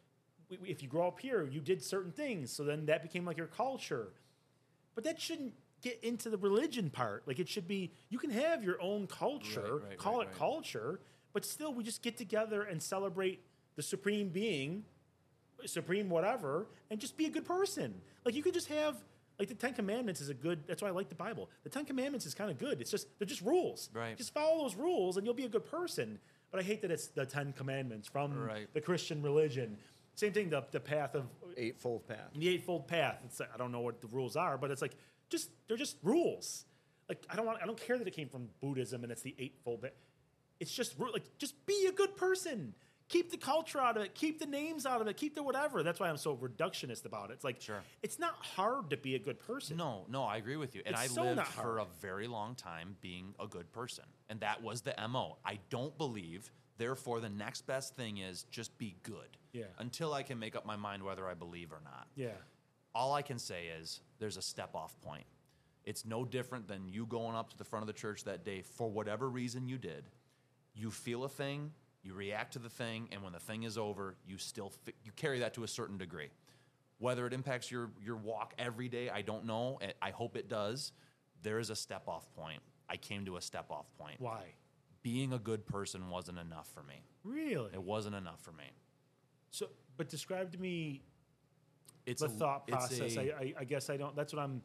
A: We, we- if you grow up here, you did certain things, so then that became like your culture. But that shouldn't get into the religion part. Like it should be, you can have your own culture,
C: right,
A: call
C: right,
A: it
C: right.
A: culture, but still we just get together and celebrate the supreme being, supreme whatever, and just be a good person. Like you could just have. Like the Ten Commandments is a good. That's why I like the Bible. The Ten Commandments is kind of good. It's just they're just rules.
C: Right.
A: Just follow those rules and you'll be a good person. But I hate that it's the Ten Commandments from
C: Right.
A: the Christian religion. Same thing. The the path of
B: eightfold path
A: the eightfold path. It's like, I don't know what the rules are, but it's like just they're just rules. Like I don't want I don't care that it came from Buddhism and it's the eightfold path. It's just ru- like just be a good person. Keep the culture out of it. Keep the names out of it. Keep the whatever. That's why I'm so reductionist about it. It's like
C: Sure.
A: it's not hard to be a good person.
C: No, no, I agree with you. And
A: It's
C: I
A: so
C: lived
A: not
C: for a
A: hard.
C: very long time being a good person. And that was the MO. I don't believe, therefore, the next best thing is just be good.
A: Yeah.
C: Until I can make up my mind whether I believe or not
A: Yeah.
C: all I can say is there's a step off point. It's no different than you going up to the front of the church that day for whatever reason you did. you feel a thing, you react to the thing, and when the thing is over, you still fi- you carry that to a certain degree. Whether it impacts your your walk every day, I don't know. I- I hope it does. There is a step off point. I came to a step off point.
A: Why?
C: Being a good person wasn't enough for me.
A: Really?
C: It wasn't enough for me.
A: So, but describe to me
C: It's
A: the
C: a-
A: thought
C: it's
A: process. I
C: a-
A: I, I guess I don't. That's what I'm.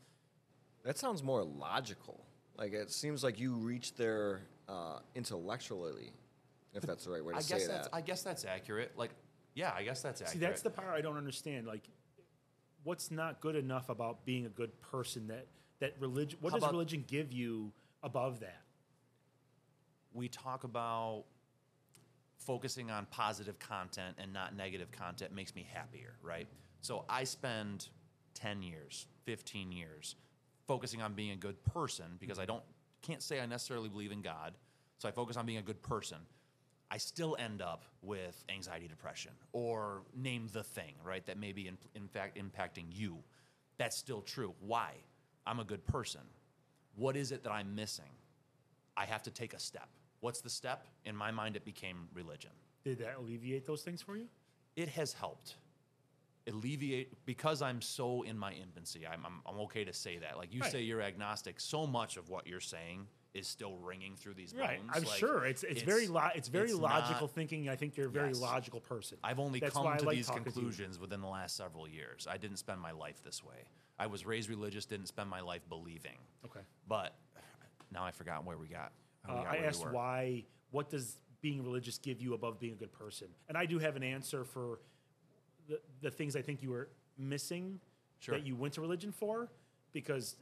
B: That sounds more logical. Like it seems like you reach there uh, intellectually, if that's the right way to
C: I
B: say
C: guess
B: that.
C: that's I guess that's accurate. Like, yeah, I guess that's accurate.
A: See, that's the part I don't understand. Like, what's not good enough about being a good person? That that religion. What
C: How
A: does
C: about-
A: religion give you above that?
C: we talk about focusing on positive content and not negative content makes me happier, right? So I spend 10 years, 15 years focusing on being a good person because I don't can't say I necessarily believe in God. So I focus on being a good person. I still end up with anxiety, depression, or name the thing, right? That may be in, in fact impacting you. That's still true. Why? I'm a good person. What is it that I'm missing? I have to take a step. What's the step? In my mind, it became religion.
A: Did that alleviate those things for you?
C: It has helped alleviate because I'm so in my infancy. I'm, I'm, I'm okay to say that. Like you
A: Right.
C: say, you're agnostic. So much of what you're saying is still ringing through these
A: Right.
C: bones.
A: I'm
C: Like,
A: sure it's it's, very lo- it's very
C: it's
A: logical
C: not-
A: thinking. I think you're a very
C: Yes.
A: logical person.
C: I've only
A: That's why
C: come
A: I
C: to
A: like
C: these
A: talking to you.
C: conclusions within the last several years. I didn't spend my life this way. I was raised religious, didn't spend my life believing.
A: Okay.
C: But now I forgot where we got. how we
A: Uh,
C: got
A: I
C: where we
A: asked
C: were.
A: why. What does being religious give you above being a good person? And I do have an answer for the the things I think you were missing
C: Sure.
A: that you went to religion for, because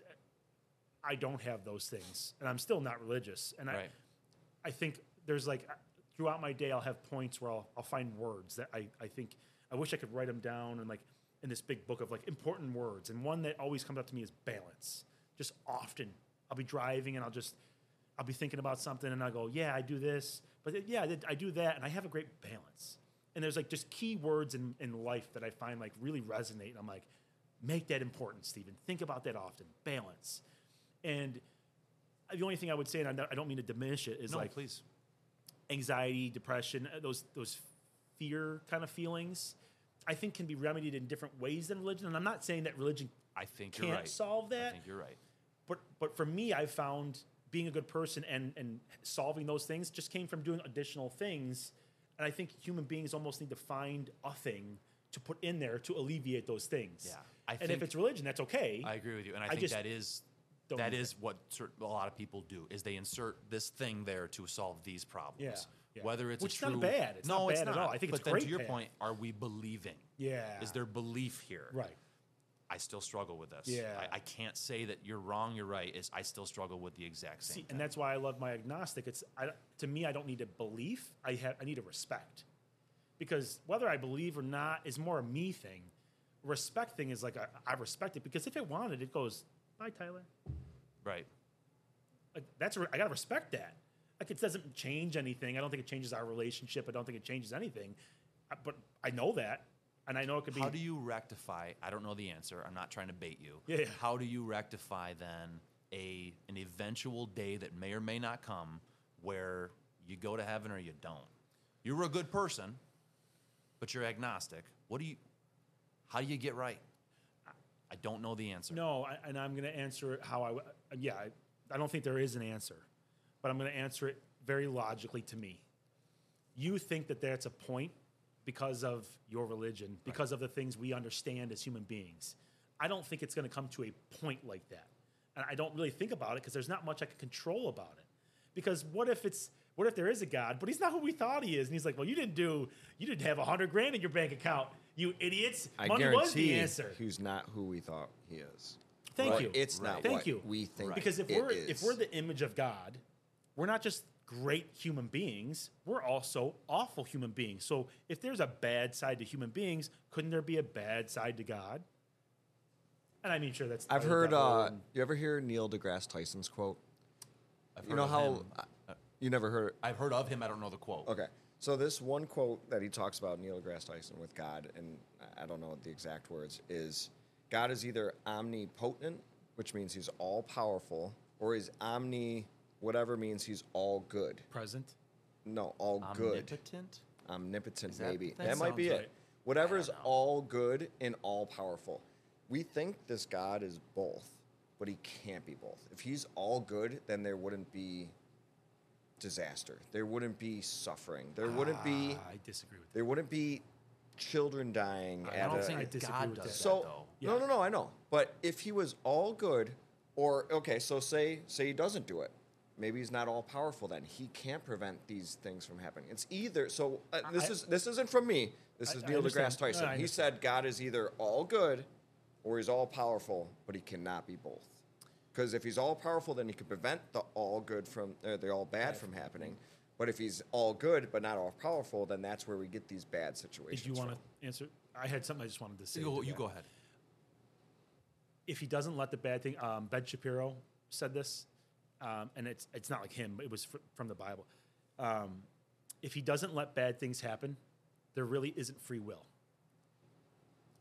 A: I don't have those things, and I'm still not religious. And
C: Right.
A: I I think there's like uh, throughout my day I'll have points where I'll, I'll find words that I I think I wish I could write them down and like in this big book of like important words. And one that always comes up to me is balance. Just often I'll be driving and I'll just I'll be thinking about something and I'll go, yeah, I do this, but yeah, I did- I do that, and I have a great balance. And there's like just key words in, in life that I find like really resonate. And I'm like, make that important, Stephen. Think about that often. Balance. And the only thing I would say, and I'm not- I don't mean to diminish it, is
C: No,
A: like
C: please.
A: anxiety, depression, uh, those those fear kind of feelings, I think can be remedied in different ways than religion. And I'm not saying that religion
C: I think you're
A: can't
C: right.
A: solve
C: I
A: that,
C: think you're right.
A: but but for me, I found being a good person and and solving those things just came from doing additional things. And I think human beings almost need to find a thing to put in there to alleviate those things.
C: Yeah. I
A: and if
C: think-
A: it's religion, that's okay.
C: I agree with you, and I,
A: I
C: think
A: just
C: that is
A: don't
C: that
A: use
C: is what cer- a lot of people do is they insert this thing there to solve these problems.
A: Yeah, yeah.
C: Whether it's
A: Which
C: a
A: is
C: true,
A: not bad. It's
C: no,
A: not
C: it's
A: bad
C: not.
A: at all. I think
C: but
A: it's
C: then
A: a great
C: to your
A: path.
C: point, are we believing?
A: yeah.
C: Is there belief here?
A: right?
C: I still struggle with this.
A: Yeah.
C: I, I can't say that you're wrong. You're right. Is I still struggle with the exact same.
A: See,
C: thing.
A: and that's why I love my agnostic. It's I, to me, I don't need a belief. I have I need a respect, because whether I believe or not is more a me thing. Respect thing is like I, I respect it because if it wanted, it goes bye, Tyler.
C: right.
A: Like that's re- I gotta respect that. Like it doesn't change anything. I don't think it changes our relationship. I don't think it changes anything. Uh, But I know that, and I know it could be.
C: How do you rectify? I don't know the answer. I'm not trying to bait you.
A: Yeah, yeah.
C: How do you rectify then a an eventual day that may or may not come where you go to heaven or you don't? You were a good person, but you're agnostic. What do you? How do you get right? I don't know the answer.
A: No, I, and I'm going to answer it how I. w- Yeah, I, I don't think there is an answer, but I'm going to answer it very logically to me. You think that that's a point because of your religion, because of the things we understand as human beings. I don't think it's going to come to a point like that, and I don't really think about it because there's not much I can control about it. Because what if it's what if there is a God, but he's not who we thought he is, and he's like, well, you didn't do, you didn't have a hundred grand in your bank account, you idiots.
B: I
A: Money
B: guarantee
A: was the answer.
B: he's not who we thought he is.
A: Thank
B: But
A: you.
B: It's not
A: Thank
B: what
A: you.
B: we think.
A: Because if
B: it
A: we're
B: is.
A: if we're the image of God, we're not just great human beings, we're also awful human beings. So if there's a bad side to human beings, couldn't there be a bad side to God? And I mean sure that's
B: I've
A: the
B: heard.
A: devil
B: Uh,
A: and-
B: you ever hear Neil deGrasse Tyson's quote?
C: I've
B: You know
C: of
B: how
C: him.
B: I- you never heard. it?
C: I've heard of him. I don't know the quote.
B: Okay, so this one quote that he talks about Neil deGrasse Tyson with God, and I- I don't know the exact words, is God is either omnipotent, which means he's all powerful, or he's omni, whatever means he's all good.
A: present.
B: No, all good.
C: Omnipotent?
B: Omnipotent,
C: that-
B: maybe.
C: that
B: That, might
C: sounds
B: be
C: right.
B: it. Whatever is all good and all powerful. We think this God is both, but he can't be both. If he's all good, then there wouldn't be disaster. There wouldn't be suffering. There wouldn't be
A: Ah, I disagree with that.
B: there wouldn't be children dying
C: I
B: at
C: don't
B: a,
A: I
C: think
A: disagree
C: God
A: with
C: does
A: that.
C: that,
B: so
C: though.
A: Yeah.
B: no, no, no. I know, but if he was all good, or okay, so say say he doesn't do it, maybe he's not all powerful. Then he can't prevent these things from happening. It's either so. Uh, this is this isn't from me. This
A: I-
B: is
A: I
B: Neil
A: understand.
B: deGrasse Tyson.
A: No, I
B: he
A: understand.
B: said God is either all good, or he's all powerful, but he cannot be both. Because if he's all powerful, then he could prevent the all good from or the all bad from happening. But if he's all good but not all powerful, then that's where we get these bad situations.
A: Did you want
B: from.
A: to answer? I had something I just wanted to say.
C: You go,
A: to
C: you
A: that.
C: go ahead.
A: if he doesn't let the bad thing, um, Ben Shapiro said this, um, and it's it's not like him. It was fr- from the Bible. Um, if he doesn't let bad things happen, there really isn't free will.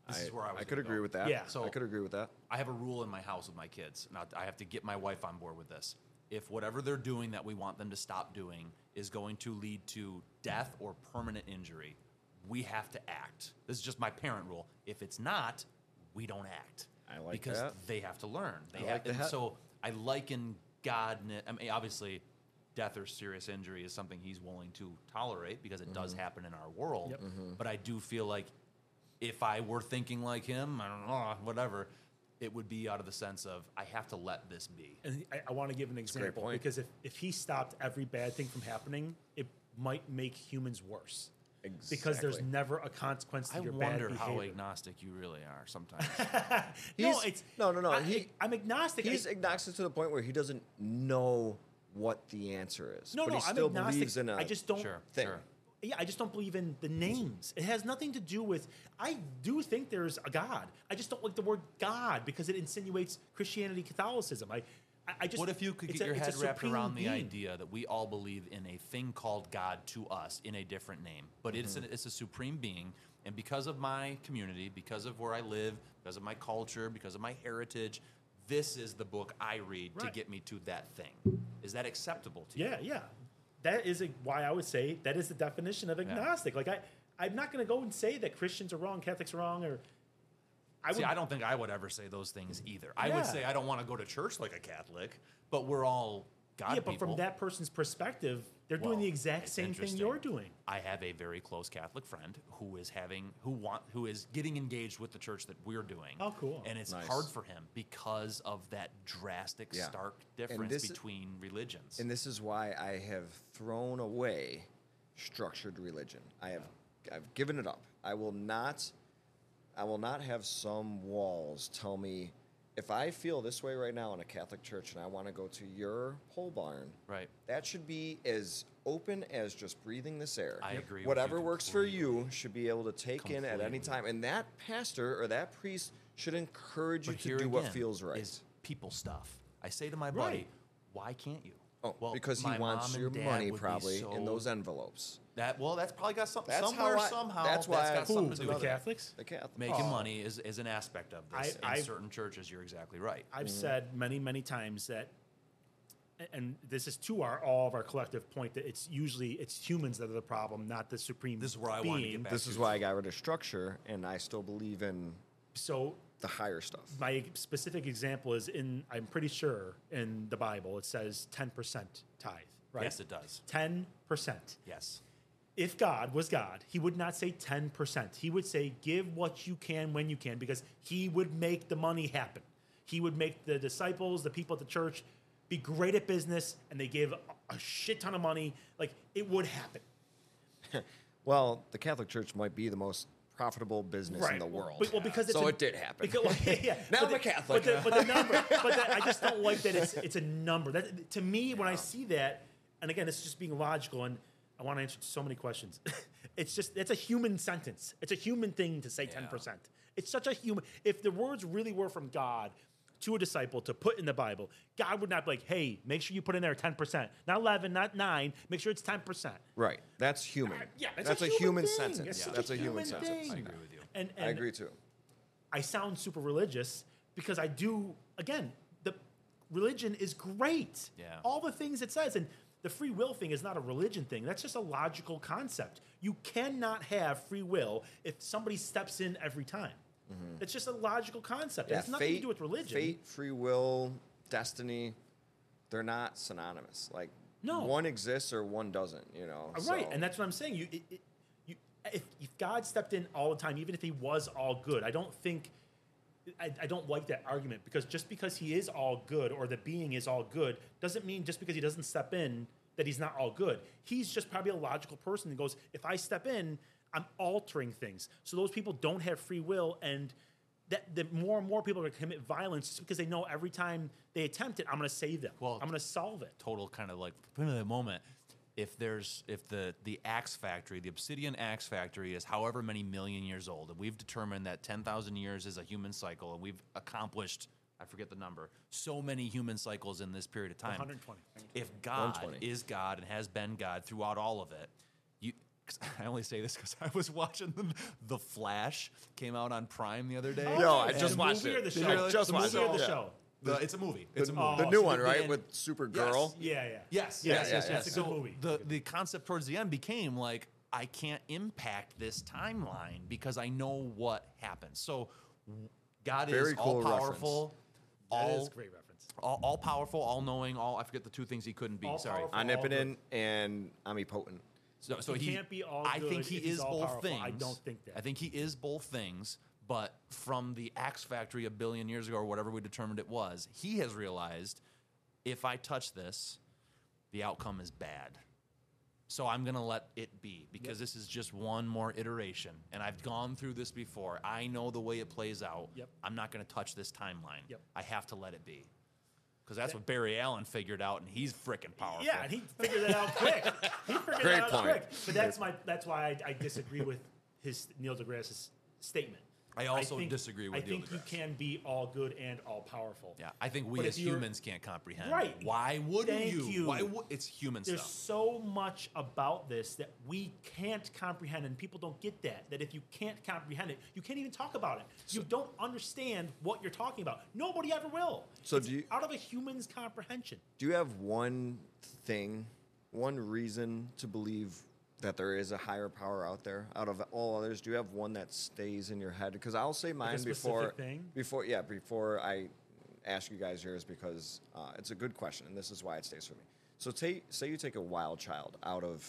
C: This is where I was.
B: could
C: gonna
B: agree
C: go.
B: with that.
A: Yeah.
C: So-
B: I could agree with that.
C: I have a rule in my house with my kids. Now I have to get my wife on board with this. If whatever they're doing that we want them to stop doing is going to lead to death or permanent injury, we have to act. This is just my parent rule. If it's not, we don't act.
B: I like
C: because
B: that.
C: they have to learn. They
B: I
C: have,
B: like
C: and
B: that.
C: So I liken God. I mean, obviously, death or serious injury is something He's willing to tolerate because it does happen in our world.
A: Yep.
C: But I do feel like if I were thinking like him, I don't know, whatever, it would be out of the sense of I have to let this be.
A: And I, I want to give an
B: great
A: example
B: point.
A: because if, if he stopped every bad thing from happening, it might make humans worse because there's
B: Exactly.
A: never a consequence to
C: I
A: your
C: wonder
A: bad
C: how
A: behavior.
C: agnostic you really are sometimes.
A: [LAUGHS] no,
B: He's-
A: it's
B: no, no, no,
A: I,
B: he-
A: I'm agnostic. I-
B: He's agnostic to the point where he doesn't know what the answer is.
A: no,
B: but
A: no,
B: he
A: I'm
B: still believes
A: agnostic.
B: in a.
A: I just don't.
C: sure,
B: thing.
C: sure.
A: Yeah, I just don't believe in the names. It has nothing to do with. I do think there's a God. I just don't like the word God because it insinuates Christianity, Catholicism. I, I, I just.
C: What if you could
A: it's
C: get
A: a-
C: your
A: it's a
C: head wrapped
A: supreme
C: around the
A: being.
C: idea that we all believe in a thing called God to us in a different name, but it's
A: Mm-hmm.
C: an, it's a supreme being, and because of my community, because of where I live, because of my culture, because of my heritage, this is the book I read to
A: Right.
C: get me to that thing. Is that acceptable to you?
A: Yeah, yeah. That is a, why I would say that is the definition of agnostic. Like I, I'm not going to go and say that Christians are wrong, Catholics are wrong, or. I would.
C: See, I don't think I would ever say those things either. I would
A: Yeah.
C: say I don't want to go to church like a Catholic, but we're all God
A: yeah, but
C: people.
A: from that person's perspective, they're
C: Well,
A: doing the exact
C: it's
A: same thing
C: interesting.
A: you're doing.
C: I have a very close Catholic friend who is having who want who is getting engaged with the church that we're doing.
A: Oh, cool.
C: And it's
B: Nice.
C: hard for him because of that drastic,
B: Yeah.
C: stark
B: And
C: difference
B: this-
C: between religions.
B: And this is why I have thrown away structured religion. I have I've given it up. I will not I will not have some walls tell me if I feel this way right now in a Catholic church and I want to go to your pole barn.
C: Right.
B: That should be as open as just breathing this air.
C: I agree with you
B: Whatever works for you should be able to take in at
C: Completely.
B: any time and that pastor or that priest should encourage
C: But
B: you to do what feels right.
C: Is people stuff. I say to my buddy,
A: Right.
C: why can't you?
B: Oh, because he
C: my
B: wants
C: mom
B: your
C: and dad
B: money
C: would be
B: probably in
C: so-
B: those envelopes.
C: That well, that's probably got something
B: That's
C: somewhere
B: how I-
C: somehow.
B: that's why I-
C: that's got
B: Who,
C: something to do
A: the
C: with it.
A: Catholics?
B: The Catholic.
C: Making
B: Oh.
C: money is, is an aspect of this.
A: I-
C: in
A: I've-
C: certain churches, you're exactly right.
A: I've said many, many times that, and this is to our all of our collective point that it's usually it's humans that are the problem, not the supreme.
C: This is where I
A: being.
C: wanted to get back.
B: This is why I got rid of structure, and I still believe in
A: So
B: the higher stuff.
A: my specific example is in. I'm pretty sure in the Bible it says ten percent tithe. Right.
C: Yes, it does.
A: Ten percent.
C: Yes.
A: If God was God, He would not say ten percent. He would say, "Give what you can when you can," because He would make the money happen. He would make the disciples, the people at the church, be great at business, and they gave a shit ton of money. Like it would happen.
B: Well, the Catholic Church might be the most profitable business in the
A: Well,
B: world.
A: but- well, because it's
B: so
A: a-
B: it did happen.
A: Because, well, [LAUGHS] yeah, yeah.
B: Now
A: But
B: I'm
A: the-
B: a Catholic.
A: But the, but the
B: [LAUGHS]
A: number, but that, I just don't like that it's it's a number. That to me, when I see that, and again, it's just being logical, and I want to answer so many questions. [LAUGHS] it's just it's a human sentence. It's a human thing to say ten percent. It's such a human. If the words really were from God. To a disciple to put in the Bible, God would not be like, "Hey, make sure you put in there ten percent, not eleven, not nine. Make sure it's ten percent."
B: right. That's human.
A: Uh, yeah, it's a
B: that's, a,
A: human
B: human,
A: thing. It's
B: sentence.
A: such a
B: That's a
A: human
B: human,
A: thing.
B: sentence.
A: I
C: I
A: agree
C: agree with you.
A: And, and
B: I agree too.
A: I sound super religious because I do again the religion is great.
C: Yeah.
A: All the things it says and the free will thing is not a religion thing. That's just a logical concept. You cannot have free will if somebody steps in every time. It's just a logical concept. it has nothing to do with religion.
B: Fate, free will, destiny, they're not synonymous. Like
A: No. Uh,
B: one exists or one doesn't, you know.
A: Oh, Right,
B: so-
A: and that's what I'm saying. You, it, it, you, if, if God stepped in all the time, even if He was all good, I don't think, I, I don't like that argument because just because He is all good or the being is all good doesn't mean just because He doesn't step in that He's not all good. He's just probably a logical person that goes, if I step in, I'm altering things. So those people don't have free will and. That, that more and more people are going to commit violence just because they know every time they attempt it, I'm going to save them.
C: Well,
A: I'm going to solve it.
C: total kind of like in the moment if there's if the the axe factory the obsidian axe factory is however many million years old and we've determined that 10,000 years is a human cycle and we've accomplished I forget the number so many human cycles in this period of time
A: 120.
C: if God
B: 120.
C: is God and has been God throughout all of it you 'cause [LAUGHS] I only say this because I was watching the, the Flash came out on Prime the other day
B: Yo, I
A: Oh, The
B: just watched
A: movie
B: it.
A: Or the
B: Did you
A: show?
B: really? Just
A: the movie
B: watched
A: or
B: it.
A: the
B: Yeah.
A: show?
C: The- it's a movie it's a
B: The-
C: movie
A: oh,
C: Oh,
B: the new
C: So
B: one,
C: the
B: right?
C: end-
B: With Supergirl.
A: Yeah, yeah.
C: Yes,
B: Yeah,
C: yes,
B: yeah,
C: yes,
B: yeah.
C: yes.
B: It's
A: a good
C: So
A: movie.
C: the the concept towards the end became like I can't impact this timeline because I know what happens. So w- God
B: Very
C: is all
B: cool
C: powerful,
A: That
C: all,
A: is a great reference.
C: all all powerful, all knowing, all I forget the two things he couldn't be.
A: All
C: sorry.
A: powerful.
B: Omnipotent and omnipotent.
C: So, so
A: He
C: he,
A: can't be all
C: I
A: good
C: think he
A: if he's
C: is
A: all
C: both
A: powerful.
C: things.
A: I don't think that.
C: I think he is both things. But from the axe factory a billion years ago or whatever we determined it was, he has realized if I touch this, the outcome is bad. So I'm gonna let it be because this is just one more iteration, and I've gone through this before. I know the way it plays out.
A: Yep.
C: I'm not gonna touch this timeline.
A: Yep.
C: I have to let it be because that's what Barry Allen figured out, and he's freaking powerful.
A: Yeah, and he figured that out quick. He figured
B: Great
A: that out
B: point.
A: quick. But that's my that's why I, I disagree with his Neil deGrasse's statement.
C: I also disagree with
A: I
C: Neil
A: think you
C: deGrasse.
A: can be all good and all powerful.
C: Yeah, I think we
A: But
C: as
A: if you're-
C: humans can't comprehend.
A: Right.
C: Why would
A: Thank
C: you?
A: you.
C: Why would it's human
A: There's
C: stuff?
A: so much about this that we can't comprehend, and people don't get that. That if you can't comprehend it, you can't even talk about it. you don't understand what you're talking about. Nobody ever will.
B: So
A: It's
B: do you-
A: out of a human's comprehension.
B: Do you have one thing, one reason to believe that there is a higher power out there out of all others? Do you have one that stays in your head? Because I'll say mine before
A: specific thing?
B: before yeah before I ask you guys yours because uh, it's a good question and this is why it stays for me. So take say you take a wild child out of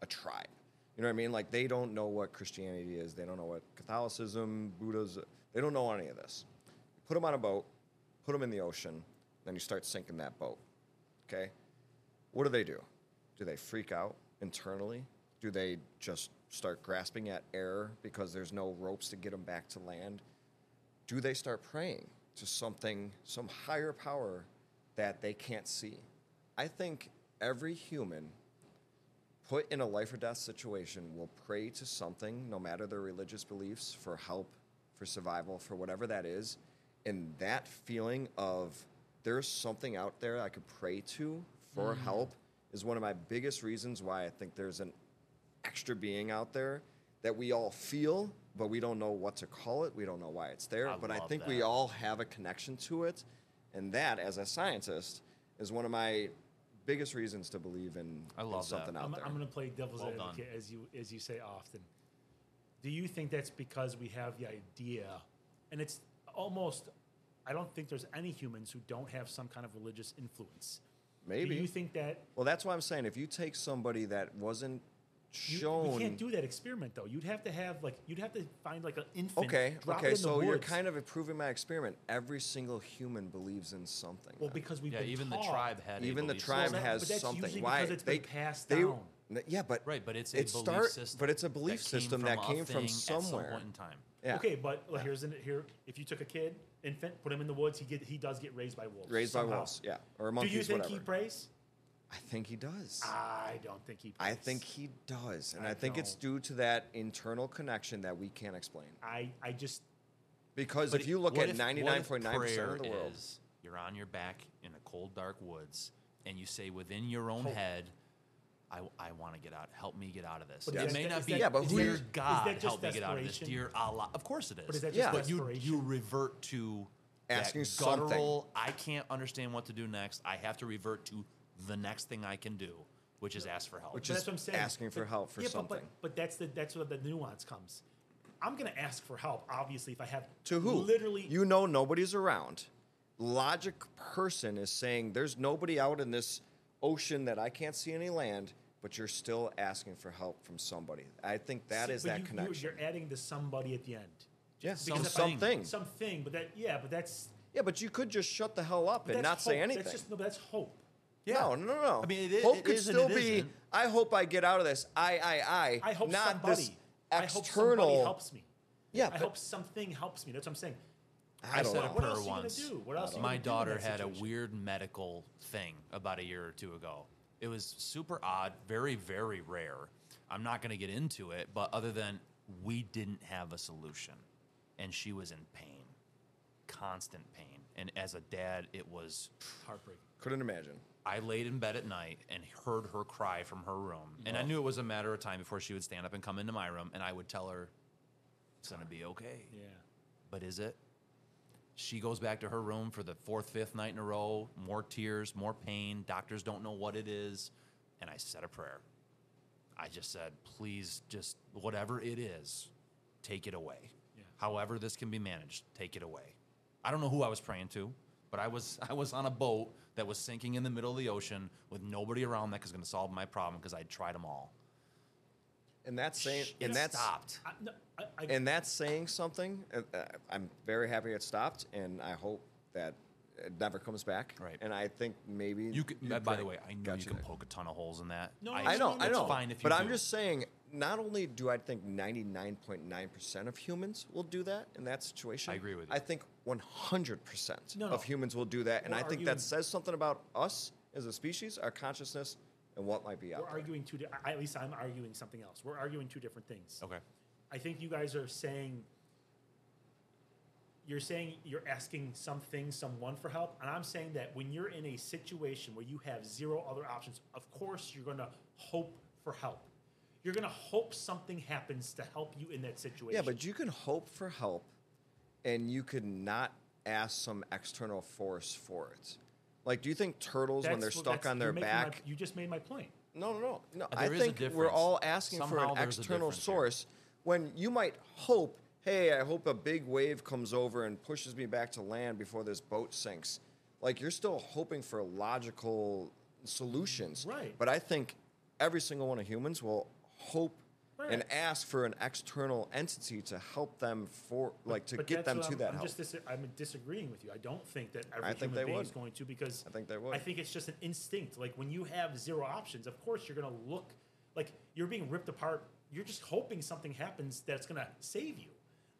B: a tribe. You know what I mean? Like they don't know what Christianity is. They don't know what Catholicism, Buddha's. They don't know any of this. Put them on a boat. Put them in the ocean. Then you start sinking that boat. Okay. What do they do? Do they freak out internally? Do they just start grasping at air because there's no ropes to get them back to land? Do they start praying to something, some higher power that they can't see? I think every human put in a life or death situation will pray to something, no matter their religious beliefs, for help, for survival, for whatever that is. And that feeling of there's something out there I could pray
C: Mm.
B: to for help is one of my biggest reasons why I think there's an extra being out there that we all feel, but we don't know what to call it. We don't know why it's there.
C: I
B: but I
C: love
B: think we
C: that.
B: all have a connection to it. And that, as a scientist, is one of my biggest reasons to believe in,
C: I
B: in
C: love that.
B: something out
A: I'm,
B: there.
A: I'm going to play devil's
C: Well done.
A: advocate as you as you say often. Do you think that's because we have the idea, and it's almost? I don't think there's any humans who don't have some kind of religious influence.
B: Maybe.
A: Do you think that
B: Well, that's why I'm saying if you take somebody that wasn't
A: you,
B: shown,
A: you can't do that experiment though? You'd have to have like you'd have to find like an infant.
B: okay,
A: drop it
B: okay,
A: in the
B: so you're
A: woods.
B: kind of proving my experiment. Every single human believes in something.
A: well
B: then.
A: because we've
C: Yeah,
A: been
C: even
A: taught-
C: the tribe had a
B: even the
C: belief
B: tribe
C: system.
A: Well, that-
B: has
A: but that's
B: something.
A: usually
B: Why
A: because it's
B: they
A: been passed
B: they-
A: down.
B: n- Yeah, but
C: right, but it's a
B: it
C: belief
B: start-
C: system.
B: But it's a
C: that
B: belief
C: came
B: system
C: from
B: that
C: a
B: came
C: thing
B: from
C: at some
B: somewhere.
C: point in time.
B: Yeah.
A: Okay, but like, here's an, here if you took a kid, infant, put him in the woods, he get he does get raised by wolves.
B: Raised by
A: somehow.
B: wolves, yeah, or
A: Do
B: monkeys,
A: you think
B: whatever.
A: he Ah. prays?
B: I think he does.
A: I don't think he. Prays.
B: I think he does, and I,
A: I
B: think it's
A: don't.
B: due to that internal connection that we can't explain.
A: I I just
B: Because if you look
C: What
B: at
C: if- what if
B: 99.9% of the
C: prayer
B: world,
C: is you're on your back in the cold, dark woods, and you say within your own
A: Hope.
C: head, "I, I want to get out. Help me get out of this."
A: But
C: It
A: is
C: may
A: that-
C: not
A: is
C: be,
A: that-
B: Yeah, but is
C: dear
B: that- is
C: God,
A: that
C: help
A: just
C: me get out of this.
A: desperation?
C: Dear Allah, of course it is.
A: But is that just
B: Yeah.
C: But you you
A: desperation?
C: revert to
B: Asking
C: that
B: something.
C: guttural, I can't understand what to do next. I have to revert to the next thing I can do. which is ask for help.
B: Which
A: But
B: is
A: that's what I'm saying.
B: asking for
A: But-
B: help for
A: yeah, but-
B: something.
A: But, but that's the that's where the nuance comes. I'm gonna ask for help, obviously, if I have
B: To who?
A: Literally,
B: You know nobody's around. Logic person is saying there's nobody out in this ocean that I can't see any land, but you're still asking for help from somebody. I think that
A: see,
B: is
A: but
B: that
A: you, You,
B: connection.
A: are adding the somebody at the end.
B: yeah,
A: Because
B: something.
A: if I- Something, but that yeah, but that's,
B: Yeah, but you could just shut the hell up
A: but
B: and
A: that's
B: not say
A: hope.
B: anything.
A: That's just no, but that's hope.
B: No, no, no, no.
C: I mean, it i-
B: hope
C: it
B: could
C: is and
B: still
C: it
B: be.
C: isn't.
B: I hope I get out of this. I, I, I.
A: I hope
B: not
A: somebody.
B: This
A: I hope somebody
B: external.
A: helps me.
B: Yeah,
A: I
B: but-
A: hope something helps me. That's what I'm saying.
B: I don't
C: said
B: know.
C: a
A: What
C: prayer
A: else you gonna
C: once. Uh,
A: do? What else you
C: My
A: gonna do in
C: daughter
A: that
C: had a
A: situation?
C: weird medical thing about a year or two ago. It was super odd, very, very rare. I'm not going to get into it, but other than we didn't have a solution and she was in pain, constant pain. And as a dad, it was
A: Heartbreaking.
B: Couldn't imagine.
C: I laid in bed at night and heard her cry from her room. And I knew it was a matter of time before she would stand up and come into my room and I would tell her, it's going to be okay
A: Yeah.
C: but is it? She goes back to her room for the fourth, fifth night in a row, more tears, more pain. Doctors don't know what it is. And I said a prayer. I just said, please, just whatever it is, take it away. However, this can be managed, take it away. I don't know who I was praying to, but I was [LAUGHS] I was on a boat that was sinking in the middle of the ocean with nobody around that was going to solve my problem because I'd tried them all.
B: And that's saying.
C: it
B: And that's
C: stopped.
A: I, no, I, I,
B: and that's saying something. Uh, uh, I'm very happy it stopped, and I hope that it never comes back.
C: Right.
B: And I think maybe
C: You could, uh, by the way, I know
B: Got
C: you
B: you
C: can
B: there.
C: poke a ton of holes in that.
A: No,
B: I know, I
C: it's
B: know.
C: Fine if you
B: but I'm
C: do.
B: just saying. Not only do I think 99.9% of humans will do that in that situation,
C: I agree with
B: I
C: you.
B: think 100%
A: No, no.
B: of humans will do that, and
A: We're
B: I think
A: arguing-
B: that says something about us as a species, our consciousness, and what might be out
A: we're
B: there.
A: arguing two. Di- I, at least I'm arguing something else. We're arguing two different things.
C: Okay.
A: I think you guys are saying you're saying you're asking something, someone for help, and I'm saying that when you're in a situation where you have zero other options, of course you're going to hope for help. You're going to hope something happens to help you in that situation.
B: Yeah, but you can hope for help and you could not ask some external force for it. Like, do you think turtles, when they're
A: That's what-
B: stuck
A: that's-
B: on their
A: you're making my-
B: back,
A: you just made my point.
B: no, no, no. no.
C: Uh,
B: I
C: there is a
B: think we're
C: difference.
B: all asking
C: Somehow
B: for an
C: there's a
B: external
C: difference here.
B: source when you might hope, hey, I hope a big wave comes over and pushes me back to land before this boat sinks. Like you're still hoping for logical solutions.
A: Right.
B: But I think every single one of humans will hope and
A: Right.
B: ask for an external entity to help them for like to
A: But
B: get
A: that's
B: them
A: what
B: to
A: I'm,
B: that
A: I'm
B: help.
A: Just dis- I'm disagreeing with you. I don't think that every
B: I think
A: human
B: they
A: being
B: would.
A: is going to because
B: I think they would.
A: I think it's just an instinct. Like when you have zero options, of course you're going to look like you're being ripped apart. You're just hoping something happens that's going to save you.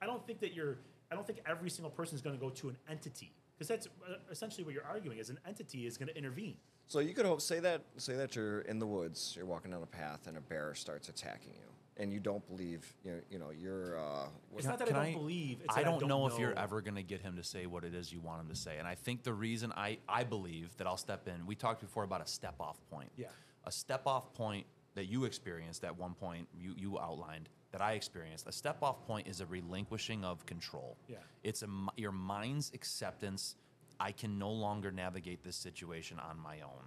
A: I don't think that you're. I don't think every single person is going to go to an entity because that's uh, essentially what you're arguing. Is an entity is going to intervene.
B: So you could hope say that say that you're in the woods, you're walking down a path, and a bear starts attacking you, and you don't believe you know, you know you're uh, what-
A: It's not that I
C: Can
A: don't believe. It's
C: I
A: that
C: don't, know, if you're
A: know.
C: ever going to get him to say what it is you want him to say. And I think the reason I, I believe that I'll step in, we talked before about a step off point.
A: Yeah.
C: A step off point that you experienced at one point, you, you outlined that I experienced. A step off point is a relinquishing of control.
A: Yeah.
C: It's a, mi- your mind's acceptance. I can no longer navigate this situation on my own.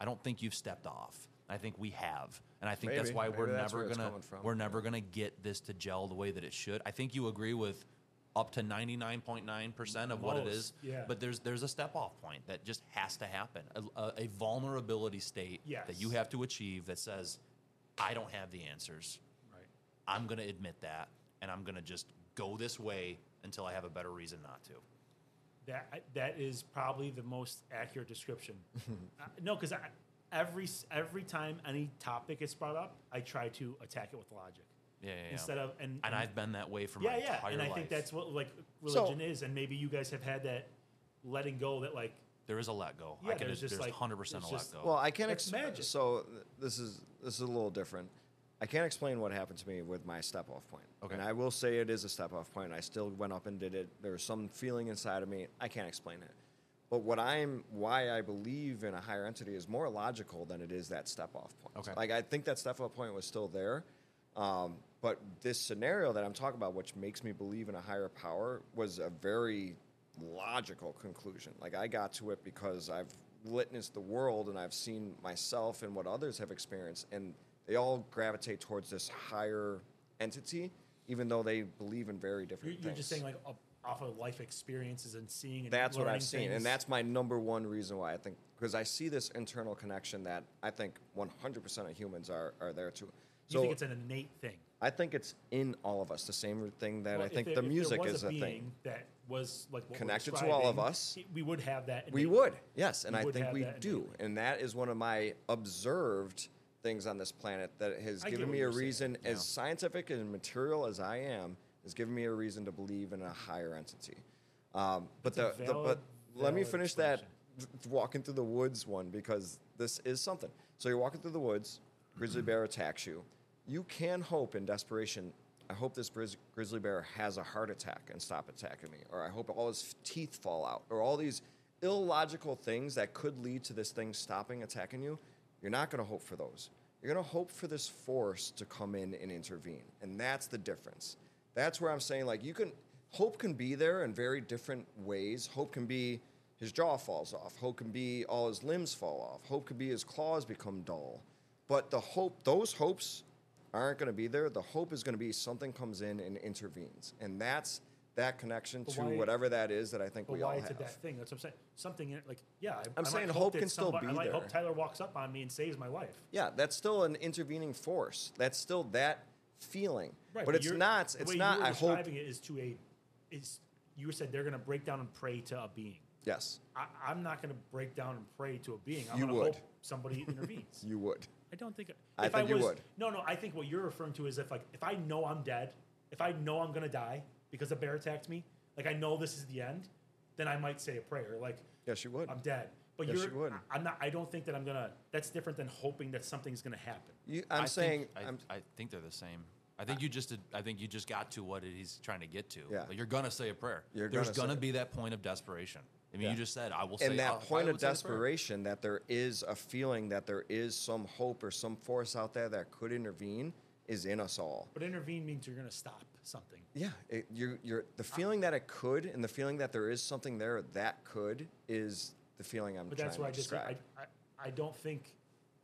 C: I don't think you've stepped off. I think we have. And I think that's
B: Maybe.
C: why
B: Maybe
C: we're
B: that's
C: never
B: where it's
C: gonna
B: coming from.
C: we're never gonna get this to gel the way that it should. I think you agree with up to ninety nine point nine percent of what it
A: Most,
C: is.
A: yeah.
C: But there's there's a step off point that just has to happen. A, a, a vulnerability state that you
A: Yes.
C: have to achieve that says, I don't have the answers.
A: Right.
C: I'm gonna admit that, and I'm gonna just go this way until I have a better reason not to.
A: That that is probably the most accurate description.
B: [LAUGHS]
A: uh, no, because every s- every time any topic is brought up, I try to attack it with logic
C: Yeah, yeah, yeah.
A: instead of and
C: and I've been that way for
A: Mm-hmm. yeah
C: my
A: yeah,
C: entire
A: and I
C: life.
A: think that's what like
B: So-
A: religion is, and maybe you guys have had that letting go that like
C: there is a let go. I
A: Yeah,
C: can
A: there's just
C: there's
A: like-
C: hundred percent a
A: there's
C: let
A: just-
C: go.
B: Well, I can't.
A: That's
B: Ex-
A: magic.
B: So th- this is this is a little different. I can't explain what happened to me with my step off point.
C: Okay.
B: And I will say it is a step off point. I still went up and did it. There was some feeling inside of me. I can't explain it. But what I'm why I believe in a higher entity is more logical than it is that step off point.
C: Okay.
B: Like I think that step off point was still there. Um, but this scenario that I'm talking about, which makes me believe in a higher power, was a very logical conclusion. Like I got to it because I've witnessed the world and I've seen myself and what others have experienced, and they all gravitate towards this higher entity, even though they believe in very
A: You're,
B: different
A: you're
B: things.
A: just saying like up- off of life experiences and seeing. And
B: that's what
A: learning
B: I've seen,
A: things.
B: and that's my number one reason why I think because I see this internal connection that I think 100% of humans are are there to.
A: you
B: So
A: think it's an innate thing.
B: I think it's in all of us. The same thing that
A: Well,
B: I
A: if
B: think
A: there-
B: the
A: if there
B: music
A: was
B: is
A: a
B: a
A: being
B: thing.
A: that was like what we're
B: Connected to all of
A: describing,
B: us.
A: it- We would have that.
B: We
A: innately.
B: would, yes, and
A: We
B: I
A: would
B: think
A: have
B: we
A: that
B: do,
A: innately.
B: and that is one of my observed things on this planet that has
A: I get
B: given
A: what
B: me a
A: you're saying,
B: reason, as scientific and material as I am, has given me a reason to believe in a higher entity. Um, but the,
A: That's a
B: the but
A: valid-
B: let me
A: valid
B: finish that
A: explanation.
B: th- walking through the woods one because this is something. So you're walking through the woods, grizzly bear attacks you. You can hope in desperation. I hope this grizz- grizzly bear has a heart attack and stop attacking me, or I hope all his teeth fall out, or all these illogical things that could lead to this thing stopping attacking you. You're not going to hope for those. You're going to hope for this force to come in and intervene, and that's the difference. That's where I'm saying like you can hope can be there in very different ways. Hope can be his jaw falls off. Hope can be all his limbs fall off. Hope could be his claws become dull. But the hope, those hopes aren't going to be there. The hope is going to be something comes in and intervenes. And that's that connection
A: But
B: to
A: why-
B: whatever that is that I think
A: But
B: we all
A: why is
B: have.
A: it that thing? That's what I'm saying. Something in it, like yeah. I, I might
B: saying
A: hope
B: hope
A: that
B: can still
A: somebody-
B: be
A: I might hope
B: there.
A: Tyler walks up on me and saves my life.
B: Yeah, that's still an intervening force. That's still that feeling. but it's
A: you're-
B: not,
A: the
B: it's
A: way you
B: not,
A: were
B: I hope.
A: describing it is to a is you said they're going to break down and pray to a being.
B: Yes,
A: I, I'm not going to break down and pray to a being. I'm
B: You
A: going to
B: would.
A: hope
B: [LAUGHS]
A: somebody intervenes.
B: you would.
A: I don't think.
B: I
A: if
B: think you
A: was,
B: would.
A: No, no. I think what you're referring to is if like if I know I'm dead, if I know I'm gonna die because a bear attacked me, like I know this is the end, then I might say a prayer like
B: Yes, you would.
A: I'm dead. But
B: Yes,
A: you're,
B: you would.
A: I- I'm not. I don't think that I'm gonna. That's different than hoping that something's gonna happen.
B: You, I'm
E: I
B: saying,
E: think, I,
B: I'm,
E: I think they're the same. I think you just did, I think you just got to what it- he's trying to get to.
B: Yeah.
E: Like, you're gonna say a prayer.
B: You're
E: There's
B: gonna say
E: gonna
B: it.
E: be that point of desperation. I mean,
B: Yeah.
E: you just said I will say
B: and that
E: I'll- I
A: "Oh,
B: point of
E: would say the prayer.
B: desperation that there is a feeling that there is some hope or some force out there that could intervene is in us all.
A: But intervene means you're gonna stop something.
B: Yeah, it, you're, you're, the
A: Ah.
B: feeling that it could and the feeling that there is something there that could is the feeling I'm
A: But
B: trying
A: that's
B: to
A: where I just.
B: describe.
A: I, I, I don't think.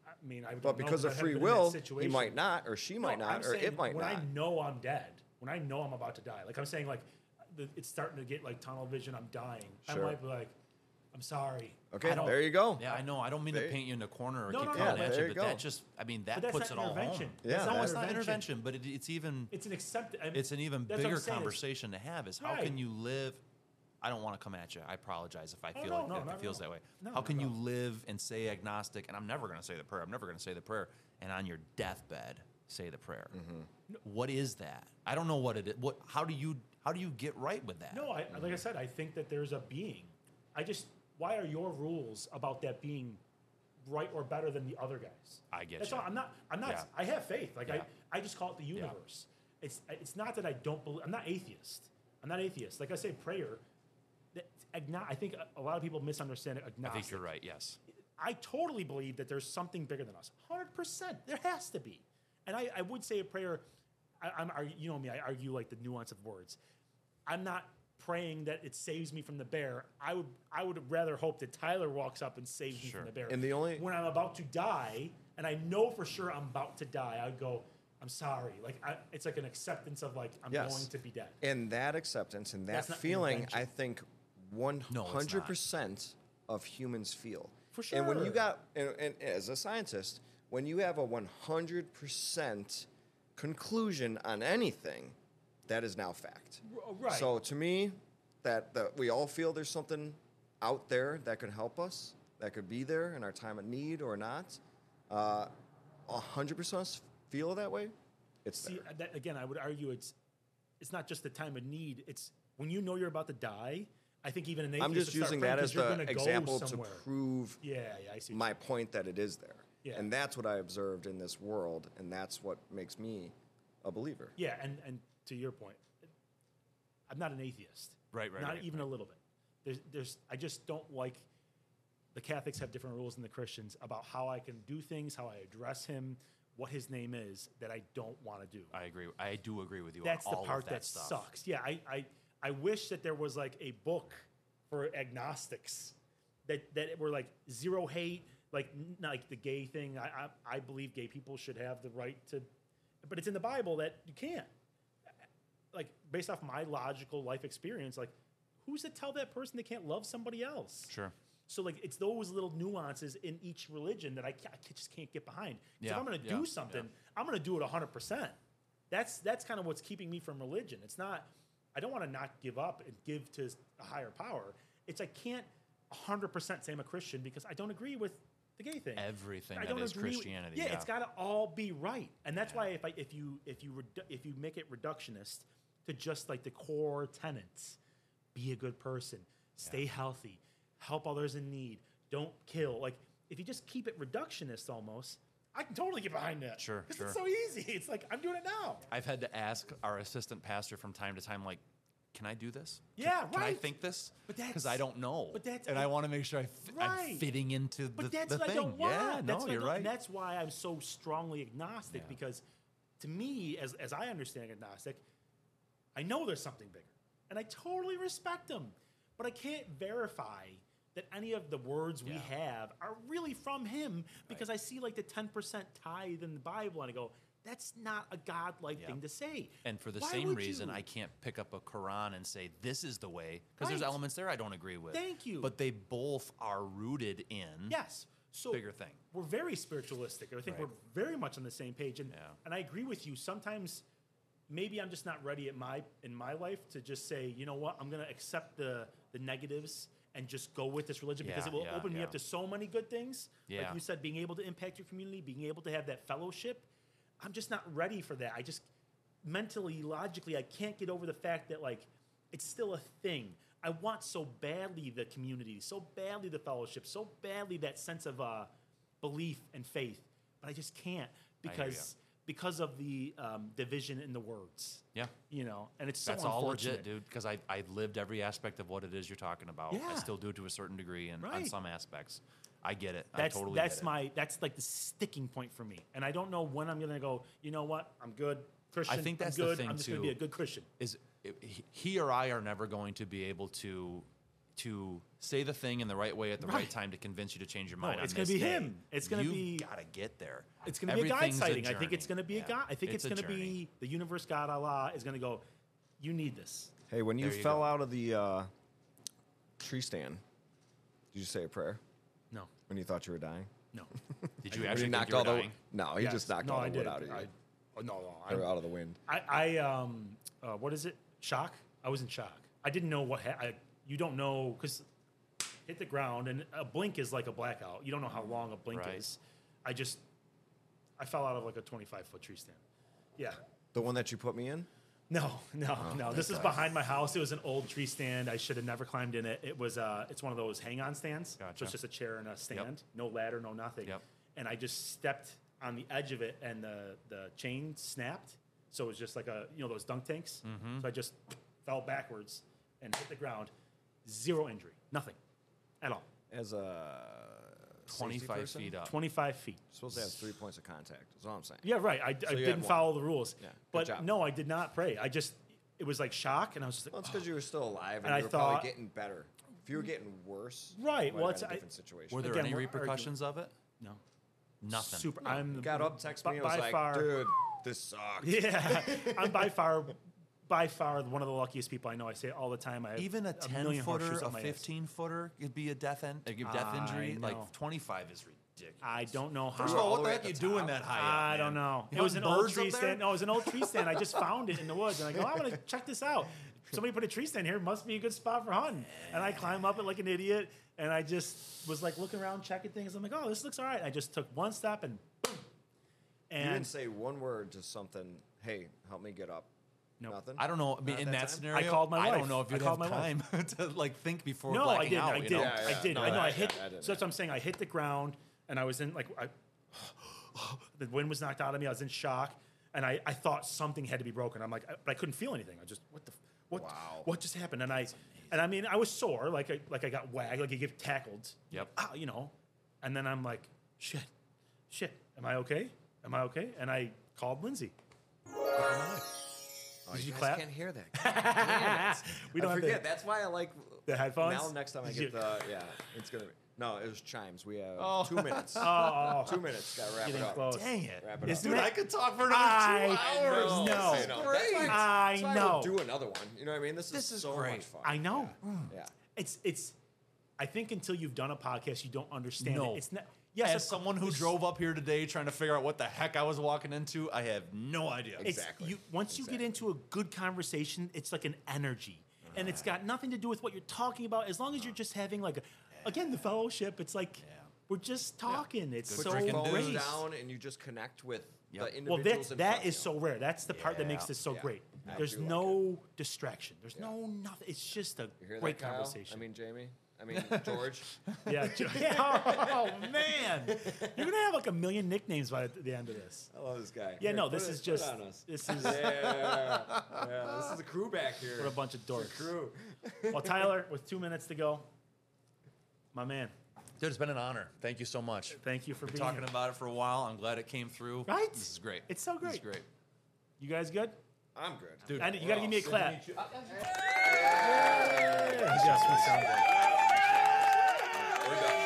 A: I mean, I.
B: but because of free will, he might not, or she might
A: No,
B: not,
A: I'm
B: or
A: saying
B: it might
A: when
B: not.
A: I know I'm dead, when I know I'm about to die, like I'm saying, like the, it's starting to get like tunnel vision. I'm dying.
B: Sure.
A: I might be like, I'm sorry.
B: okay,
A: I don't-
B: there you go.
E: Yeah, I know. I don't mean to
B: There-
E: paint you in a corner or
A: No,
E: keep
A: no, no,
E: coming
A: no.
E: at
B: There
E: you,
B: you
E: but
B: go.
E: that just, I mean, that
A: But that's
E: puts it
A: not
E: all home.
A: intervention.
B: Yeah,
A: That's
E: No,
A: not
E: it's not
A: intervention.
E: intervention, but it, it's even
A: It's an accept. I mean,
E: it's an even
A: that's what I'm
E: bigger
A: saying.
E: conversation to have is how
A: Right.
E: can you live I don't want to come at you. I apologize if I feel
A: no,
E: like
A: no,
E: if
A: not
E: it
A: at
E: feels
A: all.
E: that way.
A: No,
E: how
A: not
E: can
A: at
E: you
A: all.
E: live and say agnostic and I'm never going to say the prayer. I'm never going to say the prayer and on your deathbed say the prayer.
A: Mm-hmm.
E: What is that? I don't know what it is. What how do you how do you get right with that?
A: No, I, like I said, I think that there's a being. I just, why are your rules about that being right or better than the other guys?
E: I get
A: That's
E: you.
A: all. I'm not. I'm not.
E: Yeah.
A: I have faith. Like
E: Yeah.
A: I, I just call it the universe. It's it's not that I don't believe. I'm not atheist. I'm not atheist. Like I say, prayer. That, agno- I think a, a lot of people misunderstand it.
E: I
A: Agnostic.
E: think you're right. Yes.
A: I totally believe that there's something bigger than us. Hundred percent, there has to be. And I, I would say a prayer. I, I'm, argu- you know me. I argue like the nuance of words. I'm not praying that it saves me from the bear. I would, I would rather hope that Tyler walks up and saves me
E: Sure.
A: from the bear.
B: And the only-
A: when I'm about to die, and I know for sure I'm about to die, I would go. I'm sorry. Like I, it's like an acceptance of like I'm
B: Yes.
A: going to be dead.
B: And that acceptance and that
A: That's not
B: feeling,
A: intervention.
B: I think, one
E: not.
B: hundred percent of humans feel.
A: For
B: And when you
A: sure.
B: got, and, and as a scientist, when you have a one hundred percent conclusion on anything, that is now fact.
A: R- uh, right.
B: So to me, that that we all feel there's something out there that could help us, that could be there in our time of need or not. uh, A hundred percent of us feel that way. It's
A: See,
B: there.
A: that, again, I would argue it's it's not just the time of need. It's when you know you're about to die. I think even an atheist
B: I'm just
A: would start
B: using
A: praying
B: that
A: 'cause
B: as
A: you're
B: the
A: gonna go
B: example to
A: somewhere.
B: prove
A: Yeah, yeah, I see.
B: my point that it is there.
A: Yeah.
B: And that's what I observed in this world, and that's what makes me a believer.
A: yeah, and and to your point, I'm not an atheist.
E: Right, right,
A: Not
E: right,
A: even a little bit. There's, there's. I just don't like. The Catholics have different rules than the Christians about how I can do things, how I address him, what his name is that I don't want to do.
E: I agree. I do agree with you
A: that's
E: on
A: the
E: all
A: part
E: of
A: that,
E: that, stuff.
A: sucks. Yeah, I, I I wish that there was like a book for agnostics that that were like zero hate, like n- like the gay thing. I, I I believe gay people should have the right to, but it's in the Bible that you can't. Like based off my logical life experience, like who's to tell that person they can't love somebody else?
C: Sure.
A: So like it's those little nuances in each religion that I, ca- I ca- just can't get behind. 'Cause
C: Yeah,
A: if I'm going to
C: yeah, yeah.
A: do something, I'm going to do it 100. percent That's that's kind of what's keeping me from religion. It's not I don't want to not give up and give to a higher power. It's I can't 100 percent say I'm a Christian because I don't agree with the gay thing.
C: Everything
A: I
C: that
A: don't
C: is
A: agree with-
C: Christianity.
A: yeah, it's got to all be right, and that's why if I, if you if you redu- if you make it reductionist to just like the core tenets, be a good person, stay healthy, help others in need, don't kill. Like if you just keep it reductionist, almost, I can totally get behind that.
C: Sure,
A: 'Cause
C: sure.
A: it's so easy. It's like I'm doing it now.
C: I've had to ask our assistant pastor from time to time, like, can I do this? Can-
A: Yeah,
C: Can I
A: right.
C: think this?
A: But
C: because
A: that's-
C: I don't know.
A: but that's-
C: and I want to make sure I fi- I'm
A: Right.
C: fitting into the,
A: But that's
C: the
A: what
C: thing.
A: I don't want.
C: Yeah,
A: that's
C: no,
A: what I
C: you're
A: don't-
C: right.
A: And that's why I'm so strongly agnostic
C: Yeah.
A: because, to me, as as I understand agnostic, I know there's something bigger, and I totally respect them, but I can't verify that any of the words we
C: Yeah.
A: have are really from him because I see like the ten percent tithe in the Bible, and I go, "That's not a godlike
C: Yeah.
A: thing to say."
C: And for the
A: Why
C: same
A: would
C: reason,
A: you?
C: I can't pick up a Quran and say this is the way because there's
A: Right.
C: elements there I don't agree with.
A: Thank you.
C: But they both are rooted in
A: Yes. So
C: Bigger thing.
A: We're very spiritualistic. I think
C: Right.
A: we're very much on the same page. And
C: Yeah.
A: and I agree with you. Sometimes maybe I'm just not ready at my in my life to just say, you know what, I'm gonna accept the the negatives and just go with this religion because
C: Yeah,
A: it will
C: yeah,
A: open me
C: yeah.
A: up to so many good things.
C: Yeah.
A: Like you said, being able to impact your community, being able to have that fellowship. I'm just not ready for that. I just mentally, logically, I can't get over the fact that like it's still a thing. I want so badly the community, so badly the fellowship, so badly that sense of uh, belief and faith, but I just can't
C: hear ya.
A: because because of the um, division in the words.
C: yeah.
A: You know, and it's so
C: That's all legit,
A: unfortunate.
C: dude. Because I I lived every aspect of what it is you're talking about. I
A: Yeah.
C: still do to a certain degree, and on
A: Right.
C: some aspects, I get it.
A: That's
C: I totally
A: that's
C: get it.
A: my that's like the sticking point for me, and I don't know when I'm gonna go. You know what? I'm good Christian.
C: think
A: I'm
C: that's the
A: good.
C: thing,
A: I'm just gonna
C: too.
A: be a good Christian.
C: is he- he or I are never going to be able to to say the thing in the right way at the right,
A: Right.
C: time to convince you to change your mind.
A: it's
C: on
A: gonna
C: this
A: be
C: day.
A: him. It's gonna
C: You've
A: be-
C: gotta get there.
A: It's going to be a God
C: Everything's
A: sighting. I think
C: journey.
A: it's going to be
C: Yeah.
A: a God. I think it's,
C: a
A: going to
C: journey.
A: be the universe, God, Allah is going to go. You need this.
B: Hey, when you,
C: There you
B: fell
C: go.
B: out of the uh, tree stand, did you say a prayer
A: No,
B: when you thought you were dying?
A: no,
C: Did you
B: When he
C: actually knock
B: knocked
C: you were
B: all the
C: dying?
B: no, he
A: Yes.
B: just knocked
A: no.
B: all
A: I
B: the wood
A: did.
B: out of you
A: I, oh, no,
B: or
A: no.
B: out of the wind.
A: I, I, I um, uh, what is it? Shock. I was in shock. I didn't know what. Ha- I, you don't know because hit the ground and a blink is like a blackout. You don't know how long a blink
C: Right.
A: is. I just, I fell out of like a twenty-five foot tree stand. Yeah.
B: The one that you put me in.
A: No, no, no. This is
B: Oh, thank God.
A: behind my house. It was an old tree stand. I should have never climbed in it. It was uh it's one of those hang-on stands.
C: Gotcha.
A: So it's just a chair and a stand. No ladder, no nothing.
C: Yep.
A: And I just stepped on the edge of it and the the chain snapped. So it was just like a you know those dunk tanks.
B: Mm-hmm.
A: So I just fell backwards and hit the ground. Zero injury. Nothing. At all.
B: As a
C: Twenty-five feet
B: Oh.
C: up.
A: 25 feet.
B: supposed to have three points of contact. That's all I'm saying.
A: Yeah, right. I, I
B: you had
A: didn't
B: one.
A: follow the rules.
B: Yeah, good
A: But
B: job.
A: no, I did not pray. I just it was like shock and I was just like "Oh,
B: Well, it's because you were still alive, and,
A: And I
B: you were probably
A: thought-
B: getting better. If you were getting worse,
A: Right,
B: you might
A: well,
B: have
A: it's-
B: been a
A: I-
B: different situation.
C: Were there
A: Again,
C: any
A: we're
C: repercussions of it?
A: no.
C: Nothing.
A: Super. I'm
B: got up, texted
A: by-
B: me, and was
A: by
B: like,
A: far-
B: "Dude, this
A: [LAUGHS]
B: sucks."
A: Yeah, I'm by far, by far one of the luckiest people I know. I say it all the time. I have
C: Even a ten
A: million
C: footer,
A: horseshoes
C: a
A: up my ass.
C: fifteen footer could be a death end. Like a death
A: I
C: injury.
A: know.
C: Like twenty-five is ridiculous.
A: I don't know
C: First of
A: how.
C: all, what
B: the
C: the
B: way
C: heck
B: at
C: you
B: the
C: doing
B: top.
C: that high?
A: I
C: up, man?
A: don't know.
C: You
A: It was an
C: hunting
A: old
C: birds up
A: tree
C: there?
A: stand. No, it was an old tree stand.
C: [LAUGHS]
A: I just found it in the woods, and I go, I want to check this out. Somebody put a tree stand here. Must be a good spot for hunting. And I climb up it like an idiot, and I just was like looking around, checking things. I'm like, oh, this looks all right. I just took one step and boom.
B: You
A: And
B: didn't say one word to something. Hey, help me get up.
A: Nope.
B: Nothing.
C: I don't know. I mean,
B: Not
C: in
B: that
C: that,
B: time?
C: scenario,
A: I called my
C: I don't
A: wife.
C: know if
A: I
C: you'd have
A: called my
C: time
E: [LAUGHS]
C: to like think before.
A: No, I
C: blacking
A: didn't.
C: Out,
A: I
C: you
A: did.
C: know?
B: Yeah, yeah.
A: I did.
B: No,
A: I know.
B: I-
A: I
B: yeah,
A: hit.
B: I didn't.
A: so that's what I'm saying. I hit the ground, and I was in like, I, the wind was knocked out of me. I was in shock, and I, I thought something had to be broken. I'm like, I, but I couldn't feel anything. I just what the f- what
B: Wow.
A: what just happened? And I and I mean, I was sore. Like I like I got wagged. Like I get tackled.
C: Yep.
A: Ah, you know, and then I'm like, shit,
B: [LAUGHS]
A: [LAUGHS] shit. Am I okay? Am I okay? And I called Lindsay.
B: Oh, Oh,
A: Did
B: you,
A: you
B: guys
A: clap?
B: can't
A: [LAUGHS]
B: hear that. Damn it.
A: We
B: I
A: don't have the-
B: forget. That's why I like
A: The headphones?
B: Now next time I
A: Did you-
B: get the yeah, it's gonna be no. It was chimes. We have two minutes.
A: [LAUGHS]
B: [LAUGHS]
A: Oh,
B: Two minutes. Got to wrap
A: getting
B: it up.
A: close.
E: Dang it.
B: Wrap it
A: It's
B: up.
A: Dude, I
B: could talk for another
A: I hours. know.
B: I
A: know.
B: That's
C: Great.
B: why-
A: I
B: that's why don't
A: know.
B: do another one. You know what I mean? This is
E: This is
B: so
E: great.
B: much fun.
A: I know. Hmm.
B: Yeah.
A: It's it's. I think until you've done a podcast, you don't understand
E: No.
A: it. It's not. Yes,
E: As
A: of
E: someone who
A: course.
E: drove up here today trying to figure out what the heck I was walking into, I have no idea.
A: It's,
B: Exactly.
A: You, once you get into
B: Exactly.
A: a good conversation, it's like an energy, and it's got nothing to do with what you're talking about. As long as you're just having like, a, again, the fellowship. It's like we're just talking. It's
E: Good
A: so
E: drinking
B: Phones
E: dudes.
A: great.
B: down and you just connect with
E: Yep.
B: the
A: Well,
B: individuals.
A: that's
B: in
A: that
B: front
A: is
B: of
A: so rare. That's the part that makes
E: Yeah.
A: this so
B: Yeah.
A: great.
B: I
A: There's
B: do like
A: no distraction. There's
B: Yeah.
A: no nothing. It's just a
B: you. You hear
A: great
B: that, Kyle?
A: conversation.
B: I mean, Jamie. I mean,
A: [LAUGHS]
B: George.
A: Yeah. Joe- yeah. Oh man, you're gonna have like a million nicknames by th- the end of this.
B: I love this guy.
A: Yeah.
B: Here,
A: No,
B: put
A: this
B: it-
A: is
B: put it
A: just
B: on us.
A: this is
B: yeah, yeah, yeah. This is the crew back here.
A: what a bunch of
B: The
A: dorks.
B: crew.
A: Well, Tyler, with two minutes to go, my man,
E: Dude, it's been an honor. Thank you so much.
A: thank you for being
E: Talking
A: here.
E: about it for a while. I'm glad it came through.
A: Right?
E: This is great.
A: It's so
E: This is
A: great.
E: great.
A: you guys good?
B: I'm good.
E: Dude,
A: I, you gotta give me a clap.
B: We're done.